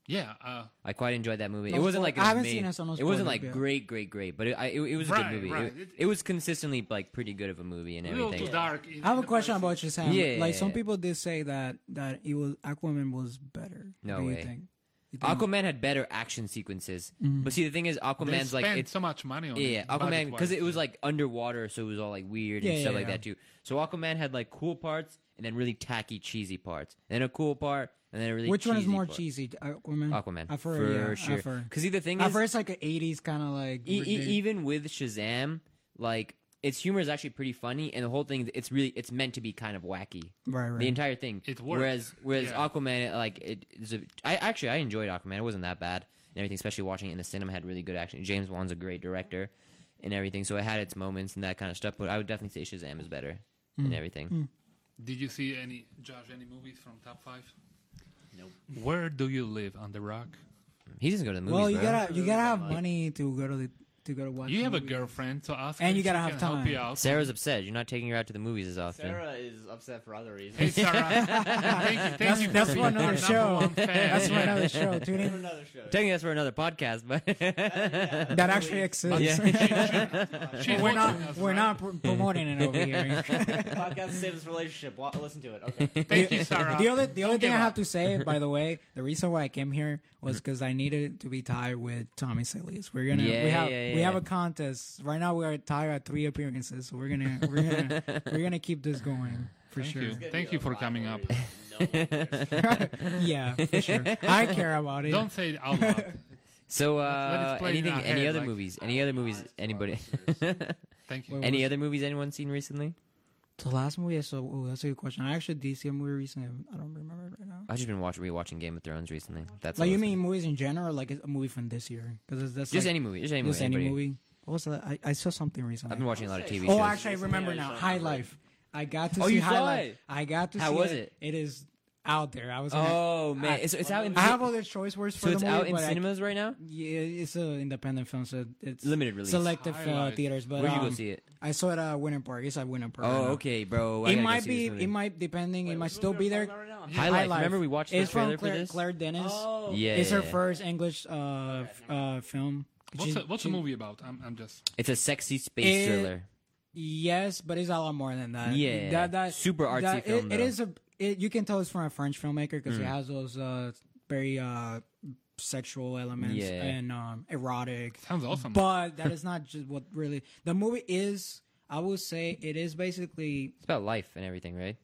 Yeah. Uh,
I quite enjoyed that movie.
No
it wasn't
spoil-
like it
I
was
haven't
made-
seen it, so no
it wasn't
spoilers,
like
yeah.
great, great, great, but it, I, it, it was a
Right,
good movie.
right.
It,
It-
it was consistently like pretty good of a movie and
a little too
everything.
dark.
I have a question about Shazam.
Yeah.
like some people did say that that it was Aquaman was better.
No
what do
way.
you think? You think-
Aquaman had better action sequences,
Mm-hmm.
but see the thing is,
They
Aquaman's
spent
like it's
so much money on
yeah,
it.
Aquaman because it
budget-wise.
was like underwater, so it was all like weird and
Yeah,
stuff
yeah,
like
yeah.
that too. So Aquaman had like cool parts and then really tacky, cheesy parts, and then a cool part, and then a really
Which one is
cheesy
more
part.
cheesy? Aquaman.
Aquaman,
I've heard,
for
yeah,
sure.
I've heard.
Because see, the thing
At
is,
first, like an '80s kind of like.
e- e-
ridic-
even with Shazam, like its humor is actually pretty funny, and the whole thing it's really it's meant to be kind of wacky.
Right, right.
The entire thing.
It worked.
Whereas whereas
Yeah.
Aquaman, it, like it is a, I actually I enjoyed Aquaman. It wasn't that bad and everything. Especially watching it in the cinema had really good action. James Wan's a great director and everything, so it had its moments and that kind of stuff. But I would definitely say Shazam is better
Hmm.
and everything.
Did you see any judge any movies from top five?
Nope.
Where do you live on the rock?
He doesn't go to the movies.
well, you
bro.
gotta you gotta have
Like-
money to go to the to go to watch.
You have a
movies. *laughs*
girlfriend, so ask.
And
her
you
if
gotta
she
have
can
time.
Help you out.
Sarah's upset. You're not taking her out to the movies as often.
Sarah is upset for other reasons.
Hey
*laughs*
Sarah, thank you, thank
That's-
you for
that's
being
one other
our number
show.
one fan.
That's for another show. Tune
For
*laughs*
in.
another show.
Taking us for another podcast, but *laughs*
That actually exists. *laughs*
She's
We're not
watching us,
we're
right?
not pr- promoting it over here.
*laughs*
Podcast saves this relationship. Wa- Listen to it. Okay.
*laughs* Thank
*laughs*
you, Sarah.
The only the only
Don't
thing I
give
have
up. *laughs*
to say, by the way, the reason why I came here was because I needed to be tied with Tommy Silius. We're gonna
Yeah,
we have
yeah,
we have
yeah.
a contest right now. We are tied at three appearances, so we're gonna we're gonna
*laughs*
we're gonna keep this going for
Thank
sure.
you. Thank you for coming up.
*laughs*
*laughs*
yeah, for sure. I care about it.
Don't say it out loud.
*laughs*
so
Let
uh,
us play it in
anything,
our
any
head,
other
like-
movies, any other movies, anybody,
Thank
Wait,
you.
*laughs*
what
any
was-
other movies anyone seen recently?
The last movie I saw. Oh, that's a good question. I actually did see a movie recently. I don't remember it right now.
I've just been watching rewatching Game of Thrones recently. That's
Like
all
you
it's-
mean movies in general, or like a movie from this year? Because that's
just
like,
any movie, just any
just
movie,
any
anybody.
movie. What was that? I, I saw something recently.
I've been watching a lot of TV shows.
Oh, actually, I remember
Yeah,
now.
you saw
High
it.
Life. I got to
Oh,
see
you
High
saw
Life.
it?
I got to
How
see
was
it is out there. I was. gonna-
Oh man,
I-
it's, it's out in
I have other choice words for
so
the
it's
movie,
out in
but I-
cinemas right now.
yeah, it's an independent film, so it's
Limited release.
selective uh,
Highlights.
theaters. But
Where'd you go
um,
see it?
I saw it at Winter Park. It's at Winter Park. right
Oh
now.
okay, bro. I
It
gotta go
might
see
be.
this movie.
It might depending. it might
What's
still
movie
be
we're
there.
talking about right now?
High
High
Life.
Life.
Remember we watched the
It's
trailer
from Claire,
for this?
Claire Dennis.
Oh.
yeah,
it's her
yeah.
first English uh, f- uh, film.
What's,
She-
the, what's
she-
the movie about? I'm, I'm just.
It's a sexy space
It-
thriller.
Yes, but it's a lot more than that.
Yeah.
that, that
Super artsy
that- it-
film,
it
though.
is a. It, you can tell it's from a French filmmaker because it
Mm.
has those uh, very uh, sexual elements
Yeah.
and um, erotic.
Sounds awesome.
But that is not just what really the movie is. I will say it is basically
It's about life and everything, right?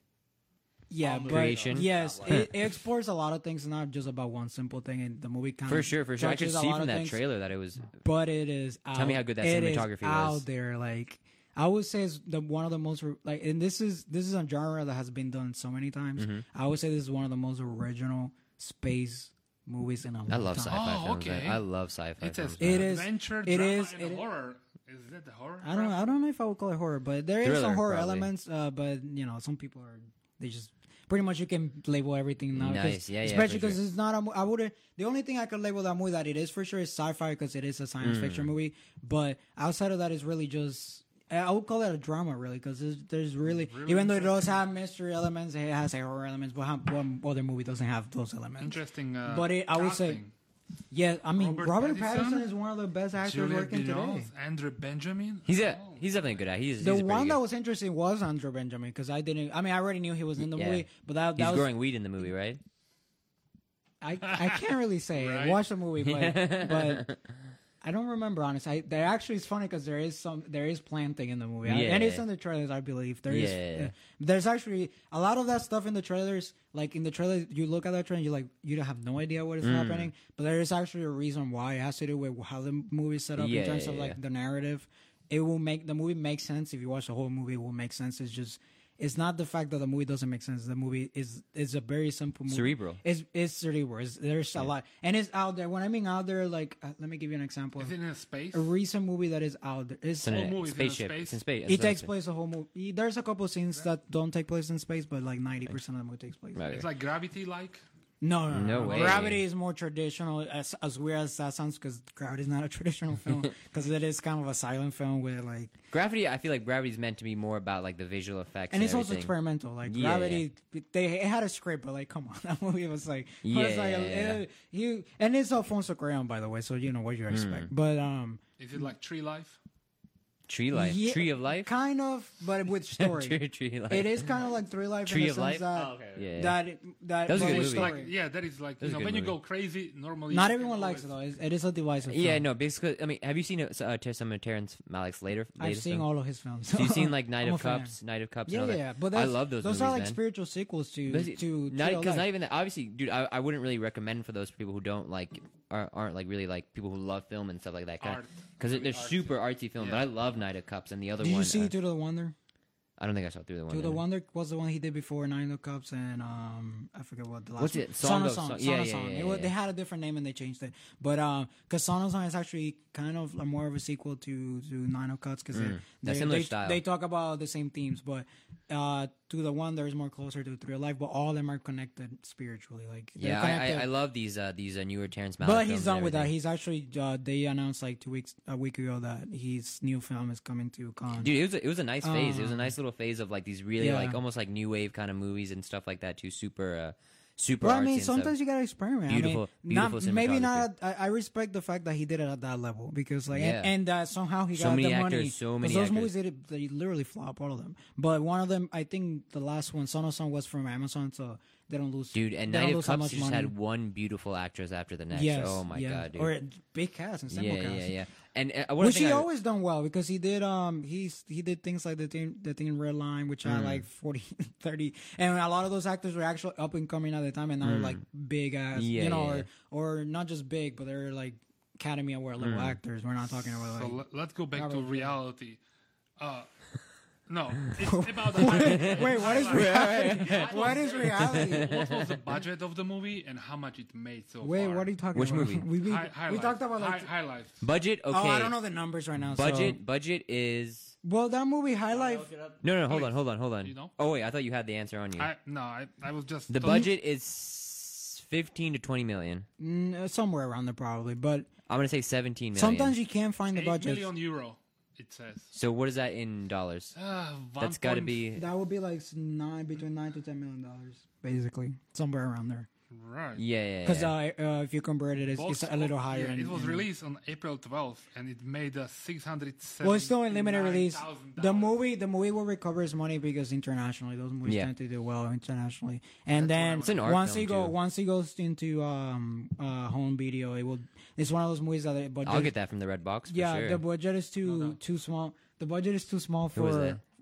yeah, but
Creation.
yes, it, it explores a lot of things, not just about one simple thing. And the movie kind
For
of
sure, for sure. I could
touches a
see
lot
from
of
that
things.
trailer that it was.
but it is out,
me how good that
it is
cinematography was.
out there like i would say it's the one of the most re- like and this is this is a genre that has been done so many times
Mm-hmm.
i would say this is one of the most original space movies in a long
I love
time
sci-fi
Oh,
films. man.
okay.
I love sci-fi
It's a
films.
It is-
adventure,
it
drama,
is-
and
it-
horror. Is that the horror?
i don't i don't know if i would call it horror but there is
Thriller,
some horror
probably.
elements uh but you know some people are they just pretty much you can label everything now 'cause-
Nice, yeah, yeah, for
especially because
sure.
it's not a mo- i would the only thing i could label that movie that it is for sure is sci-fi because it is a
Mm.
science fiction movie but outside of that it's really just I- I would call that a drama, really, because there's, there's really, even though it does have mystery elements, it has horror elements. But how, what other movie doesn't have those elements?
Interesting. Uh,
But it- I would say-
casting.
Yeah, I mean,
Robert
Robert
Pattinson?
Pattinson is one of the best actors
Juliette
working today.
Binoche, Andrew Benjamin.
He's a
Oh.
he's definitely a good at. He's
The
he's a pretty
one that
good-
was interesting was Andrew Benjamin because I didn't. I mean, I already knew he was in the
Yeah.
movie, but that, that
he's
was
growing weed in the movie, right?
I I can't really say.
Right.
Watch the movie, but but I don't remember honestly. I, there actually it's funny because there is some there is planting in the movie, I- and it's
Yeah.
in the trailers, I believe. There is
Yeah.
uh, there's actually a lot of that stuff in the trailers. Like in the trailer, you look at that trailer, you like you don't have no idea what is
Mm.
happening, but there is actually a reason why. It has to do with how the movie is set up
Yeah,
in terms
yeah,
of like
yeah.
the narrative. It will make the movie make sense if you watch the whole movie. It will make sense. It's just. It's not the fact that the movie doesn't make sense. The movie is is a very simple movie.
Cerebral.
It's it's cerebral. It's, there's a lot, and it's out there. When I mean out there, like uh, let me give you an example.
Is
of
it in a space?
a recent movie that is out there. It's,
It's in
it,
a
movie's in
spaceship.
space.
It's in space. That's what I'm
takes
saying.
place a whole movie. There's a couple scenes that don't take place in space, but like ninety percent of the movie takes place.
Right.
It's like gravity like?
No, no,
No
no, no.
way.
Gravity is more traditional, as, as weird as that sounds, because Gravity is not a *laughs* traditional film, because it is kind of a silent film where like,
Gravity. I feel like Gravity's meant to be more about like the visual effects.
and it's also
everything.
experimental. Like
Yeah,
Gravity, they it had a script, but like, come on, *laughs* that movie was like,
Yeah,
was like,
yeah, yeah.
eh, you, and it's Alfonso Cuarón, by the way, so you know what you
Hmm.
expect. But um,
Is it like tree life?
Tree life.
Yeah,
Tree of life. *laughs*
Kind of, but with story.
tree, tree life.
It is kind of like Three Life.
Tree
in the
of
sense
Life?
That,
Oh, okay.
*laughs* Yeah.
That that
That was a
but
good
with
movie.
story.
Like, yeah, that is like,
That's
you
a
know,
good
when you
movie.
go crazy, normally.
Not
you
everyone
can
likes it though.
always-
It's, it is a divisive.
yeah.
film.
No. Basically, I mean, have you seen uh, uh, Ter- some of Terrence Malick's later?
I've
latest
seen
film?
all of his films.
So you've
*laughs*
seen like Knight
I'm
of
a fan.
Cups, Knight of Cups.
Yeah,
and all
yeah,
that.
but
I
that's,
love those.
Those
movies,
are like
man.
spiritual sequels to
Because
to
not
Tree of
because not
Life.
even that. Obviously, dude, I, I wouldn't really recommend for those people who don't like are, aren't like really like people who love film and stuff like that.
Art.
Because they're super artsy film, but
Yeah.
I love Night of Cups and the other
Did
one.
you see
uh,
To the Wonder?
I don't think I saw through the one.
To the
no.
Wonder was the one he did before Nine of Cups and um I forget what the last
What's
one.
it? Song
Son of
of
Song.
Song.
Son
Yeah,
of
yeah,
Song.
yeah,
It wa-
yeah.
They had a different name and they changed it. But um, because Son of Song is actually kind of a- more of a sequel to to Nine of Cups because they,
Mm, That's similar
they,
style.
they talk about the same themes, but uh, to the Wonder is more closer to Three Life, but all of them are connected spiritually. Like they're
Yeah, I,
connected.
I, I love these uh, these uh, newer Terrence Malick.
But
films
he's
and
done with that.
everything.
He's actually uh, they announced like two weeks a week ago that his new film is coming to con.
Dude, it was a, it was a nice phase. It was a nice little phase of like these really
Oh. Yeah.
like almost like new wave kind of movies and stuff like that too. Super, uh, super.
Well,
artsy
I mean,
and stuff.
sometimes you gotta experiment.
Beautiful-
I mean, not-
beautiful
maybe
cinematography.
not. I, I respect the fact that he did it at that level because, like, and,
Yeah.
and that somehow he
So
got
many
the money.
actors, so
'Cause
many
those
actors.
movies, did, they literally flop all of them. But one of them, I think, the last one, Son of Son, was from Amazon, so they don't lose.
dude. And
they don't
Night of
lose that
Cups
much
just
money.
had one beautiful actress after the next.
Yes,
oh my
yeah.
god, dude.
or big cast and simple
yeah,
cast.
yeah, yeah. And uh, one
Which
thing
he
I-
always done well because he did um he's he did things like the thing the thing red line which
Mm.
are like 40 *laughs* 30 and a lot of those actors were actually up and coming at the time and now they're like big ass
Mm. Yeah,
you know
yeah, Mm.
or or not just big but they're like Academy Award level actors we're not talking about *laughs*
So
like
let, let's go back to reality. Uh,
*laughs*
no, it's about the
wait what
*laughs*
is reality what
*laughs*
is reality
what was the budget of the movie and how much it made so
wait
far?
what are you talking
Which
about
movie?
*laughs* we we,
High, high
we
Life.
talked about like
high, high life.
budget. Okay,
oh I don't know the numbers right now so-
Budget budget is
Well, that movie High Life.
Look it up.
No, no, hold on, hold on, hold on.
You know?
Oh wait, I thought you had the answer on you.
I, no, I, I was just
the
told-
budget is fifteen to twenty million.
Mm, uh, somewhere around there probably, but
I'm gonna say seventeen million.
sometimes you can't find the
Eight
budget.
million euro. It says.
So what is that in dollars?
Uh,
That's got to
1.5
be
That would be like s- nine between nine to ten million dollars, basically, somewhere around there.
Right.
yeah, yeah.
Because
yeah.
uh, uh, if you convert it, it's,
Box
it's a little
of-
higher.
yeah,
in-
it was
in-
released on April 12th, and it made a six hundred.
Well, it's still in limited release. The movie, the movie will recover its money because internationally, those movies
Yeah.
tend to do well internationally. And then
It's an art
once
film,
it go,
too.
once it goes into um, uh, home video, it will. It's one of those movies that. But
I'll get that from the red box. For
Yeah,
sure.
the budget is too too small. The budget is too small
Who is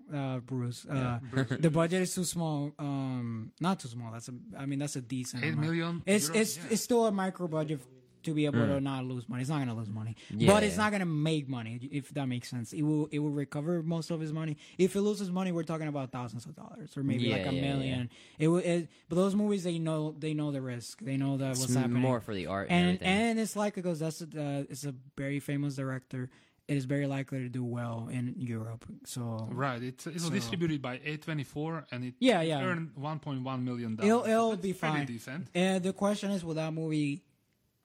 for uh, Bruce. Uh, the budget is too small. Um, not too small. That's a. I mean, that's a decent.
Eight
amount.
million
It's
euros,
it's
yeah.
it's still a micro budget to be able to not lose money. It's not gonna lose money,
Mm. Yeah,
but it's
yeah.
not gonna make money. If that makes sense, it will it will recover most of his money. If it loses money, we're talking about thousands of dollars or maybe
Yeah,
like a
yeah, yeah.
million. It will. It, but those movies, they know they know the risk. They know that what's
it's
happening
more for the art and,
and
everything.
and it's like because that's a, uh, it's a very famous director. It is very likely to do well in Europe. So
Right. It's it was
So-
distributed by A24, and it
Yeah, yeah.
earned 1.1 million dollars.
it'll it'll
That's
be
pretty
fine.
*laughs*
decent.
Uh, the question is, will that movie?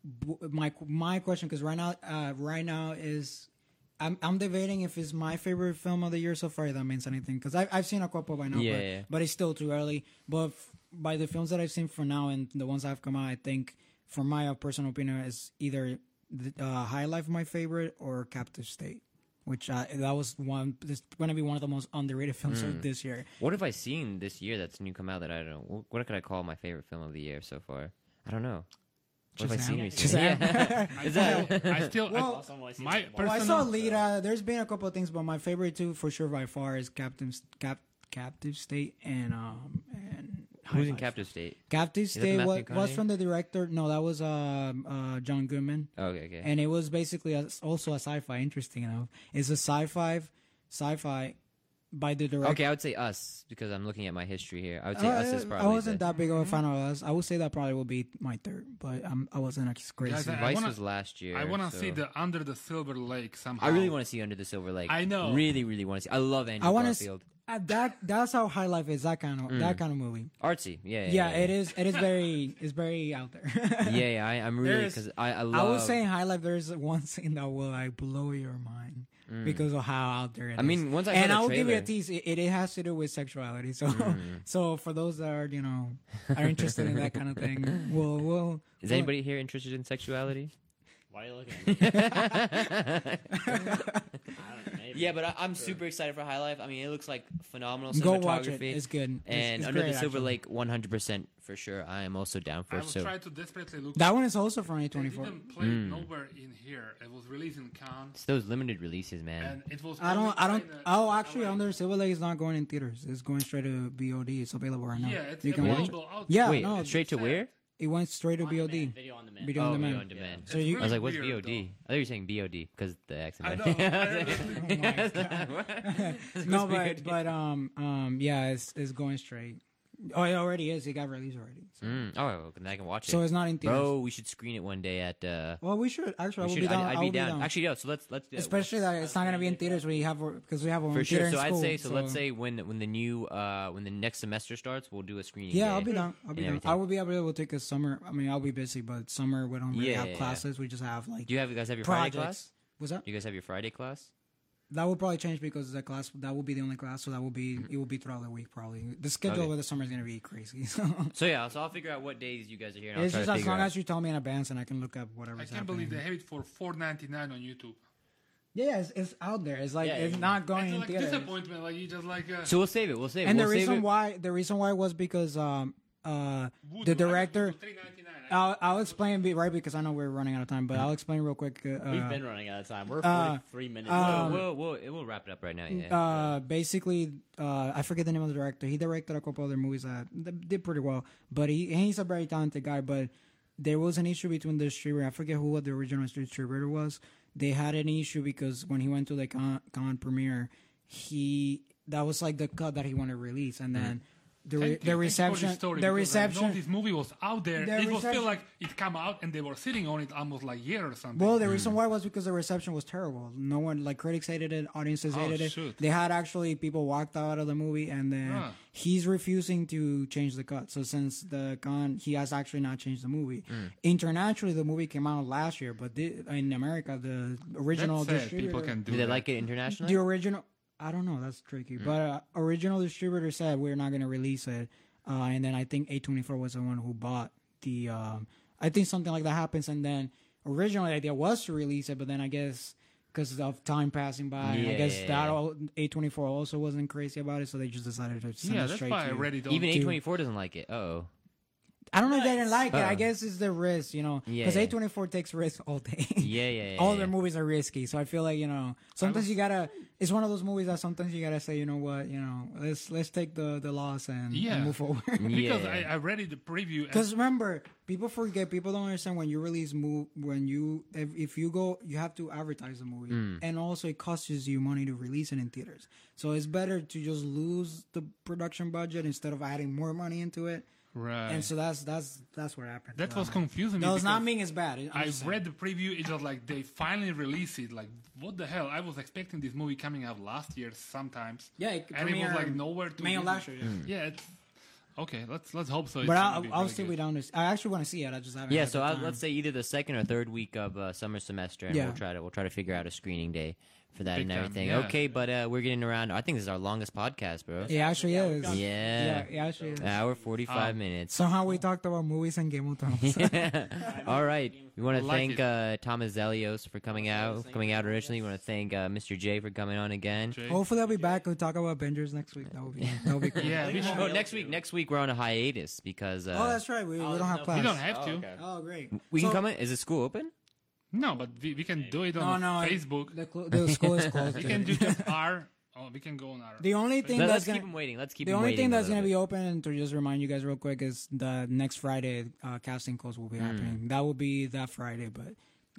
b- My my question, because right now, uh, right now is. I'm, I'm debating if it's my favorite film of the year so far. If that means anything, because I've, I've seen a couple by now,
Yeah,
but,
yeah.
but it's still too early. But f- by the films that I've seen for now and the ones that have come out, I think, for my personal opinion, is either the, uh, High Life my favorite or Captive State, which I, that was one. This going to be one of the most underrated films
Hmm.
of this year.
what have I seen this year that's new come out that I don't know? What, what could I call my favorite film of the year so far? I don't know. What have I seen
Shazam.
recently? *laughs*
*laughs*
Yeah.
I still, I still
Well-
I, my personal,
Well, I saw Lita. There's been a couple of things, but my favorite two for sure by far is Captain Cap, Captive State and um and High
Who's in
Life.
Captive State?
Captive
that
State was,
Matthew
was
Conaughey?
from the director. No, that was um uh John Goodman,
Oh, okay, okay.
and it was basically a, also a sci-fi. Interesting enough, it's a sci-fi sci-fi by the director.
okay, I would say Us because I'm looking at my history here. I would say
Uh,
Us is
I
probably.
wasn't
the-
that big of a fan of us. I would say that probably would be my third, but I'm, I wasn't as crazy.
Guys, I
Vice
wanna-
was last year.
I want to
so-
see the Under the Silver Lake somehow.
I really want to see Under the Silver Lake.
I know.
Really, really want to see. I love Andrew
I want to
Garfield.
that. That's how High Life is. That kind of
Mm.
that kind of movie.
Artsy. Yeah, yeah.
yeah, it is. It is very. It's very out there. *laughs*
Yeah, yeah. I, I'm really
There's-
because I, I
I
love.
was saying High Life. There's one scene that will like blow your mind because of how out there it is.
Mm. I mean, once I
and
heard the
I'll give you
trailer-
a
Mm.
tease. It, it has to do with sexuality. So, *laughs* so for those that are you know
*laughs*
are interested in that kind of thing, we'll we'll.
Is
we'll-
anybody here interested in sexuality?
Why are you looking
*laughs*
at me? I don't know, maybe.
Yeah, but I, I'm super excited for High Life. I mean, it looks like phenomenal cinematography.
Go watch it. It's good. It's-
And
it's
Under
great,
the Silver
actually.
Lake, 100% for sure. I am also down for
I
it.
was
So
trying to desperately look.
That one is also from
They
2024.
didn't play
Hmm.
it nowhere in here. It was released in Cannes,
it's those limited releases, man.
and it was.
I
only
don't. I don't.
played in
Oh, actually,
LA.
Under Silver Lake is not going in theaters. It's going straight to VOD. It's available right now.
Yeah, it's
you can watch it.
available out
Yeah,
Wait,
no,
straight to
sad.
where?
it went straight to
On demand,
VOD.
Video on demand.
Video on
oh,
demand.
Video on demand.
So you
I was like, what's
Really weird,
VOD? I thought you were saying BOD because the accent. *laughs*
I know. I
Oh my God. no, but
weird.
but um um yeah, it's it's going straight. Oh, it already is. It got released already, so,
Mm, oh, well, then I can watch it.
so it's not in theaters.
Bro, we should screen it one day at. Uh,
Well, we should actually.
we
I will
should,
be down.
I,
I
would
will
be
be
down.
down.
Actually, no. So let's let's do it.
Especially that it's not gonna be in theaters. We have because we have our own
for
theater
sure.
in
So I'd
school,
say so, Let's say when when the new uh when the next semester starts, we'll do a screening.
Yeah,
day.
I'll be down. I'll be
and
down.
everything.
I will be able to take a summer. I mean, I'll be busy, but summer we don't really
Yeah,
have
yeah, yeah.
classes. We just have like
Do you have you guys have your Friday class?
projects. Was that?
Do you guys have your Friday class?
That will probably change because the class that will be the only class, so that will be it will be throughout the week probably. The schedule
Mm-hmm. Okay.
of the summer is gonna be crazy. *laughs* So
So yeah, so I'll figure out what days you guys are here. And I'll
it's
try
just
to
as
figure
long
out.
as you tell me in advance and I can look up whatever's
I can't
happening. Oh,
believe they have it for 4.99 on YouTube.
Yeah, yeah, it's, it's out there. It's like
Yeah,
it's
yeah.
not going
It's
in
like
theaters.
disappointment. Like you just like. Uh,
so we'll save it. We'll save it.
And the
we'll save
reason
it.
why the reason why was because um uh
Voodoo.
the
I got
director. Oh,
Voodoo 3.99.
I'll, I'll explain be- right because I know we're running out of time, but I'll explain real quick. Uh,
We've been running out of time. We're
uh,
43 minutes.
We'll,
in.
we'll, we'll, it- we'll wrap it up right now. Yeah.
uh, basically, uh, I forget the name of the director. He directed a couple other movies that that did pretty well, but he and he's a very talented guy. But there was an issue between the distributor. I forget who the original distributor was. They had an issue because when he went to the con, con premiere, he that was like the cut that he wanted to release, and then the,
Thank
re-
you. Thank you
the
for
reception,
this story,
the
because I know
reception,
this movie was out there.
the
it was
reception-
feel like it came out and they were sitting on it almost like year or something.
Well, the reason why was because the reception was terrible. No one like critics hated it, audiences
Oh,
hated it.
shoot.
They had actually people walked out of the movie, and then
Ah.
he's refusing to change the cut. So since the con, he has actually not changed the movie. Internationally, the movie came out last year, but the, in America, the original
That's sad.
distributor,
People can do
Do they
that.
like it internationally?
the original, I don't know, that's
Mm.
tricky. But uh, original distributor said we're not going to release it, uh, and then I think A24 was the one who bought the. Um, I think something like that happens, and then originally the idea was to release it, but then I guess because of time passing by, I guess
Yeah.
that al- A24 also wasn't crazy about it, so they just decided to send
Yeah,
it
that's
straight
why I
to.
read it. On
Even A24 doesn't like it. Oh.
I don't know if they didn't like it.
Uh-oh.
I guess it's the risk, you know,
Yeah,
because
yeah.
A24 takes risks all day.
Yeah, yeah, yeah,
all
yeah.
Eh.
their movies are risky, so I feel like you know sometimes you gotta. It's one of those movies that sometimes you gotta say, you know what, you know, let's let's take the the loss and, and
Yeah.
move forward.
*laughs*
*laughs*
because
Yeah.
I, I read it the preview. and-
Because remember, people forget. People don't understand when you release move when you if, if you go, you have to advertise the movie,
Mm.
and also it costs you money to release it in theaters. So it's better to just lose the production budget instead of adding more money into it.
Right.
And so that's that's that's what happened.
That was
Um,
confusing. me
No, it's not
because
mean it's bad. I'm
I
just saying.
read the preview. It's just like they finally released it. Like, what the hell? I was expecting this movie coming out last year sometimes.
Yeah, it
and it was
premiered
like nowhere to.
May of
be-
last year, yeah.
Yeah. It's, okay, let's let's hope so. It's
But
gonna
I,
be
I'll
really
still
good.
be down to. I actually want to see it. I just haven't.
Yeah,
had
so
the
I,
time.
let's say either the second or third week of uh, summer semester, and
Yeah.
we'll try to we'll try to figure out a screening day for that
Big
and
time,
everything.
yeah.
Okay, but uh, we're getting around. I think this is our longest podcast, bro.
It actually is.
Yeah,
Yeah, it actually is.
hour forty five
Um,
minutes.
Somehow we talked about movies and Game of *laughs* Thrones.
*laughs*
*laughs*
All right, we want to
Like
thank
it.
uh, Thomas Zelios for coming out coming out originally. We want to thank uh, Mr. J for coming on again.
Jay?
Hopefully, I'll be back. We'll talk about Avengers next week. That would be. That would be cool.
Yeah, we,
Please
should,
Oh, next week, next week we're on a hiatus because uh,
Oh, that's right. We, we don't have
no,
class.
we don't have to.
Oh, great.
we can
So-
come in. Is the school open?
No, but we, we can do it
No,
on
no. I-
Facebook.
The, clo- the
*laughs*
school is closed.
We can do just
*laughs*
R. Oh, we can go on R.
the only thing
Let,
that's
us
gonna.
keep them waiting. Let's keep
the
them
only
waiting
thing
a
that's
little
going to
bit.
be open, and to just remind you guys real quick, is the next Friday uh, casting calls
Hmm.
will be happening. That will be that Friday, but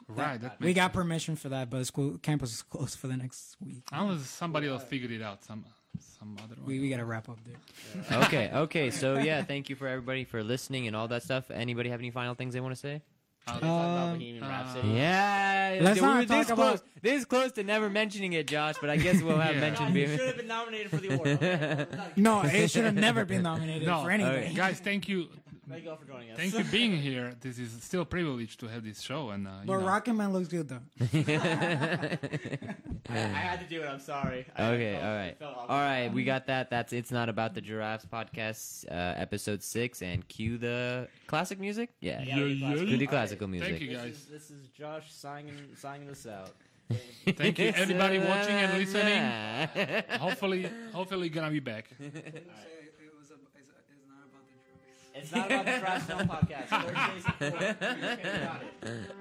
right. That
we
makes,
got permission for that. But school campus is closed for the next week.
unless somebody else figured it out. Some some other
We
one.
we got to wrap up there.
okay,
*laughs*
okay. So yeah, thank you for everybody for listening and all that stuff. Anybody have any final things they want to say?
Uh,
Yeah,
Let's
we
not
were
talk
this
about-
close. This close to never mentioning it, Josh. But I guess
*laughs*
we'll have
Yeah.
mentioned.
God, you
being-
should have been nominated for the award. Okay, well,
No, it should have never been
*laughs*
nominated
No,
for anything.
okay.
guys, thank you,
thank you all for joining us.
thank
*laughs*
you being here. This is still a privilege to have this show, and uh, you
But
know.
Rocket Man looks good though.
*laughs*
*laughs*
*laughs*
I, I had to do it. I'm sorry. I- I
Okay,
felt-
all
I
right,
felt
all
awkward.
right. We got that. That's it's not about the giraffes podcast, uh, episode six, and cue the classic music. Yeah,
Yeah, we did classical.
Cue the
All
classical
right.
music.
Thank you,
This
guys.
is, this is Josh signing signing us
*laughs*
out.
Thank you, everybody watching and listening.
listening. *laughs*
Hopefully, hopefully, gonna be back.
*laughs*
It's not about the Trash Film Podcast. Thursdays at four. You got it.